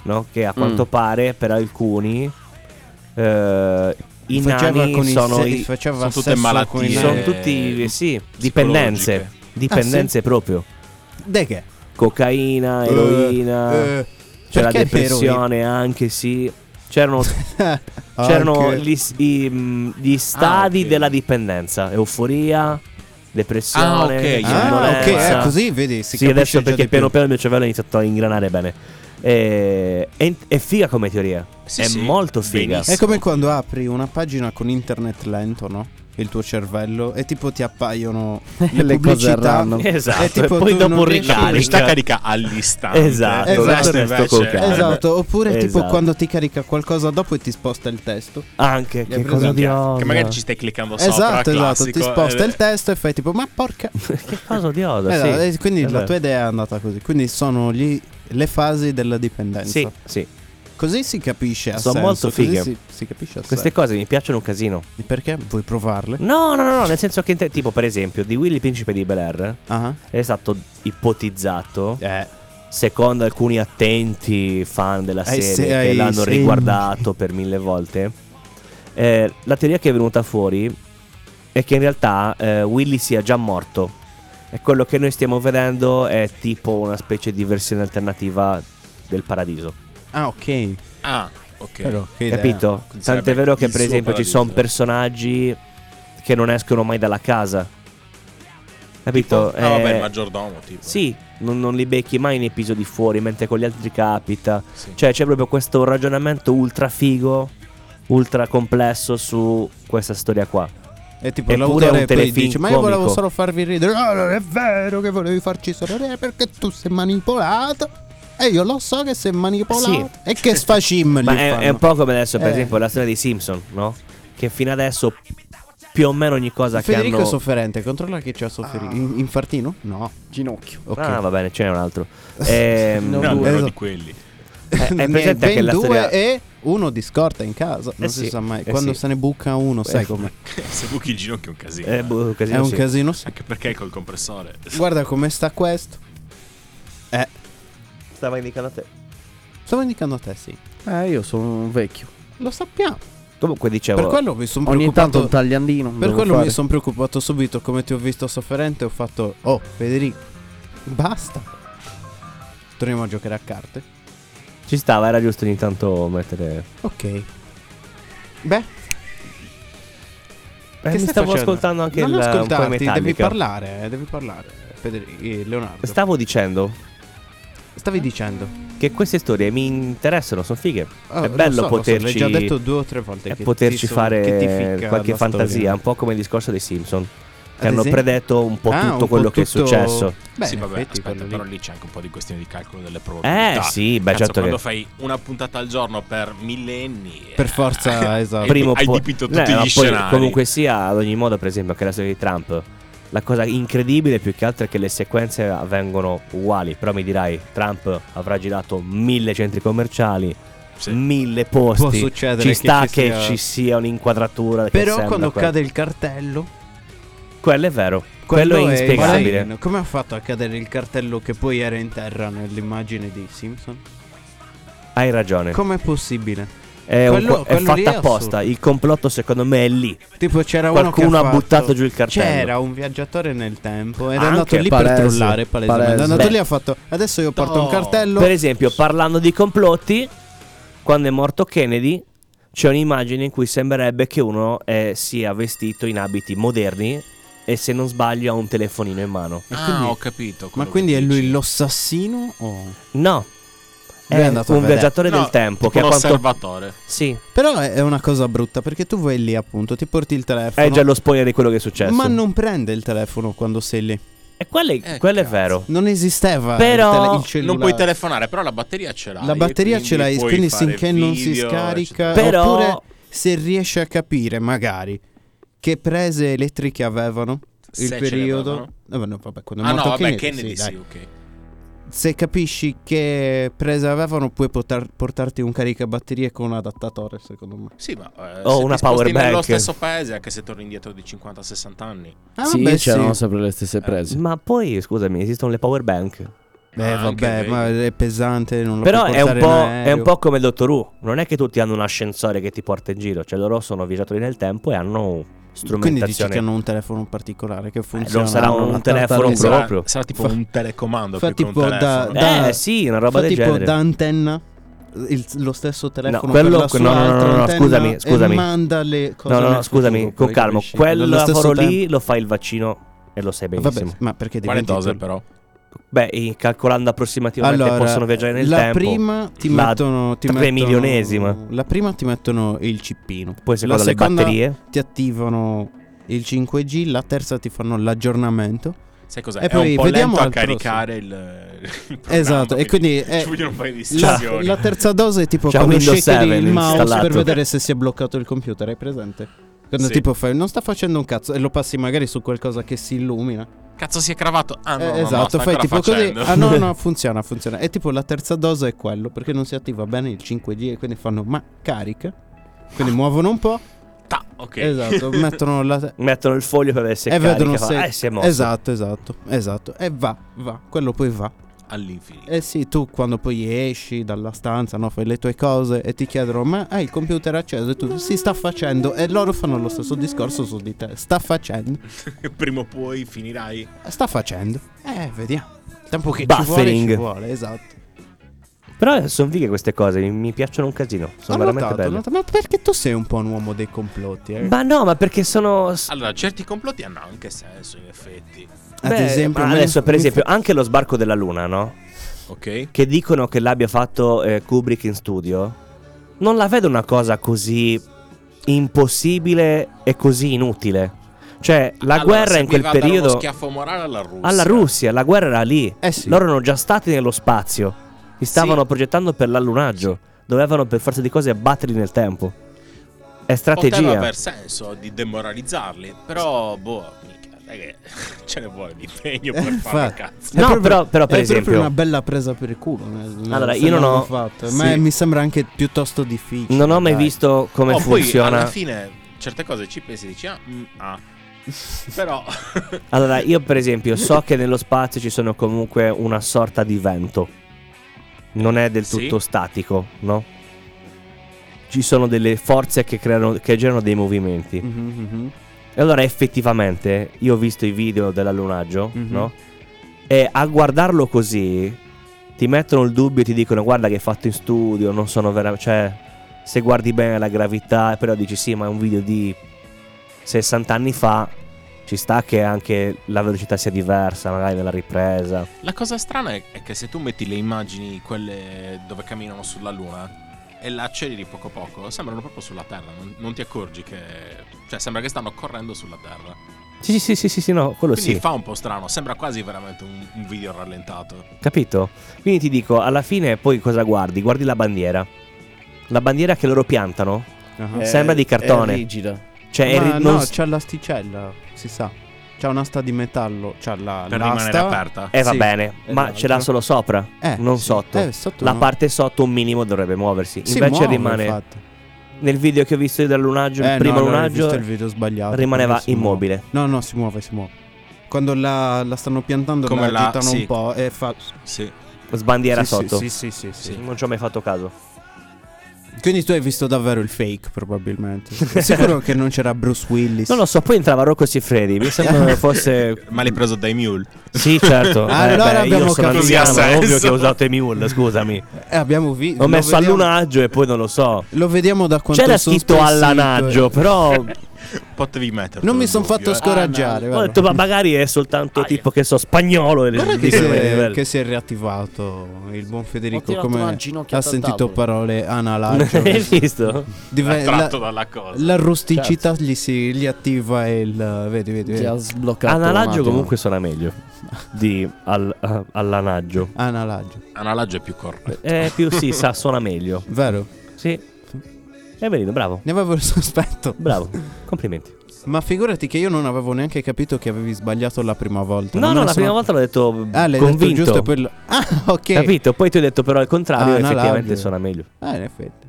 Speaker 3: No? Che a quanto pare, per alcuni. eh, I nani
Speaker 2: i
Speaker 3: sono
Speaker 2: se-
Speaker 3: i.
Speaker 2: faceva
Speaker 5: sono tutte
Speaker 2: sesso
Speaker 5: malattie.
Speaker 2: con i Ah, nani.
Speaker 3: Sono
Speaker 5: eh,
Speaker 3: tutti. eh, Sì,
Speaker 5: psicologiche.
Speaker 3: dipendenze.
Speaker 2: Eh,
Speaker 3: Dipendenze proprio.
Speaker 2: De che?
Speaker 3: Cocaina,
Speaker 2: Eh,
Speaker 3: eroina. C'è la depressione anche, sì. C'erano,
Speaker 2: Ah,
Speaker 3: c'erano gli, s- i, mm, gli stadi
Speaker 5: ok.
Speaker 3: della dipendenza, euforia, depressione.
Speaker 5: Ah, ok,
Speaker 2: Ah, ok,
Speaker 3: sonnolenza.
Speaker 2: eh, così vedi. Si
Speaker 3: Sì, adesso perché piano piano il mio cervello ha iniziato a ingranare bene. E, è, è figa come teoria.
Speaker 5: Sì,
Speaker 3: è
Speaker 5: sì,
Speaker 3: molto figa.
Speaker 5: benissimo.
Speaker 2: È come quando apri una pagina con internet lento, no? Il tuo cervello e tipo ti appaiono le,
Speaker 4: Le cose
Speaker 2: pubblicità.
Speaker 4: random.
Speaker 3: Esatto,
Speaker 2: È tipo
Speaker 3: e poi
Speaker 2: tu
Speaker 3: dopo
Speaker 2: non riesci a
Speaker 3: ricarica.
Speaker 5: Sta carica all'istante.
Speaker 3: Esatto,
Speaker 5: Il resto
Speaker 2: esatto,
Speaker 5: invece-
Speaker 3: resto col cazzo.
Speaker 2: Esatto, oppure tipo
Speaker 3: Esatto.
Speaker 2: quando ti carica qualcosa dopo e ti sposta il testo.
Speaker 3: Anche
Speaker 2: Gli
Speaker 3: che
Speaker 2: hai preso
Speaker 3: cosa
Speaker 2: anche-
Speaker 3: di
Speaker 5: Che magari ci stai cliccando sopra.
Speaker 2: esatto, esatto,
Speaker 5: classico,
Speaker 2: ti sposta
Speaker 5: eh,
Speaker 2: il testo e fai tipo ma porca.
Speaker 3: Che cosa odiosa, sì.
Speaker 2: Esatto, e
Speaker 5: eh,
Speaker 2: quindi
Speaker 3: è
Speaker 2: la
Speaker 3: vero.
Speaker 2: tua idea è andata così. Quindi sono gli- le fasi della dipendenza.
Speaker 3: Sì, sì.
Speaker 2: Così si capisce. Ha
Speaker 3: Sono
Speaker 2: senso,
Speaker 3: molto
Speaker 2: così
Speaker 3: fighe.
Speaker 2: Si, si capisce. ha
Speaker 3: Queste Mm. cose mi piacciono un casino.
Speaker 2: senso. Perché vuoi provarle?
Speaker 3: No, no, no, no, nel senso che, inte- tipo, per esempio, di Willy Principe di Bel Air
Speaker 2: Ah,
Speaker 3: è stato ipotizzato,
Speaker 2: eh,
Speaker 3: secondo alcuni attenti fan della
Speaker 2: Ai
Speaker 3: serie
Speaker 2: se-
Speaker 3: che
Speaker 2: ai
Speaker 3: l'hanno
Speaker 2: segni.
Speaker 3: riguardato per mille volte, eh, la teoria che è venuta fuori è che in realtà eh, Willy sia già morto. E quello che noi stiamo vedendo è tipo una specie di versione alternativa del paradiso.
Speaker 2: Ah, ok.
Speaker 5: Ah, ok.
Speaker 2: Però, che idea.
Speaker 3: Capito?
Speaker 5: Quindi
Speaker 3: Tant'è
Speaker 5: sarebbe
Speaker 3: vero che
Speaker 5: il
Speaker 3: per
Speaker 5: suo
Speaker 3: esempio ci
Speaker 5: paradiso.
Speaker 3: sono personaggi che non escono mai dalla casa. Capito?
Speaker 5: Ah, vabbè,
Speaker 3: Eh,
Speaker 5: il maggiordomo, tipo.
Speaker 3: Sì, non, non li becchi mai in episodi fuori, mentre con gli altri capita.
Speaker 5: Sì.
Speaker 3: Cioè c'è proprio questo ragionamento ultra figo, ultra complesso su questa storia qua.
Speaker 2: E tipo
Speaker 3: Eppure è
Speaker 2: l'autore
Speaker 3: un
Speaker 2: poi
Speaker 3: telefilm
Speaker 2: dice: Ma io volevo
Speaker 3: comico."
Speaker 2: solo farvi ridere. No, non è vero che volevi farci sorridere perché tu sei manipolato. E io lo so che sei manipolato.
Speaker 3: Sì.
Speaker 2: E che sfacim
Speaker 3: Ma
Speaker 2: gli
Speaker 3: è,
Speaker 2: fanno.
Speaker 3: è un po' come adesso, per
Speaker 2: Eh.
Speaker 3: esempio, la storia dei Simpson, no? Che fino adesso più o meno ogni cosa
Speaker 2: Federico
Speaker 3: che
Speaker 2: è
Speaker 3: hanno...
Speaker 2: sofferente, controlla che c'ha sofferito. In- infartino? No.
Speaker 4: Ginocchio.
Speaker 2: Ok.
Speaker 3: Ah, va bene, ce n'è un altro. Ehm,
Speaker 5: No, uno
Speaker 2: esatto.
Speaker 5: di quelli.
Speaker 3: è- è
Speaker 2: Ne hai
Speaker 3: Eh, presente
Speaker 2: ben
Speaker 3: anche la
Speaker 2: due
Speaker 3: storia...
Speaker 2: e uno di scorta in casa. Non
Speaker 3: Eh
Speaker 2: si
Speaker 3: sì,
Speaker 2: sa mai.
Speaker 3: eh
Speaker 2: Quando
Speaker 3: sì.
Speaker 2: se ne buca uno, sai
Speaker 3: Eh.
Speaker 2: com'è.
Speaker 5: Se buchi il ginocchio è un casino.
Speaker 3: Eh, boh, un
Speaker 2: È
Speaker 3: casino,
Speaker 2: un
Speaker 3: sì.
Speaker 2: casino. sì.
Speaker 5: Anche perché col compressore.
Speaker 2: Guarda come sta questo. Eh,
Speaker 3: Stava indicando a te.
Speaker 2: stavo indicando a te, sì.
Speaker 4: Eh, io sono un vecchio.
Speaker 2: Lo sappiamo.
Speaker 3: Comunque dicevo...
Speaker 2: Per quello mi sono
Speaker 4: Ogni tanto un
Speaker 2: preoccupato.
Speaker 4: tagliandino.
Speaker 2: Per
Speaker 4: devo
Speaker 2: quello
Speaker 4: fare.
Speaker 2: mi sono preoccupato subito. Come ti ho visto sofferente, ho fatto. Oh, Federico, basta. Torniamo a giocare a carte.
Speaker 3: Ci stava, era giusto ogni tanto mettere...
Speaker 2: Ok. Beh,
Speaker 3: Eh, mi
Speaker 2: stai
Speaker 3: stavo
Speaker 2: facendo?
Speaker 3: ascoltando anche
Speaker 2: non
Speaker 3: il- un po' i
Speaker 2: ascoltarti, devi
Speaker 3: Metallica.
Speaker 2: parlare, eh, devi parlare. Federico, eh, Leonardo.
Speaker 3: Stavo dicendo
Speaker 2: Stavi dicendo.
Speaker 3: che queste storie mi interessano, sono fighe.
Speaker 2: Oh,
Speaker 3: è
Speaker 2: lo
Speaker 3: bello
Speaker 2: so, lo so,
Speaker 3: poterci.
Speaker 2: l'hai già detto due o tre volte
Speaker 3: è
Speaker 2: che ti
Speaker 3: poterci
Speaker 2: so- che ti
Speaker 3: fare
Speaker 2: ficca
Speaker 3: qualche
Speaker 2: la
Speaker 3: fantasia,
Speaker 2: storia.
Speaker 3: un po' come il discorso dei Simpson. Che
Speaker 2: Ad
Speaker 3: hanno
Speaker 2: esempio?
Speaker 3: predetto un po'
Speaker 2: Ah,
Speaker 3: tutto
Speaker 2: un po'
Speaker 3: quello che è
Speaker 2: tutto-
Speaker 3: successo.
Speaker 2: Beh,
Speaker 5: sì,
Speaker 2: in
Speaker 5: vabbè,
Speaker 2: effetti,
Speaker 5: aspetta,
Speaker 2: quello lì. Eh,
Speaker 5: però lì c'è anche un po' di questione di calcolo delle probabilità.
Speaker 3: sì, beh,
Speaker 5: Cazzo,
Speaker 3: certo
Speaker 5: quando
Speaker 3: che-
Speaker 5: fai una puntata al giorno per millenni...
Speaker 2: Per forza, esatto.
Speaker 5: Prima-
Speaker 3: o
Speaker 5: hai
Speaker 3: poi-
Speaker 5: dipinto
Speaker 3: Beh,
Speaker 5: tutti
Speaker 3: ma
Speaker 5: gli
Speaker 3: Eh, poi,
Speaker 5: scenari.
Speaker 3: Comunque sia, ad ogni modo, per esempio, anche la storia di Trump. La cosa incredibile più che altro è che le sequenze avvengono uguali. Però mi dirai, Trump avrà girato mille centri commerciali,
Speaker 5: Sì.
Speaker 3: mille posti.
Speaker 2: Può succedere
Speaker 3: ci
Speaker 2: che
Speaker 3: sta
Speaker 2: ci
Speaker 3: che
Speaker 2: sia-
Speaker 3: ci sia un'inquadratura. che
Speaker 2: Però
Speaker 3: sembra
Speaker 2: quando
Speaker 3: quella.
Speaker 2: cade il cartello...
Speaker 3: Quello è vero. Quello, è inspiegabile.
Speaker 2: baleno. Come ha fatto a cadere il cartello che poi era in terra nell'immagine dei Simpson?
Speaker 3: Hai ragione.
Speaker 2: Com'è possibile?
Speaker 3: È, un po-
Speaker 2: quello-
Speaker 3: è
Speaker 2: quello lì è
Speaker 3: fatta apposta.
Speaker 2: assurdo.
Speaker 3: Il complotto, secondo me, è lì.
Speaker 2: Tipo c'era
Speaker 3: Qualcuno
Speaker 2: uno che
Speaker 3: ha
Speaker 2: fatto-
Speaker 3: buttato giù il cartello.
Speaker 2: C'era un viaggiatore nel tempo ed è
Speaker 3: Anche
Speaker 2: andato lì
Speaker 4: palese,
Speaker 2: per trollare palesemente.
Speaker 4: palese.
Speaker 2: È andato
Speaker 3: Beh.
Speaker 2: lì e ha fatto adesso io porto un
Speaker 5: No.
Speaker 2: cartello.
Speaker 3: Per esempio, parlando di complotti, quando è morto Kennedy, c'è un'immagine in cui sembrerebbe che uno eh, sia vestito in abiti moderni e se non sbaglio ha un telefonino in mano.
Speaker 5: Ah,
Speaker 2: quindi-
Speaker 5: ho capito.
Speaker 2: Ma
Speaker 5: quello
Speaker 2: quindi
Speaker 5: che
Speaker 2: è
Speaker 5: dici.
Speaker 2: lui l'assassino o
Speaker 3: No, è,
Speaker 2: Lui è andato a
Speaker 3: un
Speaker 2: vedere.
Speaker 3: viaggiatore
Speaker 5: No,
Speaker 3: del tempo
Speaker 5: tipo
Speaker 3: che a
Speaker 5: un
Speaker 3: quanto...
Speaker 5: osservatore.
Speaker 3: Sì,
Speaker 2: Però è è una cosa brutta perché tu vai lì appunto, ti porti il telefono.
Speaker 3: è già lo spoiler di quello che è successo.
Speaker 2: Ma non prende il telefono quando sei lì.
Speaker 3: E quello è,
Speaker 5: Eh,
Speaker 3: quello è
Speaker 5: cazzo.
Speaker 3: vero.
Speaker 2: Non esisteva
Speaker 3: Però-
Speaker 2: il, tele- il
Speaker 3: Non
Speaker 5: Non
Speaker 2: cellulare.
Speaker 5: puoi telefonare, però la batteria ce l'hai.
Speaker 2: La batteria
Speaker 5: e
Speaker 2: ce l'hai,
Speaker 5: puoi
Speaker 2: quindi
Speaker 5: fare
Speaker 2: finché non si
Speaker 5: video, cioè.
Speaker 2: scarica.
Speaker 5: eccetera.
Speaker 3: Però-
Speaker 2: Oppure se riesci a capire, magari, che prese elettriche avevano
Speaker 5: Se
Speaker 2: il
Speaker 5: ce
Speaker 2: periodo.
Speaker 5: l'avevano.
Speaker 2: Eh, no, vabbè, quando è
Speaker 5: Ah no,
Speaker 2: morto
Speaker 5: vabbè,
Speaker 2: Kennedy,
Speaker 5: Kennedy
Speaker 2: sì,
Speaker 5: sì,
Speaker 2: dai.
Speaker 5: ok.
Speaker 2: Se capisci che prese avevano, puoi potar- portarti un caricabatterie con un adattatore, secondo me.
Speaker 5: Sì, ma eh,
Speaker 3: Oh,
Speaker 5: se
Speaker 3: una
Speaker 5: ti sposti
Speaker 3: power
Speaker 5: nello
Speaker 3: bank.
Speaker 5: stesso paese, anche se torni indietro di 50-60 anni.
Speaker 2: Ah,
Speaker 10: sì,
Speaker 2: vabbè,
Speaker 10: c'erano
Speaker 2: sì.
Speaker 10: sempre le stesse prese.
Speaker 3: Ma poi, scusami, esistono le power bank.
Speaker 2: Eh,
Speaker 5: Ah, anche
Speaker 2: vabbè,
Speaker 5: vedi.
Speaker 2: ma è pesante, non lo
Speaker 3: Però
Speaker 2: puoi
Speaker 3: è un,
Speaker 2: portare in
Speaker 3: po', è un
Speaker 2: aereo.
Speaker 3: po' come Doctor Who. Non è che tutti hanno un ascensore che ti porta in giro. Cioè, loro sono viaggiatori nel tempo e hanno
Speaker 2: Quindi dici
Speaker 3: strumentazioni.
Speaker 2: che hanno un telefono particolare che
Speaker 3: Eh,
Speaker 2: funziona.
Speaker 3: non sarà
Speaker 2: Hanno
Speaker 3: un,
Speaker 2: una
Speaker 3: telefono
Speaker 2: tartaruga.
Speaker 5: Sarà,
Speaker 3: proprio.
Speaker 5: sarà tipo
Speaker 2: Fa-
Speaker 5: un telecomando
Speaker 2: fa
Speaker 5: più che un
Speaker 2: tipo da-
Speaker 5: telefono.
Speaker 2: da-
Speaker 3: eh, sì, una roba
Speaker 2: Fa
Speaker 3: del
Speaker 2: tipo
Speaker 3: genere.
Speaker 2: da antenna il- lo stesso telefono
Speaker 3: No, quello-
Speaker 2: per la sua
Speaker 3: no, no, no,
Speaker 2: altra
Speaker 3: no, no,
Speaker 2: antenna
Speaker 3: scusami,
Speaker 2: e
Speaker 3: scusami.
Speaker 2: manda le cose
Speaker 3: No, no, no,
Speaker 2: nel
Speaker 3: scusami,
Speaker 2: futuro,
Speaker 3: con
Speaker 2: poi
Speaker 3: calma.
Speaker 2: capisci?
Speaker 3: Quel
Speaker 2: Allo stesso
Speaker 3: lavoro lì
Speaker 2: tempo-
Speaker 3: lo fa il vaccino e lo sai benissimo.
Speaker 2: Vabbè, ma perché
Speaker 5: Quale
Speaker 2: diventi
Speaker 5: dose
Speaker 2: tu-
Speaker 5: però?
Speaker 3: Beh, e calcolando approssimativamente
Speaker 2: Allora,
Speaker 3: possono viaggiare nel
Speaker 2: la
Speaker 3: tempo.
Speaker 2: prima ti
Speaker 3: la
Speaker 2: mettono ti mettono-
Speaker 3: tremilionesima.
Speaker 2: La prima ti mettono il cippino.
Speaker 3: Poi secondo
Speaker 2: la
Speaker 3: le
Speaker 2: seconda
Speaker 3: batterie.
Speaker 2: ti attivano il 5G, la terza ti fanno l'aggiornamento.
Speaker 5: Sai cos'è?
Speaker 2: E
Speaker 5: È
Speaker 2: poi
Speaker 5: un po'
Speaker 2: vediamo
Speaker 5: lento a
Speaker 2: al prossimo.
Speaker 5: caricare il, il programma,
Speaker 2: Esatto, e quindi è-
Speaker 5: ci vogliono un paio di
Speaker 2: La,
Speaker 5: sessioni.
Speaker 2: la terza dose è tipo
Speaker 3: C'ha
Speaker 2: quando
Speaker 3: Windows
Speaker 2: shakeri
Speaker 3: 7
Speaker 2: il mouse per
Speaker 3: installato.
Speaker 2: vedere se si è bloccato il computer, hai presente? Quando
Speaker 5: Sì.
Speaker 2: tipo fai, non sta facendo un cazzo e lo passi magari su qualcosa che si illumina.
Speaker 5: Cazzo si è cravato. Ah no,
Speaker 2: Eh,
Speaker 5: no, no,
Speaker 2: esatto,
Speaker 5: sta
Speaker 2: fai
Speaker 5: ancora
Speaker 2: tipo
Speaker 5: facendo.
Speaker 2: così. Ah no, no, funziona, funziona. E tipo la terza dose è quello, perché non si attiva bene il 5G e quindi fanno ma carica. Quindi muovono un po',
Speaker 5: Ta, Ah. ok.
Speaker 2: esatto, mettono la
Speaker 3: Mettono il foglio per vedere se
Speaker 2: e
Speaker 3: carica,
Speaker 2: Eh, vedono
Speaker 3: fa,
Speaker 2: se
Speaker 3: "Ah, si è mosso.
Speaker 2: Esatto, esatto, esatto. E va, va, quello poi va.
Speaker 5: All'infinito.
Speaker 2: Eh sì, tu quando poi esci dalla stanza, no, fai le tue cose e ti chiedono ma hai il computer acceso e tu si sta facendo e loro fanno lo stesso discorso su di te. Sta facendo,
Speaker 5: Prima o poi finirai.
Speaker 2: sta facendo. Eh, vediamo. Tempo che ci vuole,
Speaker 3: Buffering.
Speaker 2: ci vuole, esatto.
Speaker 3: Però sono fighe queste cose, mi, mi piacciono un casino.
Speaker 2: Ho
Speaker 3: Sono veramente
Speaker 2: notato,
Speaker 3: belle.
Speaker 2: ho notato. ma perché tu sei un po' un uomo dei complotti? eh?
Speaker 3: Ma no, ma perché sono.
Speaker 5: Allora, certi complotti hanno anche senso, in effetti.
Speaker 2: Ad
Speaker 3: Beh,
Speaker 2: esempio,
Speaker 3: ma
Speaker 2: me ne-
Speaker 3: adesso, per
Speaker 2: mi
Speaker 3: esempio,
Speaker 2: fa-
Speaker 3: anche lo sbarco della luna, no?
Speaker 5: Ok?
Speaker 3: Che dicono che l'abbia fatto eh, Kubrick in studio. Non la vedo una cosa così impossibile e così inutile. Cioè, la
Speaker 5: Allora,
Speaker 3: guerra in quel
Speaker 5: serviva a dare
Speaker 3: periodo.
Speaker 5: Uno schiaffo morale alla Russia.
Speaker 3: alla Russia, la guerra era lì.
Speaker 2: Eh sì.
Speaker 3: Loro erano già stati nello spazio. Si stavano
Speaker 5: Sì.
Speaker 3: progettando per l'allunaggio. Dovevano, per forza di cose, batterli nel tempo. È
Speaker 5: Poteva
Speaker 3: strategia.
Speaker 5: aver senso di demoralizzarli, però, boh, mica, sai che ce ne vuole di impegno per
Speaker 2: Eh,
Speaker 5: fare
Speaker 2: infatti.
Speaker 5: cazzo.
Speaker 2: È
Speaker 3: No,
Speaker 2: proprio-
Speaker 3: però- però, per
Speaker 2: è
Speaker 3: esempio-
Speaker 2: proprio una bella presa per il culo. nel-
Speaker 3: Allora,
Speaker 2: se
Speaker 3: io non
Speaker 2: l'hanno
Speaker 3: ho-
Speaker 2: fatto.
Speaker 3: sì.
Speaker 2: Ma mi sembra anche piuttosto difficile.
Speaker 3: Non ho mai
Speaker 2: dai.
Speaker 3: visto come
Speaker 5: Oh, Poi,
Speaker 3: funziona.
Speaker 5: alla fine, certe cose ci pensi e dici, ah, mm, ah. però...
Speaker 3: Allora, io per esempio so che nello spazio ci sono comunque una sorta di vento. Non è del
Speaker 5: Sì.
Speaker 3: tutto statico, no? Ci sono delle forze che, creano, che generano dei movimenti.
Speaker 2: Mhm, mhm.
Speaker 3: E allora effettivamente io ho visto i video dell'allunaggio,
Speaker 2: Mhm.
Speaker 3: no? E a guardarlo così ti mettono il dubbio e ti dicono guarda che è fatto in studio, non sono veramente... Cioè, se guardi bene la gravità, però dici sì, ma è un video di 60 anni fa ci sta che anche la velocità sia diversa, magari nella ripresa.
Speaker 5: La cosa strana è, è che se tu metti le immagini, quelle dove camminano sulla luna, e la acceleri poco poco, sembrano proprio sulla Terra. Non, non ti accorgi che. Cioè, sembra che stanno correndo sulla Terra.
Speaker 3: Sì, sì, sì, sì, sì, sì, no, quello
Speaker 5: Quindi
Speaker 3: sì.
Speaker 5: fa un po' strano, sembra quasi veramente un, un video rallentato.
Speaker 3: Capito? Quindi ti dico, alla fine poi cosa guardi? Guardi la bandiera. La bandiera che loro piantano?
Speaker 2: Ah.
Speaker 3: Eh, Sembra di cartone.
Speaker 10: È rigida.
Speaker 3: Cioè, è
Speaker 2: Ma
Speaker 3: ri-
Speaker 2: no,
Speaker 3: non s-
Speaker 2: c'è l'asticella, si sa. C'è un'asta di metallo, c'è la
Speaker 5: Per
Speaker 2: l'asta.
Speaker 5: rimanere aperta.
Speaker 3: eh, va
Speaker 2: sì,
Speaker 3: bene,
Speaker 2: è
Speaker 3: ma
Speaker 2: l'altra.
Speaker 3: ce l'ha solo sopra,
Speaker 2: Eh,
Speaker 3: non
Speaker 2: sì.
Speaker 3: sotto.
Speaker 2: Eh, sotto
Speaker 3: la
Speaker 2: no.
Speaker 3: parte sotto un minimo dovrebbe muoversi.
Speaker 2: Si
Speaker 3: Invece
Speaker 2: muove,
Speaker 3: rimane.
Speaker 2: infatti.
Speaker 3: Nel video che ho visto io del lunaggio,
Speaker 2: Eh,
Speaker 3: il primo
Speaker 2: no, allora hai
Speaker 3: lunaggio,
Speaker 2: visto il video sbagliato.
Speaker 3: rimaneva
Speaker 2: perché si muove.
Speaker 3: immobile.
Speaker 2: No, no, si muove, si muove. Quando la, la stanno piantando,
Speaker 5: Come
Speaker 2: la
Speaker 5: la-
Speaker 2: agitano
Speaker 5: sì.
Speaker 2: un po' e fa.
Speaker 5: Sì.
Speaker 3: Sbandiera
Speaker 2: sì,
Speaker 3: sotto.
Speaker 2: Sì, sì, sì, sì,
Speaker 3: Non ci ho mai fatto caso.
Speaker 2: Quindi tu hai visto davvero il fake, probabilmente. Sei Sicuro che non c'era Bruce Willis.
Speaker 3: Non lo so, poi entrava Rocco Siffredi. Mi sembra che fosse.
Speaker 5: Ma l'hai preso dai mule.
Speaker 3: Sì, certo. Eh,
Speaker 2: Ah, Allora
Speaker 3: beh,
Speaker 2: abbiamo
Speaker 3: io sono
Speaker 2: capito.
Speaker 3: anziano,
Speaker 5: Così ha
Speaker 3: è ovvio
Speaker 5: senso.
Speaker 3: che ho usato i mule, scusami.
Speaker 2: Eh, abbiamo visto.
Speaker 3: Ho messo al lunaggio e poi non lo so.
Speaker 2: Lo vediamo da quanto
Speaker 3: C'era
Speaker 2: sono
Speaker 3: scritto
Speaker 2: spessito,
Speaker 3: allanaggio,
Speaker 2: eh.
Speaker 3: però
Speaker 5: Potevi metterlo.
Speaker 2: Non mi sono
Speaker 10: eh.
Speaker 2: fatto
Speaker 5: scoprire
Speaker 2: scoraggiare.
Speaker 3: Ah, ho
Speaker 2: vero.
Speaker 3: detto, ma magari è soltanto tipo che so spagnolo. E
Speaker 2: Guarda che
Speaker 3: dico,
Speaker 2: si,
Speaker 3: beh,
Speaker 2: è,
Speaker 3: bello.
Speaker 2: che si è riattivato il buon Federico
Speaker 10: tirato una
Speaker 2: come
Speaker 10: ginocchiata
Speaker 2: ha
Speaker 10: al
Speaker 2: sentito
Speaker 10: tavolo.
Speaker 2: parole analaggio.
Speaker 3: Hai visto?
Speaker 2: Dive- la,
Speaker 5: Attratto dalla cosa.
Speaker 2: la rusticità
Speaker 10: Certo.
Speaker 2: gli si gli attiva il vedi vedi,
Speaker 10: Ti ha
Speaker 2: vedi.
Speaker 10: sbloccato. un
Speaker 3: Analaggio
Speaker 10: attimo.
Speaker 3: comunque suona meglio di al- ah, allanaggio.
Speaker 2: analaggio.
Speaker 5: Analaggio è più corretto.
Speaker 3: Eh, più si sa, suona meglio.
Speaker 2: Vero?
Speaker 3: Sì. È vero, bravo.
Speaker 2: Ne avevo il sospetto.
Speaker 3: Bravo. Complimenti.
Speaker 2: Ma figurati che io non avevo neanche capito che avevi sbagliato la prima volta.
Speaker 3: No,
Speaker 2: Non
Speaker 3: no, la
Speaker 2: me ne sono-
Speaker 3: prima volta l'ho detto
Speaker 2: Ah, l'hai detto
Speaker 3: convinto.
Speaker 2: giusto quello. Ah, ok.
Speaker 3: Capito? Poi ti ho detto però al contrario,
Speaker 2: Ah,
Speaker 3: effettivamente
Speaker 2: analaggio.
Speaker 3: suona meglio.
Speaker 2: Ah, in effetti.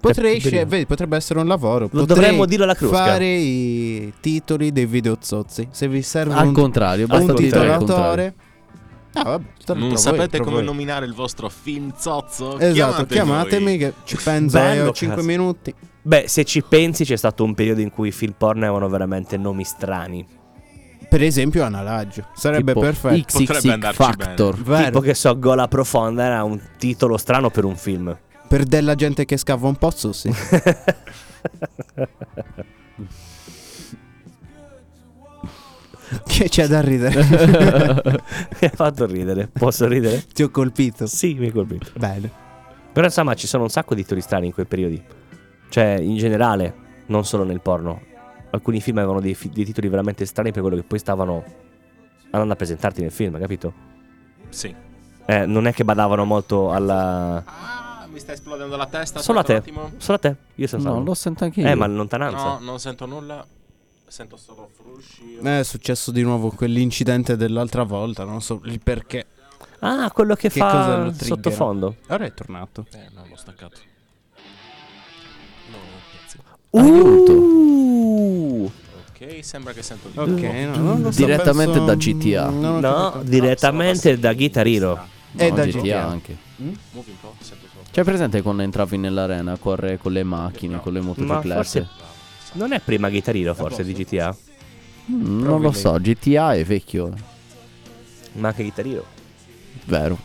Speaker 2: Potrei,
Speaker 3: Capito.
Speaker 2: sce- vedi, potrebbe essere un lavoro.
Speaker 3: Lo
Speaker 2: Potrei
Speaker 3: dovremmo dire alla Crusca.
Speaker 2: Fare i titoli dei video zozzi. Se vi serve
Speaker 10: Al
Speaker 2: un,
Speaker 10: contrario,
Speaker 2: un
Speaker 10: basta
Speaker 3: contrario.
Speaker 10: dire al
Speaker 2: titolatore. Ah, vabbè, te lo
Speaker 5: Non
Speaker 2: trovo
Speaker 5: sapete
Speaker 2: io,
Speaker 5: come
Speaker 2: trovo io.
Speaker 5: nominare il vostro film zozzo?
Speaker 2: Esatto,
Speaker 5: Chiamatemi
Speaker 2: chiamatemi che ci penso
Speaker 3: Bello,
Speaker 2: io 5
Speaker 3: cazzo.
Speaker 2: minuti.
Speaker 3: Beh, se ci pensi, c'è stato un periodo in cui i film porno avevano veramente nomi strani.
Speaker 2: Per esempio Analaggio. Sarebbe
Speaker 10: tipo
Speaker 2: perfetto.
Speaker 5: Potrebbe
Speaker 10: XXX
Speaker 5: andarci
Speaker 10: Factor.
Speaker 2: Vero.
Speaker 3: Tipo che so, Gola Profonda era un titolo strano per un film.
Speaker 2: Per della gente che scava un pozzo, sì. che c'è da ridere.
Speaker 3: mi ha fatto ridere. Posso ridere?
Speaker 2: Ti ho colpito.
Speaker 3: Sì, mi ha colpito.
Speaker 2: Bene.
Speaker 3: Però insomma, ci sono un sacco di titoli strani in quei periodi. Cioè, in generale, non solo nel porno. Alcuni film avevano dei, fi- dei titoli veramente strani per quello che poi stavano andando a presentarti nel film, capito?
Speaker 5: Sì.
Speaker 3: Eh, non è che badavano molto alla.
Speaker 5: Ah, mi sta esplodendo la testa.
Speaker 3: Solo a
Speaker 5: aspetta
Speaker 3: te.
Speaker 5: un attimo.
Speaker 3: Solo a te. Io sono
Speaker 10: No,
Speaker 3: salvo.
Speaker 10: lo sento anche io.
Speaker 3: Eh, ma in lontananza.
Speaker 5: No, non sento nulla. Sento solo frusci.
Speaker 2: Eh, è successo di nuovo quell'incidente dell'altra volta, non so il perché.
Speaker 3: Ah, quello che,
Speaker 2: Che cosa lo
Speaker 3: fa
Speaker 2: triggerò?
Speaker 3: sottofondo.
Speaker 2: Ora è tornato.
Speaker 5: Eh, no, l'ho staccato. No, cazzo.
Speaker 10: Aiuto.
Speaker 3: Uh,
Speaker 5: Ok, sembra che
Speaker 3: Mm.
Speaker 5: sento di
Speaker 2: Ok, no, non lo so,
Speaker 10: Direttamente da
Speaker 2: penso-
Speaker 10: GTA.
Speaker 2: non ho
Speaker 3: no,
Speaker 2: capito.
Speaker 3: direttamente da Guitar Hero.
Speaker 2: È
Speaker 10: No,
Speaker 2: da
Speaker 10: GTA,
Speaker 2: GTA.
Speaker 10: anche.
Speaker 2: Mm?
Speaker 5: Muovi un po', sento solo.
Speaker 10: Cioè, presente quando entravi nell'arena a correre con le macchine, con le
Speaker 3: Ma
Speaker 10: motociclette?
Speaker 3: forse. Non è prima Guitar Hero, forse, di GTA?
Speaker 10: Mm, non lo so, GTA è vecchio.
Speaker 3: Ma anche Guitar Hero.
Speaker 10: Vero.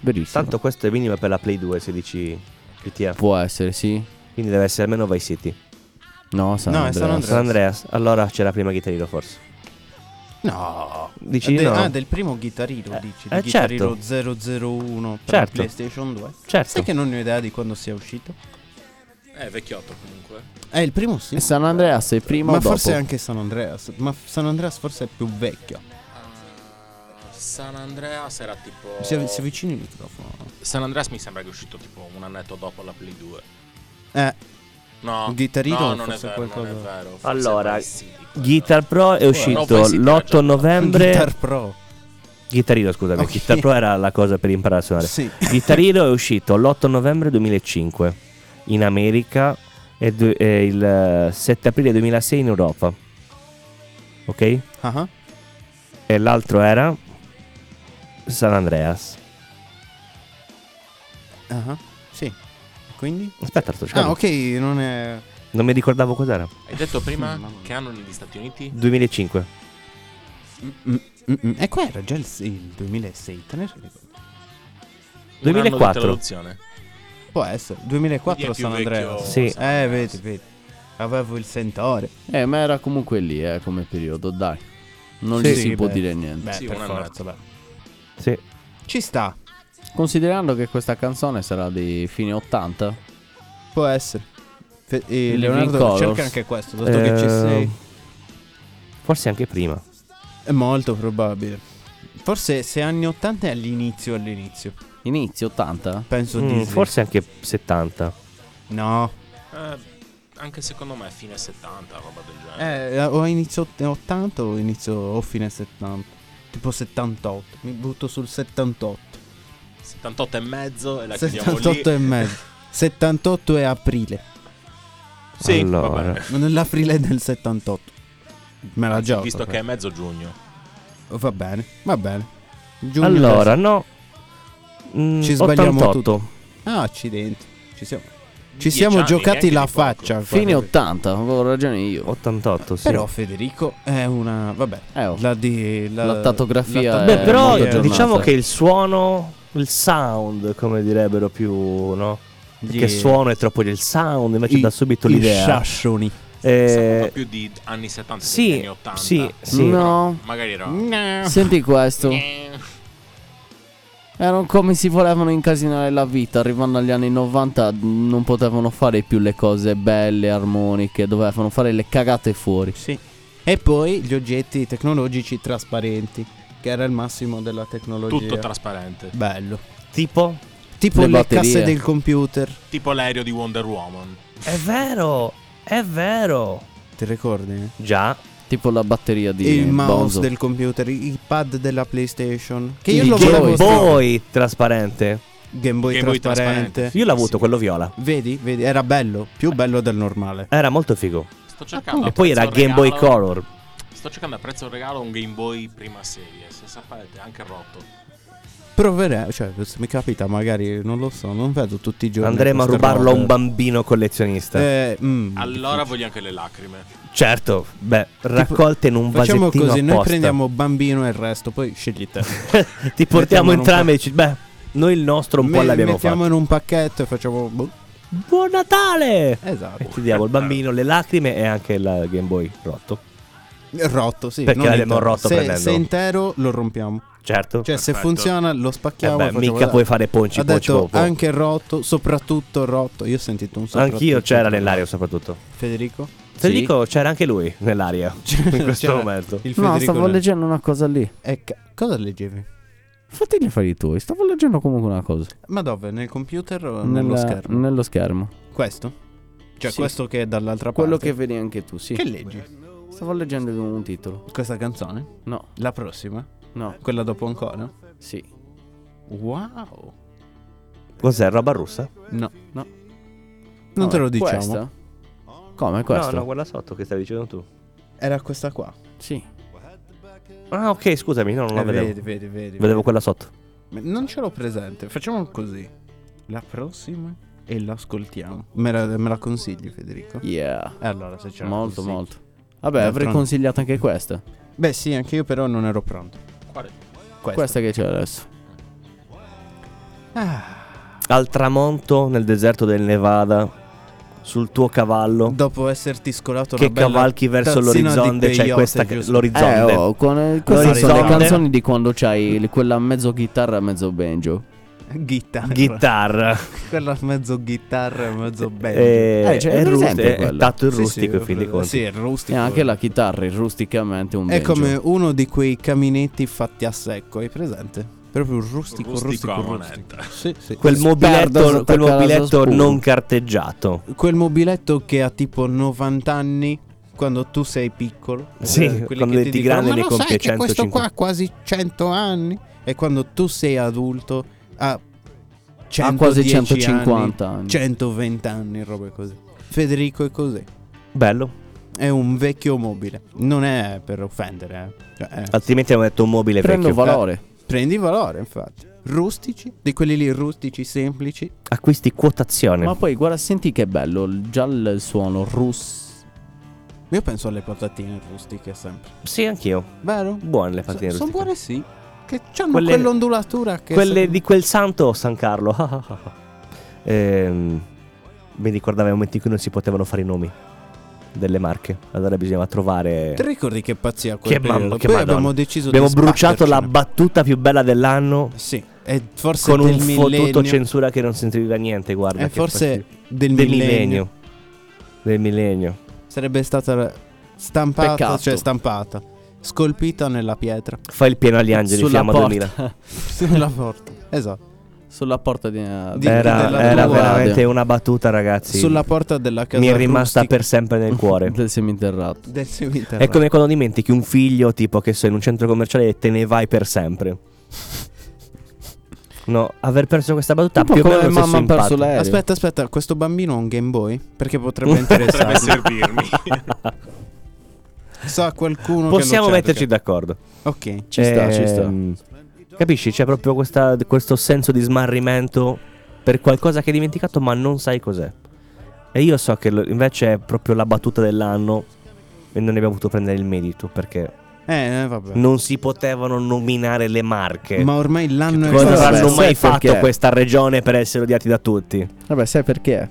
Speaker 10: Verissimo.
Speaker 3: Tanto questo è minimo per la Play 2, se dici GTA.
Speaker 10: Può essere, sì.
Speaker 3: Quindi deve essere almeno Vice City.
Speaker 10: No, San
Speaker 2: No, è
Speaker 10: Andreas.
Speaker 2: San Andreas.
Speaker 3: San Andreas, allora c'era prima Guitar Hero, forse.
Speaker 2: No.
Speaker 3: Dici di
Speaker 2: De-
Speaker 3: no?
Speaker 2: Ah, del primo chitarrino
Speaker 3: Eh,
Speaker 2: dici,
Speaker 3: eh,
Speaker 2: di Guitar Hero
Speaker 3: certo.
Speaker 2: 001 per
Speaker 3: Certo.
Speaker 2: PlayStation 2.
Speaker 3: Certo.
Speaker 2: Sai che non ne ho idea di quando sia uscito?
Speaker 5: Eh, vecchiotto comunque.
Speaker 2: È il primo
Speaker 3: Eh
Speaker 2: sì.
Speaker 10: E San Andreas è prima
Speaker 2: ma
Speaker 10: o dopo?
Speaker 2: forse anche San Andreas, ma f- San Andreas forse è più vecchio.
Speaker 5: San Andreas era tipo.
Speaker 2: Si, si avvicini il microfono.
Speaker 5: San Andreas mi sembra che è uscito tipo un annetto dopo la Play 2.
Speaker 2: Eh,
Speaker 5: No,
Speaker 2: Guitar Hero
Speaker 5: no, non è
Speaker 2: forse
Speaker 5: vero,
Speaker 2: qualcosa-
Speaker 5: non è vero. Forse
Speaker 3: Allora,
Speaker 5: Vice City, quello.
Speaker 3: Guitar Pro è uscito
Speaker 5: Vice City era già
Speaker 3: l'8 novembre.
Speaker 2: Guitar Pro.
Speaker 3: Guitar Hero, scusami.
Speaker 2: Ok.
Speaker 3: Guitar Pro era la cosa per imparare a suonare.
Speaker 2: Sì.
Speaker 3: Guitar Hero è uscito l'8 novembre 2005 in America e, du- e il eh, 7 aprile 2006 in Europa. Ok?
Speaker 2: Ah, ah.
Speaker 3: E l'altro era San Andreas.
Speaker 2: ah ah. Sì. Quindi?
Speaker 3: Aspetta, sto cercando.
Speaker 2: Ah, ok, non è
Speaker 3: Non mi ricordavo cos'era.
Speaker 5: Hai detto prima
Speaker 2: Mamma mia.
Speaker 5: che hanno negli Stati Uniti?
Speaker 3: 2005.
Speaker 2: Mm, E qua era già il, il 2006, te ne rendi conto?
Speaker 5: Un anno di
Speaker 3: 2004.
Speaker 5: traduzione.
Speaker 2: Può essere,
Speaker 5: Quindi è
Speaker 2: 2004
Speaker 5: più
Speaker 2: San
Speaker 5: vecchio
Speaker 2: Andreas.
Speaker 3: Sì.
Speaker 5: San
Speaker 2: Eh,
Speaker 5: Andreas.
Speaker 2: vedi, vedi. Avevo il sentore.
Speaker 4: Eh, ma era comunque lì, eh, come periodo, dai. Non
Speaker 2: Sì,
Speaker 4: gli
Speaker 2: sì,
Speaker 4: si può
Speaker 2: beh.
Speaker 4: dire niente.
Speaker 2: Beh,
Speaker 5: Sì,
Speaker 2: per
Speaker 5: un anno e
Speaker 2: forza, beh.
Speaker 3: Sì.
Speaker 2: Ci sta.
Speaker 4: Considerando che questa canzone sarà di fine 80,
Speaker 2: Può essere. Fe- e
Speaker 4: Living
Speaker 2: Leonardo
Speaker 4: Colors.
Speaker 2: cerca anche questo, dato che ci
Speaker 3: Eh,
Speaker 2: sei.
Speaker 3: Forse anche prima.
Speaker 2: È molto probabile. Forse se anni 80 è all'inizio, all'inizio.
Speaker 4: inizio 80?
Speaker 2: Penso
Speaker 3: Mm,
Speaker 2: di sì.
Speaker 3: forse anche 70.
Speaker 2: No.
Speaker 5: Eh, anche secondo me è fine 70, roba del genere.
Speaker 2: Eh, o inizio ott- 80 o inizio o fine 70. Tipo 78. Mi butto sul 78.
Speaker 5: 78 e mezzo e la chiudiamo lì.
Speaker 2: 78 e mezzo. 78 è aprile.
Speaker 5: Sì,
Speaker 3: Allora.
Speaker 5: vabbè.
Speaker 2: Non è l'aprile del 78. Me la gioco.
Speaker 5: Visto che è mezzo giugno.
Speaker 2: Va bene, va bene. Giugno
Speaker 3: Allora, no. Mm,
Speaker 2: Ci sbagliamo
Speaker 3: 88.
Speaker 2: Ah, accidenti. Ci siamo, ci
Speaker 5: Dieci
Speaker 2: siamo
Speaker 5: anni, neanche
Speaker 2: giocati la
Speaker 5: di poco.
Speaker 2: faccia.
Speaker 4: Fine
Speaker 2: guarda.
Speaker 4: 80, avevo ragione io.
Speaker 3: 88, sì. Eh,
Speaker 2: Però Federico è una. Vabbè.
Speaker 4: Eh, oh.
Speaker 2: La, di, la,
Speaker 4: La tatografia
Speaker 2: la
Speaker 4: è-
Speaker 3: Beh,
Speaker 2: tatografia
Speaker 3: però
Speaker 4: eh, molto giornata.
Speaker 3: diciamo che il suono, il sound, come direbbero più, no?
Speaker 2: gli-
Speaker 3: Perché suono è troppo il sound, invece
Speaker 2: i-
Speaker 3: dà subito
Speaker 2: i
Speaker 3: l'idea.
Speaker 2: sciascioni.
Speaker 3: Eh,
Speaker 5: Siamo più di anni 70 che di
Speaker 3: sì,
Speaker 5: anni 80.
Speaker 3: sì, sì.
Speaker 4: No,
Speaker 5: Magari era.
Speaker 4: senti questo. Erano come si volevano incasinare la vita, arrivando agli anni 90 non potevano fare più le cose belle, armoniche, dovevano fare le cagate fuori.
Speaker 2: Sì. E poi gli oggetti tecnologici trasparenti, che era il massimo della tecnologia.
Speaker 5: Tutto trasparente.
Speaker 2: Bello.
Speaker 3: Tipo,
Speaker 2: Tipo
Speaker 4: Le
Speaker 2: le,
Speaker 4: batterie.
Speaker 2: casse del computer.
Speaker 5: Tipo l'aereo di Wonder Woman.
Speaker 3: è vero, è vero.
Speaker 2: Ti ricordi?
Speaker 3: Già,
Speaker 4: Tipo la batteria di
Speaker 2: il mouse
Speaker 4: Bonzo.
Speaker 2: del computer, il pad della PlayStation. Che io
Speaker 4: Il
Speaker 2: lo
Speaker 4: Game
Speaker 2: volevo
Speaker 4: Boy.
Speaker 3: poi trasparente.
Speaker 2: Game Boy
Speaker 5: Game Boy
Speaker 2: trasparente.
Speaker 5: trasparente.
Speaker 3: Io l'ho avuto quello viola.
Speaker 2: Vedi, vedi, era bello, più bello del normale.
Speaker 3: Era molto figo.
Speaker 5: Sto cercando. a
Speaker 3: e Ah, poi
Speaker 5: prezzo
Speaker 3: era Game Boy
Speaker 5: regalo-
Speaker 3: Color.
Speaker 5: Sto cercando a prezzo regalo un Game Boy prima serie. Se sapete, anche rotto.
Speaker 2: Mm, Proverei, cioè, se mi capita, magari non lo so, non vedo tutti i giorni.
Speaker 3: Andremo a
Speaker 2: queste
Speaker 3: rubarlo a
Speaker 2: robe.
Speaker 3: un bambino collezionista.
Speaker 2: Eh, mm,
Speaker 5: Allora
Speaker 2: difficile.
Speaker 5: voglio anche le lacrime.
Speaker 3: Certo, beh, raccolte in un
Speaker 2: Facciamo
Speaker 3: vasettino
Speaker 2: così, noi
Speaker 3: apposta.
Speaker 2: prendiamo bambino e il resto, poi scegli te.
Speaker 3: Ti portiamo
Speaker 2: mettiamo in un
Speaker 3: entrambi e dici, beh, noi il nostro un po'
Speaker 2: Me-
Speaker 3: l'abbiamo
Speaker 2: mettiamo
Speaker 3: fatto.
Speaker 2: in un pacchetto e facciamo boh,
Speaker 3: Buon Natale! E
Speaker 2: Esatto.
Speaker 3: ti diamo il bambino, le lacrime e anche il Game Boy rotto.
Speaker 2: Rotto, sì,
Speaker 3: Perché
Speaker 2: non
Speaker 3: l'abbiamo
Speaker 2: intero.
Speaker 3: rotto
Speaker 2: se,
Speaker 3: prendendolo.
Speaker 2: se intero lo rompiamo.
Speaker 3: Certo.
Speaker 2: Cioè, se
Speaker 5: Perfetto.
Speaker 2: funziona lo
Speaker 3: Eh
Speaker 2: spacchiamo.
Speaker 3: beh,
Speaker 2: e facciamo-
Speaker 3: mica puoi fare ponci,
Speaker 2: Ha
Speaker 3: ponci,
Speaker 2: detto
Speaker 3: po- po-
Speaker 2: anche rotto, soprattutto rotto. Io ho sentito un soprattutto.
Speaker 3: Anch'io c'era nell'aria soprattutto.
Speaker 2: Federico?
Speaker 3: Federico c'era anche lui nell'aria in questo
Speaker 2: Cioè, C'era
Speaker 3: momento.
Speaker 2: Il
Speaker 4: No,
Speaker 2: Federico
Speaker 4: stavo
Speaker 2: Ren-
Speaker 4: leggendo una cosa lì.
Speaker 2: Eh, ca- cosa leggevi?
Speaker 4: Fatti gli affari tuoi, stavo leggendo comunque una cosa.
Speaker 2: Ma dove? Nel computer o nello
Speaker 4: Nella-
Speaker 2: schermo?
Speaker 4: Nello schermo.
Speaker 2: Questo? Cioè
Speaker 4: Sì.
Speaker 2: questo che è dall'altra
Speaker 4: Quello che
Speaker 2: parte?
Speaker 4: vedi anche tu, sì.
Speaker 2: Che leggi?
Speaker 4: Stavo leggendo un titolo.
Speaker 2: Questa canzone?
Speaker 4: No,
Speaker 2: La prossima?
Speaker 4: no,
Speaker 2: Quella dopo ancora?
Speaker 4: sì.
Speaker 2: Wow!
Speaker 3: Cos'è, roba russa?
Speaker 2: No, no. Non
Speaker 4: Vabbè,
Speaker 2: te lo diciamo.
Speaker 4: Questa? Come questo?
Speaker 3: No, no, quella sotto che stavi dicendo tu.
Speaker 2: Era questa qua.
Speaker 4: Sì.
Speaker 3: Ah, ok, scusami, no, non la
Speaker 2: Eh,
Speaker 3: vedevo.
Speaker 2: vedi, vedi, vedi.
Speaker 3: Vedevo quella sotto.
Speaker 2: Ma Non ce l'ho presente. Facciamo così. La prossima e l'ascoltiamo. Me la, me la consigli, Federico?
Speaker 4: Yeah.
Speaker 2: Eh, allora, se ce la
Speaker 4: molto,
Speaker 2: consigli.
Speaker 4: molto. Vabbè, avrei
Speaker 2: D'altronde.
Speaker 4: consigliato anche questa. Questa,
Speaker 2: Beh, sì, anche io però non ero pronto.
Speaker 5: Quale?
Speaker 2: Questa.
Speaker 4: che c'è adesso.
Speaker 3: Al tramonto nel deserto del Nevada sul tuo cavallo
Speaker 2: Dopo esserti scolato
Speaker 3: che
Speaker 2: una bella
Speaker 3: cavalchi verso
Speaker 2: tazzina di
Speaker 3: l'orizzonte c'è
Speaker 2: peyote,
Speaker 3: questa
Speaker 2: giusto?
Speaker 4: Eh,
Speaker 3: l'orizzonte.
Speaker 4: oh, con, eh, queste sono le
Speaker 3: L'orizzonte.
Speaker 4: canzoni di quando c'hai l- quella mezzo chitarra, mezzo banjo.
Speaker 2: Chitarra.
Speaker 3: Chitarra
Speaker 2: Quella mezzo chitarra e mezzo banjo.
Speaker 3: Eh,
Speaker 4: Eh, cioè,
Speaker 3: è,
Speaker 4: per
Speaker 3: rust-
Speaker 4: esempio
Speaker 3: è- è
Speaker 4: quello.
Speaker 3: tatto il
Speaker 2: Sì,
Speaker 3: rustico
Speaker 2: sì,
Speaker 3: in fin dei conti.
Speaker 2: Sì, è rustico.
Speaker 4: E anche la chitarra, è rusticamente un
Speaker 2: È
Speaker 4: banjo.
Speaker 2: come uno di quei caminetti fatti a secco, hai presente? Proprio rustico,
Speaker 5: Rustico
Speaker 2: rustico,
Speaker 5: a
Speaker 2: rustico.
Speaker 5: manetta.
Speaker 2: Sì, sì.
Speaker 3: Quel mobiletto,
Speaker 4: sotto
Speaker 3: quel
Speaker 4: casa
Speaker 3: mobiletto
Speaker 4: Spur.
Speaker 3: non carteggiato.
Speaker 2: Quel mobiletto che ha tipo 90 anni quando tu sei piccolo.
Speaker 3: Sì,
Speaker 2: Eh, quelli
Speaker 3: quando
Speaker 2: che
Speaker 3: diventi
Speaker 2: ti dicono,
Speaker 3: grande
Speaker 2: "Ma
Speaker 3: ne
Speaker 2: lo
Speaker 3: compie
Speaker 2: sai che questo
Speaker 3: 150".
Speaker 2: qua ha quasi 100 anni e quando tu sei adulto ha
Speaker 4: Ha
Speaker 2: 110
Speaker 4: quasi
Speaker 2: anni,
Speaker 4: 150 anni.
Speaker 2: 120 anni, robe così. Federico è così.
Speaker 3: Bello.
Speaker 2: È un vecchio mobile. Non è per offendere, eh. Cioè, eh.
Speaker 3: Altrimenti abbiamo detto un mobile
Speaker 4: Prendo
Speaker 3: vecchio.
Speaker 4: valore.
Speaker 2: Prendi valore, infatti. Rustici, di quelli lì rustici, semplici.
Speaker 3: Acquisti quotazione.
Speaker 4: Ma poi guarda, senti che bello, il- già il suono rus...
Speaker 2: Io penso alle patatine rustiche sempre.
Speaker 3: Sì, anch'io.
Speaker 2: Vero?
Speaker 3: Buone le patatine
Speaker 2: Sono
Speaker 3: rustiche.
Speaker 2: buone sì. Che hanno
Speaker 3: Quelle-
Speaker 2: quell'ondulatura che...
Speaker 3: Quelle di quel santo San Carlo. Ah, ah, ah, ah. Ehm, mi ricordava i momenti in cui non si potevano fare i nomi. delle Marche. Allora bisognava trovare.
Speaker 2: Ti ricordi che pazzia quel
Speaker 3: Che
Speaker 2: periodo?
Speaker 3: mamma, che
Speaker 2: Poi
Speaker 3: madonna.
Speaker 2: abbiamo deciso
Speaker 3: Abbiamo
Speaker 2: di
Speaker 3: bruciato la
Speaker 2: sbattercene.
Speaker 3: battuta più bella dell'anno
Speaker 2: Sì, e forse
Speaker 3: con
Speaker 2: del
Speaker 3: un
Speaker 2: millennio.
Speaker 3: fottuto censura che non sentiva niente. Guarda,
Speaker 2: E
Speaker 3: che
Speaker 2: Eh, forse
Speaker 3: fastidio.
Speaker 2: del,
Speaker 3: del
Speaker 2: millennio.
Speaker 3: millennio. Del millennio.
Speaker 2: Sarebbe stata stampata,
Speaker 10: Peccato.
Speaker 2: cioè stampata, scolpita nella pietra.
Speaker 3: Fai il pieno agli angeli,
Speaker 10: Sulla
Speaker 3: fiamma 2000.
Speaker 10: porta.
Speaker 2: Nella porta. Esatto.
Speaker 10: Sulla porta di...
Speaker 2: Di- della
Speaker 3: Era, era
Speaker 2: tua-
Speaker 3: veramente una battuta, ragazzi.
Speaker 2: Sulla porta della casa
Speaker 3: Mi è rimasta
Speaker 2: rustica
Speaker 3: per Ecco, sempre nel cuore.
Speaker 10: del seminterrato.
Speaker 2: del cimitero.
Speaker 3: È come quando dimentichi un figlio, tipo che sei in un centro commerciale e te ne vai per sempre. No, aver perso questa battuta ha
Speaker 10: Un po'
Speaker 3: più o
Speaker 10: come
Speaker 3: meno lo stesso
Speaker 10: mamma ha perso
Speaker 3: impatto.
Speaker 10: l'aereo.
Speaker 2: Aspetta, aspetta, questo bambino ha un Game Boy? Perché potrebbe interessarmi.
Speaker 5: Potrebbe servirmi.
Speaker 2: Sa qualcuno
Speaker 3: Possiamo
Speaker 2: che certo, lo cerca.
Speaker 3: metterci d'accordo.
Speaker 2: Ok.
Speaker 10: Ci sta, ci sta.
Speaker 3: Ehm, Capisci? C'è proprio questa- questo senso di smarrimento per qualcosa che hai dimenticato ma non sai cos'è. E io so che lo- invece è proprio la battuta dell'anno e non ne abbiamo potuto prendere il merito perché
Speaker 2: Eh, eh, vabbè.
Speaker 3: non si potevano nominare le marche.
Speaker 2: Ma ormai l'anno è
Speaker 3: Cosa
Speaker 10: Vabbè,
Speaker 3: avranno
Speaker 10: sai
Speaker 3: mai fatto
Speaker 10: perché?
Speaker 3: questa regione per essere odiati da tutti?
Speaker 10: Vabbè, sai perché?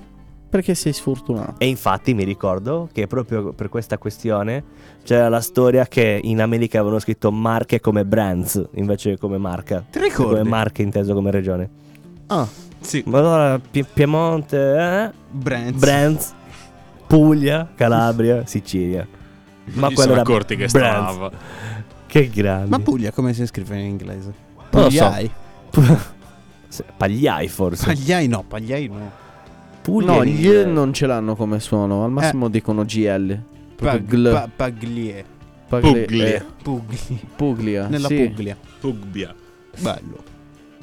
Speaker 10: Perché sei sfortunato.
Speaker 3: E infatti mi ricordo che proprio per questa questione c'era la storia che in America avevano scritto marche come brands invece che come marca.
Speaker 2: Ti ricordi?
Speaker 3: Come marche inteso come regione.
Speaker 2: Ah, sì.
Speaker 3: Ma allora Pie- Piemonte, eh?
Speaker 2: Brands.
Speaker 3: Brands, Puglia, Calabria, Sicilia. Ma
Speaker 5: Ma si sono
Speaker 3: quello era
Speaker 5: accorti che
Speaker 3: Brands.
Speaker 5: stava.
Speaker 3: Che grande.
Speaker 2: Ma Puglia come si scrive in inglese?
Speaker 3: Non lo so.
Speaker 2: Pagliai.
Speaker 3: Se- Pagliai forse.
Speaker 2: Pagliai no, pagliai no.
Speaker 3: Puglia
Speaker 4: No,
Speaker 3: in
Speaker 4: gli
Speaker 3: inglese.
Speaker 4: non ce l'hanno come suono, al
Speaker 10: Eh.
Speaker 4: massimo dicono GL. Proprio
Speaker 2: Pag-
Speaker 4: gl.
Speaker 2: pa- paglie.
Speaker 4: Pagli-
Speaker 5: Puglia.
Speaker 4: eh,
Speaker 2: Pugli.
Speaker 3: Ah,
Speaker 4: Puglia.
Speaker 2: Nella
Speaker 4: sì.
Speaker 2: Puglia.
Speaker 5: Pugbia.
Speaker 2: Bello.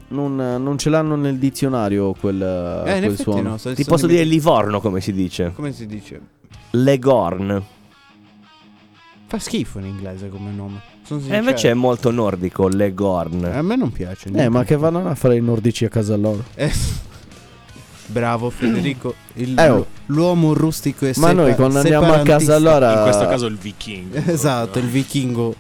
Speaker 4: Non, non ce l'hanno nel dizionario quel,
Speaker 2: eh, in
Speaker 4: quel
Speaker 2: effetti
Speaker 4: suono.
Speaker 2: no. so-
Speaker 3: Ah, Ti
Speaker 2: sono
Speaker 3: posso dire
Speaker 2: dimenticato.
Speaker 3: Livorno come si dice.
Speaker 2: Come si dice?
Speaker 3: Legorn.
Speaker 2: Fa schifo in inglese come nome. Sono
Speaker 3: E
Speaker 2: sincero.
Speaker 3: Eh, invece è molto nordico, Legorn.
Speaker 2: A me non piace.
Speaker 4: Eh,
Speaker 2: niente.
Speaker 4: ma che vanno a fare i nordici a casa loro?
Speaker 2: Eh, Bravo Federico, il-
Speaker 4: Eh, oh.
Speaker 2: l'uomo rustico e
Speaker 4: Ma
Speaker 2: sepa-
Speaker 4: noi quando andiamo a casa
Speaker 2: separantista.
Speaker 4: allora.
Speaker 5: In questo caso il vichingo.
Speaker 2: Eh, Esatto, il vichingo.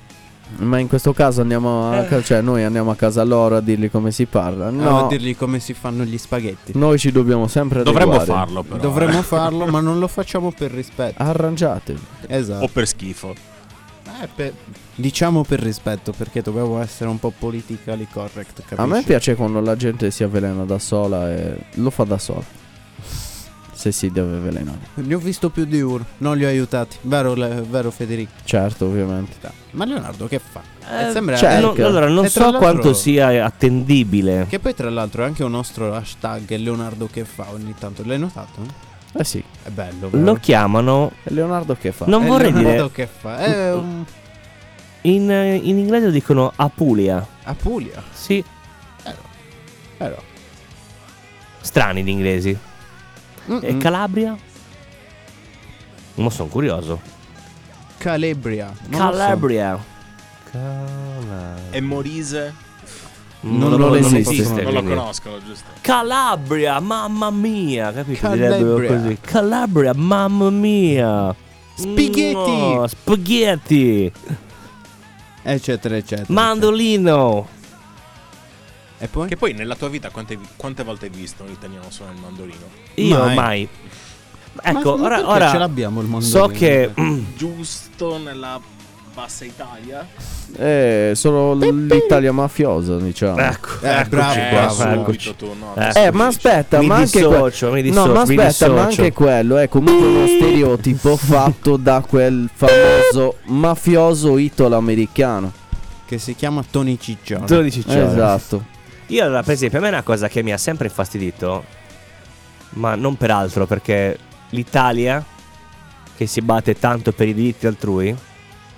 Speaker 4: Ma in questo caso andiamo a ca- cioè noi andiamo a casa loro a dirgli come si parla.
Speaker 2: No.
Speaker 4: No,
Speaker 2: Eh. A dirgli come si fanno gli spaghetti.
Speaker 4: noi ci dobbiamo sempre adeguare.
Speaker 5: Dovremmo farlo però.
Speaker 2: Dovremmo farlo, ma non lo facciamo per rispetto.
Speaker 4: Arrangiatevi.
Speaker 5: O
Speaker 2: Esatto.
Speaker 5: per schifo.
Speaker 4: Oh.
Speaker 2: Eh, per- Diciamo per rispetto, perché dobbiamo essere un po' politically correct. Capisci?
Speaker 4: A me piace quando la gente si avvelena da sola e lo fa da sola. Se si deve avvelenare.
Speaker 2: Ne ho visto più di uno, non li ho aiutati. Vero, le- vero Federico?
Speaker 4: Certo, ovviamente.
Speaker 2: Ma Leonardo che fa?
Speaker 3: Eh,
Speaker 2: Eh, sembra
Speaker 4: certo.
Speaker 3: No,
Speaker 4: Ecco.
Speaker 3: allora, non
Speaker 2: E tra
Speaker 3: so
Speaker 2: l'altro-
Speaker 3: quanto sia attendibile.
Speaker 2: Che poi tra l'altro è anche un nostro hashtag Leonardo che fa ogni tanto. L'hai notato?
Speaker 4: Eh sì.
Speaker 2: È bello. vero?
Speaker 3: Lo chiamano.
Speaker 4: E Leonardo che fa?
Speaker 3: Non
Speaker 2: È
Speaker 3: vorrei
Speaker 2: Leonardo
Speaker 3: dire.
Speaker 2: che fa? È un...
Speaker 3: In, in inglese dicono Apulia.
Speaker 2: Apulia.
Speaker 3: Sì,
Speaker 2: Eh no.
Speaker 3: strani gli inglesi. E
Speaker 2: Mm-mm.
Speaker 3: Calabria? Ma sono curioso.
Speaker 2: Calabria. Non lo so.
Speaker 3: Calabria.
Speaker 5: E Morise?
Speaker 2: Non lo esiste.
Speaker 5: Non lo
Speaker 3: quindi.
Speaker 5: conoscono, giusto?
Speaker 3: Calabria, mamma mia, capito?
Speaker 2: Calabria.
Speaker 3: Direbbero così. Calabria, mamma mia.
Speaker 2: Spaghetti.
Speaker 3: No, spaghetti.
Speaker 2: Eccetera, eccetera.
Speaker 3: Mandolino.
Speaker 2: eccetera. E poi?
Speaker 5: Che poi nella tua vita quante, quante volte hai visto un italiano suonare il mandolino?
Speaker 3: Io
Speaker 2: Mai.
Speaker 3: mai. Ecco,
Speaker 2: Ma
Speaker 3: ora,
Speaker 2: perché
Speaker 3: ora
Speaker 2: ce l'abbiamo il mondo. eh.
Speaker 3: so che mm,
Speaker 5: Giusto nella bassa Italia?
Speaker 4: Eh, solo l'Italia mafiosa, diciamo.
Speaker 3: ecco,
Speaker 2: Eh, bravo,
Speaker 5: eh,
Speaker 2: bravo.
Speaker 5: subito
Speaker 3: eccoci.
Speaker 5: tu, no,
Speaker 3: Eh.
Speaker 5: tu
Speaker 4: Eh, ma
Speaker 5: dici.
Speaker 4: aspetta,
Speaker 3: mi
Speaker 4: ma anche quello.
Speaker 3: dissocio, mi dissocio,
Speaker 4: No, ma
Speaker 3: mi
Speaker 4: aspetta, ma
Speaker 3: dissocio.
Speaker 4: anche quello è comunque uno stereotipo fatto da quel famoso mafioso italo-americano.
Speaker 2: Che si chiama Tony Ciccione.
Speaker 3: 12 ciao.
Speaker 4: Esatto.
Speaker 3: Io allora, per esempio, a me è una cosa che mi ha sempre infastidito, ma non per altro, perché l'Italia che si batte tanto per i diritti altrui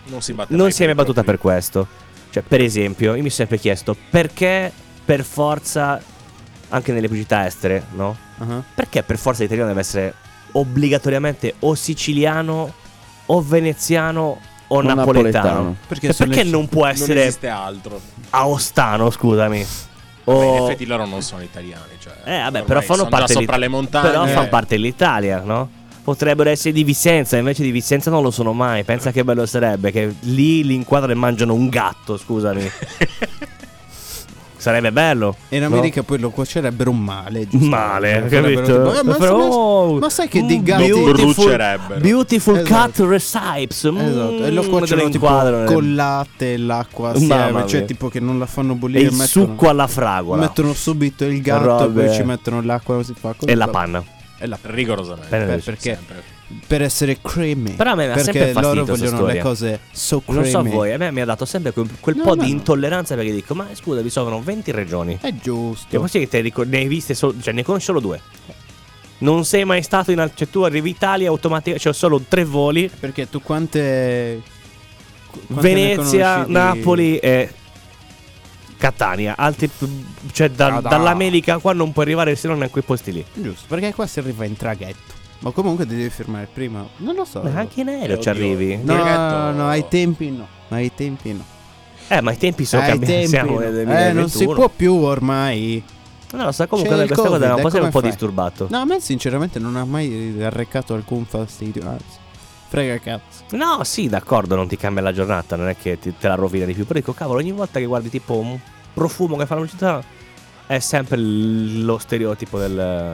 Speaker 5: Non si batte
Speaker 3: non si è mai battuta per questo. Cioè, per esempio, io mi sono sempre chiesto perché per forza anche nelle pubblicità estere, no?
Speaker 2: Ah,
Speaker 3: Perché per forza l'italiano deve essere obbligatoriamente o siciliano o veneziano o
Speaker 4: Un
Speaker 3: napoletano?
Speaker 2: Perché,
Speaker 3: E
Speaker 2: sono
Speaker 3: perché
Speaker 2: le-
Speaker 3: non può
Speaker 5: Non
Speaker 3: essere
Speaker 5: esiste altro.
Speaker 3: aostano, scusami?
Speaker 5: Beh, in
Speaker 3: O...
Speaker 5: effetti loro non sono italiani. Cioè,
Speaker 3: Eh, vabbè,
Speaker 5: ormai
Speaker 3: però fanno
Speaker 5: sono già
Speaker 3: parte
Speaker 5: sopra
Speaker 3: di-
Speaker 5: le montagne.
Speaker 3: Però
Speaker 5: eh.
Speaker 3: fanno parte dell'Italia, no? Potrebbero essere di Vicenza, invece di Vicenza non lo sono mai. Pensa che bello sarebbe che lì li inquadrano e mangiano un gatto, scusami. Sarebbe bello.
Speaker 2: E in
Speaker 3: no?
Speaker 2: America poi lo cuocerebbero male. giusto?
Speaker 3: Male,
Speaker 2: Lo farebbero
Speaker 3: capito?
Speaker 2: tipo, eh, ma,
Speaker 3: Però-
Speaker 2: ma- ma sai che di
Speaker 3: Mm,
Speaker 2: gatti
Speaker 3: Beautiful, beautiful
Speaker 2: Esatto.
Speaker 3: cut recipes. Mm,
Speaker 2: Esatto, e lo
Speaker 3: te
Speaker 2: cuociono tipo
Speaker 3: inquadrano.
Speaker 2: con latte e l'acqua
Speaker 3: Mamma
Speaker 2: assieme, cioè
Speaker 3: mia.
Speaker 2: tipo che non la fanno
Speaker 3: E
Speaker 2: bollire
Speaker 3: il
Speaker 2: mettono-
Speaker 3: succo alla fragola.
Speaker 2: Mettono subito il gatto
Speaker 3: Robe.
Speaker 2: poi ci mettono l'acqua così fa così
Speaker 3: E la
Speaker 2: fa.
Speaker 3: panna.
Speaker 2: E la panna.
Speaker 5: Rigorosamente.
Speaker 3: Bene,
Speaker 2: Per-
Speaker 3: dice,
Speaker 2: perché
Speaker 5: sempre.
Speaker 2: per essere creamy.
Speaker 3: Però a me mi ha sempre
Speaker 2: perché
Speaker 3: infastidito
Speaker 2: loro
Speaker 3: questa
Speaker 2: vogliono le
Speaker 3: storia.
Speaker 2: cose so creamy.
Speaker 3: Non so voi, eh. a me mi ha dato sempre quel, quel
Speaker 2: No,
Speaker 3: po'
Speaker 2: no,
Speaker 3: di
Speaker 2: no.
Speaker 3: intolleranza perché dico, ma scusa, vi sono 20 regioni.
Speaker 2: È
Speaker 3: E
Speaker 2: giusto.
Speaker 3: così che te ricor- ne hai viste solo, cioè ne conosci solo due.
Speaker 2: Eh.
Speaker 3: Non sei mai stato in al- cioè tu arrivi in Italia automaticamente, c'ho solo tre voli,
Speaker 2: Perché tu quante qu- quante ne
Speaker 3: Venezia,
Speaker 2: conosci di-
Speaker 3: Napoli e Catania. Altri, cioè da-
Speaker 2: Ah, da.
Speaker 3: dall'America qua non puoi arrivare se non a quei posti lì.
Speaker 2: Giusto, perché qua si arriva in traghetto. Ma comunque ti devi fermare prima. Non lo so.
Speaker 3: Ma anche in aereo
Speaker 5: Eh,
Speaker 3: ci
Speaker 5: oddio.
Speaker 3: arrivi.
Speaker 2: No,
Speaker 5: traghetto-
Speaker 2: no, ai tempi no. Ai tempi no.
Speaker 3: Eh, ma i tempi sono
Speaker 2: Ai
Speaker 3: cambiati.
Speaker 2: tempi
Speaker 3: Siamo
Speaker 2: no.
Speaker 3: nel
Speaker 2: Eh, non si
Speaker 3: 2021.
Speaker 2: può più ormai.
Speaker 3: Non lo so, comunque
Speaker 2: C'è il
Speaker 3: questa cosa
Speaker 2: Covid,
Speaker 3: era un
Speaker 2: eh,
Speaker 3: po', sei un
Speaker 2: come
Speaker 3: po'
Speaker 2: fai?
Speaker 3: disturbato.
Speaker 2: No, a me sinceramente non ha mai arrecato alcun fastidio. Anzi, frega cazzo.
Speaker 3: No, sì, d'accordo, non ti cambia la giornata, non è che ti- te la rovina di più. Però dico, cavolo, ogni volta che guardi tipo un profumo che fa la città, è sempre l- lo stereotipo del.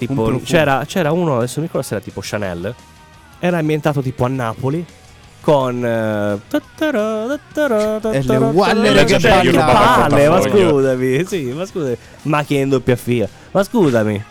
Speaker 2: Un
Speaker 3: Tipo,
Speaker 2: profumo.
Speaker 3: c'era, c'era uno, adesso mi ricordo se era tipo Chanel, era ambientato tipo a Napoli. Con eh, tattara, tattara,
Speaker 2: E le
Speaker 3: tattara,
Speaker 2: Waller
Speaker 3: tattara,
Speaker 2: che
Speaker 3: cioè,
Speaker 2: bagliano.
Speaker 3: che palle, ma
Speaker 5: Portafoglio.
Speaker 3: scusami, sì, ma scusami, macchine in doppia fila, ma scusami,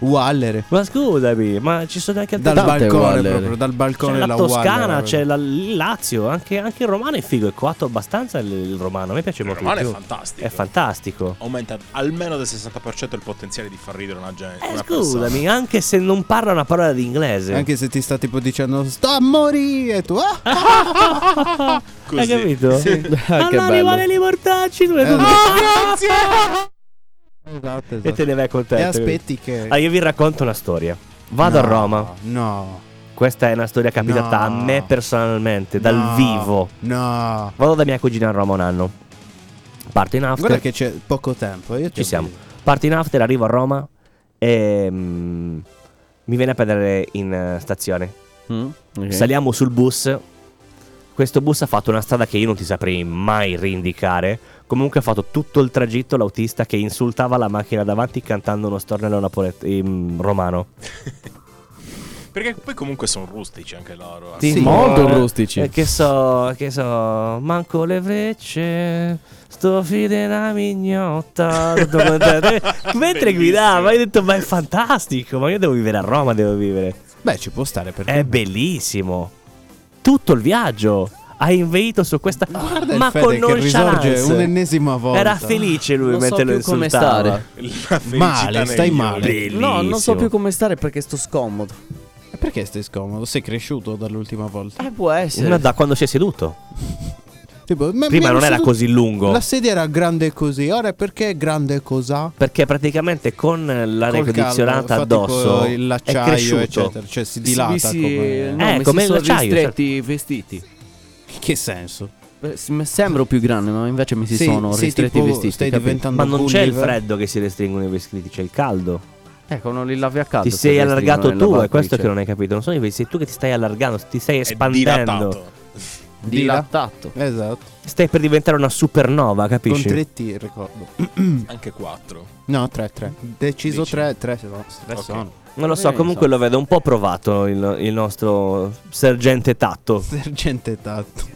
Speaker 2: Wallere.
Speaker 3: ma scusami, ma ci sono anche altri
Speaker 2: Dal
Speaker 10: Tante
Speaker 2: balcone
Speaker 10: Wallere.
Speaker 2: proprio, dal balcone
Speaker 3: c'è la,
Speaker 2: la
Speaker 3: Toscana,
Speaker 2: Wallere.
Speaker 3: c'è la- il Lazio, anche, anche il romano è figo, è coatto abbastanza il, il romano, a me piace
Speaker 5: Il
Speaker 3: molto
Speaker 5: romano
Speaker 3: di
Speaker 5: è
Speaker 3: più.
Speaker 5: fantastico.
Speaker 3: È fantastico.
Speaker 5: Aumenta almeno del 60% il potenziale di far ridere una gente.
Speaker 3: Eh,
Speaker 5: una
Speaker 3: scusami, anche se non parla una parola di inglese.
Speaker 2: Anche se ti sta tipo dicendo sto a morire tu. Ah!
Speaker 5: persona.
Speaker 3: Hai
Speaker 5: Così.
Speaker 3: capito? Eh, allora
Speaker 10: bello.
Speaker 3: arrivano i mortacci dove tu-
Speaker 2: Eh. Esatto,
Speaker 3: Eh, e te
Speaker 2: esatto.
Speaker 3: ne vai
Speaker 2: E
Speaker 3: contento.
Speaker 2: aspetti che
Speaker 3: Ah, io vi racconto una storia. Vado
Speaker 2: No,
Speaker 3: a Roma.
Speaker 2: No.
Speaker 3: Questa è una storia capitata a
Speaker 2: No.
Speaker 3: me personalmente, dal
Speaker 2: no,
Speaker 3: vivo.
Speaker 2: No.
Speaker 3: Vado da mia cugina a Roma un anno. Parto in after.
Speaker 2: Guarda che c'è poco tempo. Io
Speaker 3: Ci
Speaker 2: ho
Speaker 3: siamo.
Speaker 2: capito.
Speaker 3: Parto in after, arrivo a Roma e mm, mi viene a prendere in eh, stazione.
Speaker 4: Mm?
Speaker 3: Saliamo sul bus. Questo bus ha fatto una strada che io non ti saprei mai rindicare. Comunque ha fatto tutto il tragitto l'autista che insultava la macchina davanti cantando uno stornello napolet- in romano.
Speaker 5: Perché poi comunque sono rustici anche loro.
Speaker 3: Sì,
Speaker 10: molto
Speaker 3: eh,
Speaker 10: rustici.
Speaker 3: eh, che so, che so, manco le frecce. Sto fide la mignotta. tutto contento. Mentre
Speaker 5: Bellissimo.
Speaker 3: guidava, hai detto: Ma è fantastico! Ma io devo vivere a Roma, devo vivere.
Speaker 2: Beh, ci può stare perché
Speaker 3: È bellissimo. Tutto il viaggio. Ha inveito su questa.
Speaker 2: Guarda
Speaker 3: ma
Speaker 2: il Fede
Speaker 3: con
Speaker 2: che risorge
Speaker 3: nonchalance.
Speaker 2: un'ennesima volta.
Speaker 3: Era felice lui
Speaker 10: Non so
Speaker 3: mentre lo
Speaker 10: più come
Speaker 3: insultava.
Speaker 10: stare.
Speaker 5: La felicità
Speaker 2: Male, stai
Speaker 5: negli
Speaker 2: male.
Speaker 5: occhi.
Speaker 10: No, non so
Speaker 3: Bellissimo.
Speaker 10: più come stare perché sto scomodo.
Speaker 2: E Perché stai scomodo? Sei cresciuto dall'ultima volta.
Speaker 10: Eh, può essere.
Speaker 3: Ma da quando si è seduto?
Speaker 2: Tipo, ma-
Speaker 3: Prima
Speaker 2: mi
Speaker 3: non
Speaker 2: ero
Speaker 3: era
Speaker 2: seduto-
Speaker 3: così boh. lungo.
Speaker 2: La sedia era grande così, ora perché è grande cos'ha?
Speaker 3: Perché praticamente con l'aria
Speaker 2: Col caldo,
Speaker 3: condizionata
Speaker 2: fa
Speaker 3: addosso
Speaker 2: tipo il
Speaker 3: è
Speaker 2: l'acciaio,
Speaker 3: cresciuto.
Speaker 2: eccetera, cioè si
Speaker 10: Si-
Speaker 2: dilata
Speaker 10: mi si-
Speaker 2: come
Speaker 10: no,
Speaker 3: Eh,
Speaker 10: mi si
Speaker 3: come
Speaker 10: sono
Speaker 3: l'acciaio, certo.
Speaker 10: ristretti i vestiti.
Speaker 2: Che senso?
Speaker 10: Beh, si- mi sembro più grande, ma invece mi si
Speaker 2: Sei-
Speaker 10: sono
Speaker 2: sei
Speaker 10: ristretti
Speaker 2: tipo-
Speaker 10: i vestiti.
Speaker 2: Stai
Speaker 10: capito?
Speaker 2: diventando
Speaker 3: Ma non c'è il
Speaker 2: Gulliver.
Speaker 3: freddo che si restringono i vestiti, c'è il caldo.
Speaker 10: Ecco, non li lavi a caldo.
Speaker 3: ti
Speaker 10: se
Speaker 3: sei
Speaker 10: vesti,
Speaker 3: allargato
Speaker 10: li
Speaker 3: tu,
Speaker 10: lavavi,
Speaker 3: è questo che
Speaker 10: cioè.
Speaker 3: non hai capito. Non sono i vestiti, sei tu che ti stai allargando, ti stai
Speaker 5: È
Speaker 3: espandendo.
Speaker 5: dilatato.
Speaker 10: Dilattato.
Speaker 2: Esatto.
Speaker 3: Stai per diventare una supernova,
Speaker 2: Con
Speaker 3: capisci?
Speaker 2: 3 T ricordo.
Speaker 5: Anche 4.
Speaker 2: No, 3 3. Deciso
Speaker 5: Dici.
Speaker 2: 3 3 sono. tre
Speaker 5: Ok.
Speaker 2: sono.
Speaker 3: Non lo so,
Speaker 10: Eh,
Speaker 3: comunque lo vedo un po' provato il, il nostro sergente tatto.
Speaker 2: Sergente tatto.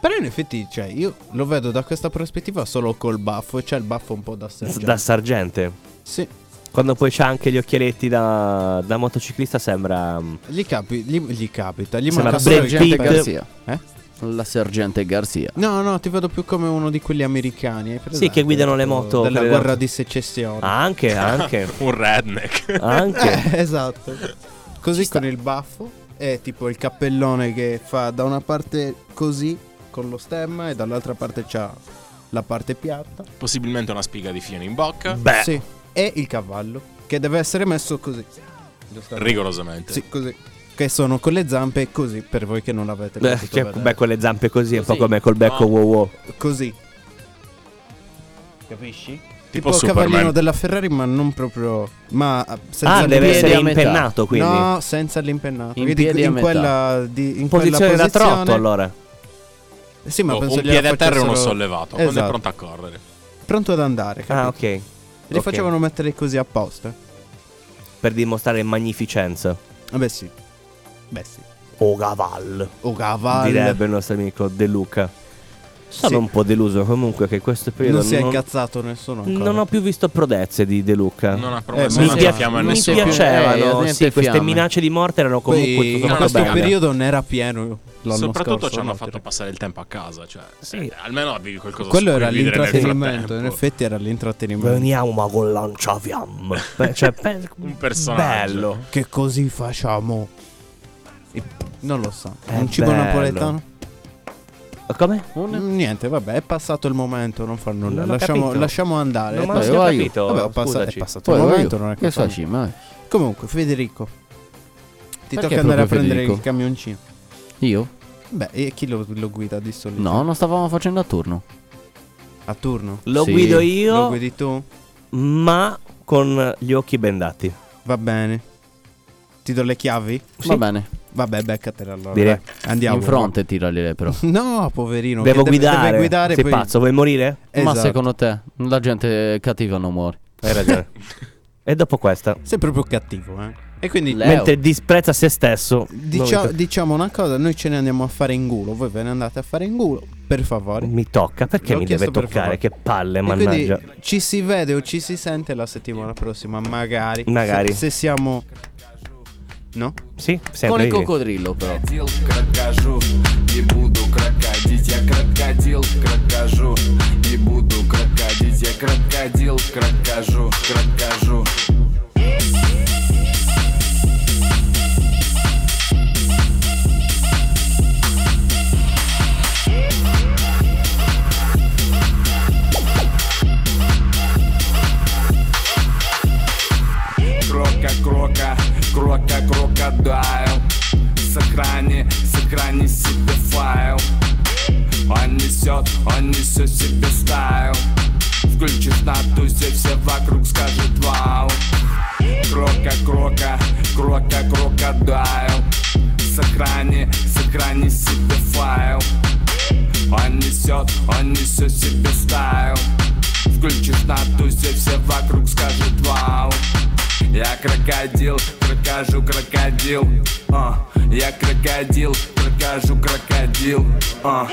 Speaker 2: Però in effetti, cioè, io lo vedo da questa prospettiva solo col baffo e c'è il baffo un po' da sergente.
Speaker 3: Da sergente.
Speaker 2: Sì.
Speaker 3: Quando poi c'ha anche gli occhialetti da, da motociclista sembra... mm,
Speaker 2: Gli, capi- gli- gli capita, gli
Speaker 3: Sembra
Speaker 2: manca solo
Speaker 3: Brad
Speaker 2: il
Speaker 3: Pitt.
Speaker 10: Sergente
Speaker 2: cappello.
Speaker 10: Garzia.
Speaker 2: Eh?
Speaker 10: La sergente Garzia.
Speaker 2: No, no, ti vedo più come uno di quelli americani. hai presente?
Speaker 3: che guidano le moto, Ah,
Speaker 2: Della
Speaker 3: quelle-
Speaker 2: guerra di secessione.
Speaker 3: Anche, anche,
Speaker 5: Un redneck.
Speaker 3: anche.
Speaker 2: Eh, esatto. Così con il baffo è tipo il cappellone che fa da una parte così con lo stemma e dall'altra parte c'ha la parte piatta.
Speaker 5: Possibilmente una spiga di fieno in bocca.
Speaker 3: Beh,
Speaker 2: Sì. E il cavallo che deve essere messo così. Giustamente.
Speaker 5: Rigorosamente.
Speaker 2: Sì, così. Che sono con le zampe così per voi che non l'avete
Speaker 3: eh,
Speaker 2: potuto
Speaker 3: che-
Speaker 2: vedere.
Speaker 3: beh, con le zampe così, è un po'
Speaker 10: Così.
Speaker 3: come col becco wow wow.
Speaker 2: Così. Capisci?
Speaker 5: Tipo
Speaker 2: il
Speaker 5: Superman.
Speaker 2: cavallino della Ferrari, ma non proprio. Ma eh, senza
Speaker 3: Ah,
Speaker 2: il
Speaker 3: deve
Speaker 2: piede.
Speaker 3: essere
Speaker 10: a metà.
Speaker 3: impennato quindi.
Speaker 2: No, senza l'impennato.
Speaker 10: In
Speaker 2: Vedi,
Speaker 10: piedi a
Speaker 2: in
Speaker 10: metà.
Speaker 2: quella, di, in
Speaker 3: posizione
Speaker 2: quella
Speaker 3: da trotto
Speaker 2: posizione-
Speaker 3: allora.
Speaker 2: Eh Sì, ma
Speaker 5: Oh,
Speaker 2: penso
Speaker 5: un
Speaker 2: gliela
Speaker 5: piede a terra e uno
Speaker 2: facessero-
Speaker 5: sollevato. Quando è
Speaker 2: Esatto.
Speaker 5: pronto a correre.
Speaker 2: pronto ad andare.
Speaker 3: Ah,
Speaker 2: capito?
Speaker 3: ok. Li
Speaker 2: Li facevano mettere così apposta.
Speaker 3: Per dimostrare magnificenza.
Speaker 2: Vabbè, Eh sì. Beh, sì. Oh,
Speaker 3: O Oh, Gaval.
Speaker 2: O Gaval.
Speaker 3: Direbbe il nostro amico De Luca. Sono
Speaker 2: Sì.
Speaker 3: un po' deluso comunque che in questo periodo
Speaker 2: Non si è incazzato nessuno ancora.
Speaker 3: non ho più visto prodezze di De Luca.
Speaker 5: Non ha
Speaker 2: Eh,
Speaker 5: promesso
Speaker 2: mi
Speaker 5: una
Speaker 2: pia-
Speaker 5: fiamma a
Speaker 3: mi
Speaker 5: nessuno.
Speaker 4: Eh,
Speaker 3: piacevano
Speaker 4: niente
Speaker 3: sì, queste
Speaker 4: fiamme.
Speaker 3: minacce di morte erano comunque
Speaker 2: Poi,
Speaker 3: tutto
Speaker 2: in
Speaker 5: no,
Speaker 3: sommato
Speaker 2: questo
Speaker 5: bene.
Speaker 2: periodo non era pieno l'anno
Speaker 5: Soprattutto
Speaker 2: scorso,
Speaker 5: ci hanno
Speaker 2: no?
Speaker 5: fatto passare il tempo a casa. Cioè,
Speaker 3: Sì.
Speaker 5: eh, almeno avevi qualcosa
Speaker 2: Quello
Speaker 5: su cui
Speaker 2: era
Speaker 5: vivere nel
Speaker 2: l'intrattenimento, in
Speaker 5: frattempo.
Speaker 2: effetti era l'intrattenimento.
Speaker 3: Veniamo con lanciafiamme. Beh, cioè, pe-
Speaker 5: Un personaggio.
Speaker 3: Bello.
Speaker 2: Che così facciamo? E- non lo so.
Speaker 3: È
Speaker 2: un cibo
Speaker 3: bello.
Speaker 2: napoletano?
Speaker 3: Come?
Speaker 2: Mm, Niente, vabbè, è passato il momento, non fa nulla.
Speaker 3: Non ho
Speaker 2: Lasciamo,
Speaker 3: capito.
Speaker 2: lasciamo andare.
Speaker 3: Non
Speaker 2: Poi-
Speaker 3: ho
Speaker 4: io voglio-
Speaker 3: capito.
Speaker 2: vabbè, ho passa- è
Speaker 3: scusaci.
Speaker 2: passato
Speaker 4: Poi
Speaker 2: il
Speaker 4: voglio-
Speaker 2: momento, non è
Speaker 4: Che
Speaker 2: che fa
Speaker 4: so, ci, ma
Speaker 2: nulla. Comunque, Federico, ti
Speaker 4: Perché
Speaker 2: tocca andare
Speaker 4: proprio
Speaker 2: a prendere
Speaker 4: Federico?
Speaker 2: il camioncino.
Speaker 4: io?
Speaker 2: Beh, e chi lo, lo guida di solito?
Speaker 4: No, non stavamo facendo a turno.
Speaker 2: A turno?
Speaker 3: Lo
Speaker 4: Sì.
Speaker 3: guido
Speaker 2: Lo
Speaker 3: io,
Speaker 2: guidi tu?
Speaker 3: ma con gli occhi bendati.
Speaker 2: Va bene. Ti do le chiavi?
Speaker 4: Va bene,
Speaker 2: Vabbè, beccatela allora.
Speaker 3: Direi.
Speaker 2: dai. Andiamo.
Speaker 4: in fronte tirali lei però.
Speaker 2: No, poverino.
Speaker 3: Devo
Speaker 2: che deve- deve
Speaker 3: guidare.
Speaker 2: guidare
Speaker 3: Sei
Speaker 2: poi-
Speaker 3: pazzo, vuoi morire?
Speaker 4: Ma
Speaker 2: Esatto.
Speaker 4: secondo te la gente cattiva non muore?
Speaker 3: Hai ragione. e dopo questa,
Speaker 2: Sei proprio cattivo, eh. E quindi
Speaker 4: Leo.
Speaker 3: mentre disprezza se stesso,
Speaker 2: dicia-
Speaker 3: non mi
Speaker 2: diciamo una cosa, noi ce ne andiamo a fare in culo, voi ve ne andate a fare in culo, per
Speaker 3: to-
Speaker 2: favore.
Speaker 3: mi tocca. Perché
Speaker 2: L'ho
Speaker 3: mi deve
Speaker 2: chiesto per
Speaker 3: toccare?
Speaker 2: favore.
Speaker 3: Che palle,
Speaker 2: E quindi
Speaker 3: mannaggia.
Speaker 2: ci si vede o ci si sente la settimana prossima, magari.
Speaker 3: Magari.
Speaker 2: Se, se siamo No?
Speaker 3: Sì,
Speaker 4: Con
Speaker 3: sempre
Speaker 4: il
Speaker 3: io.
Speaker 4: coccodrillo però.
Speaker 11: Крокодил, крокожу, не буду крокодить, я крокодил, крокожу, не буду крокодить, я крокодил, крокожу, крокожу. Крока, крока, крока, крокодайл Сохрани, сохрани себе файл Он несет, он несет себе стайл Включишь на тузе, все вокруг скажут вау Крока, крока, крока, крокодайл Сохрани, сохрани себе файл Он несет, он несет себе стайл Включишь на тузе, все вокруг скажут вау я крокодил, крокожу крокодил а, Я крокодил, крокожу крокодил а.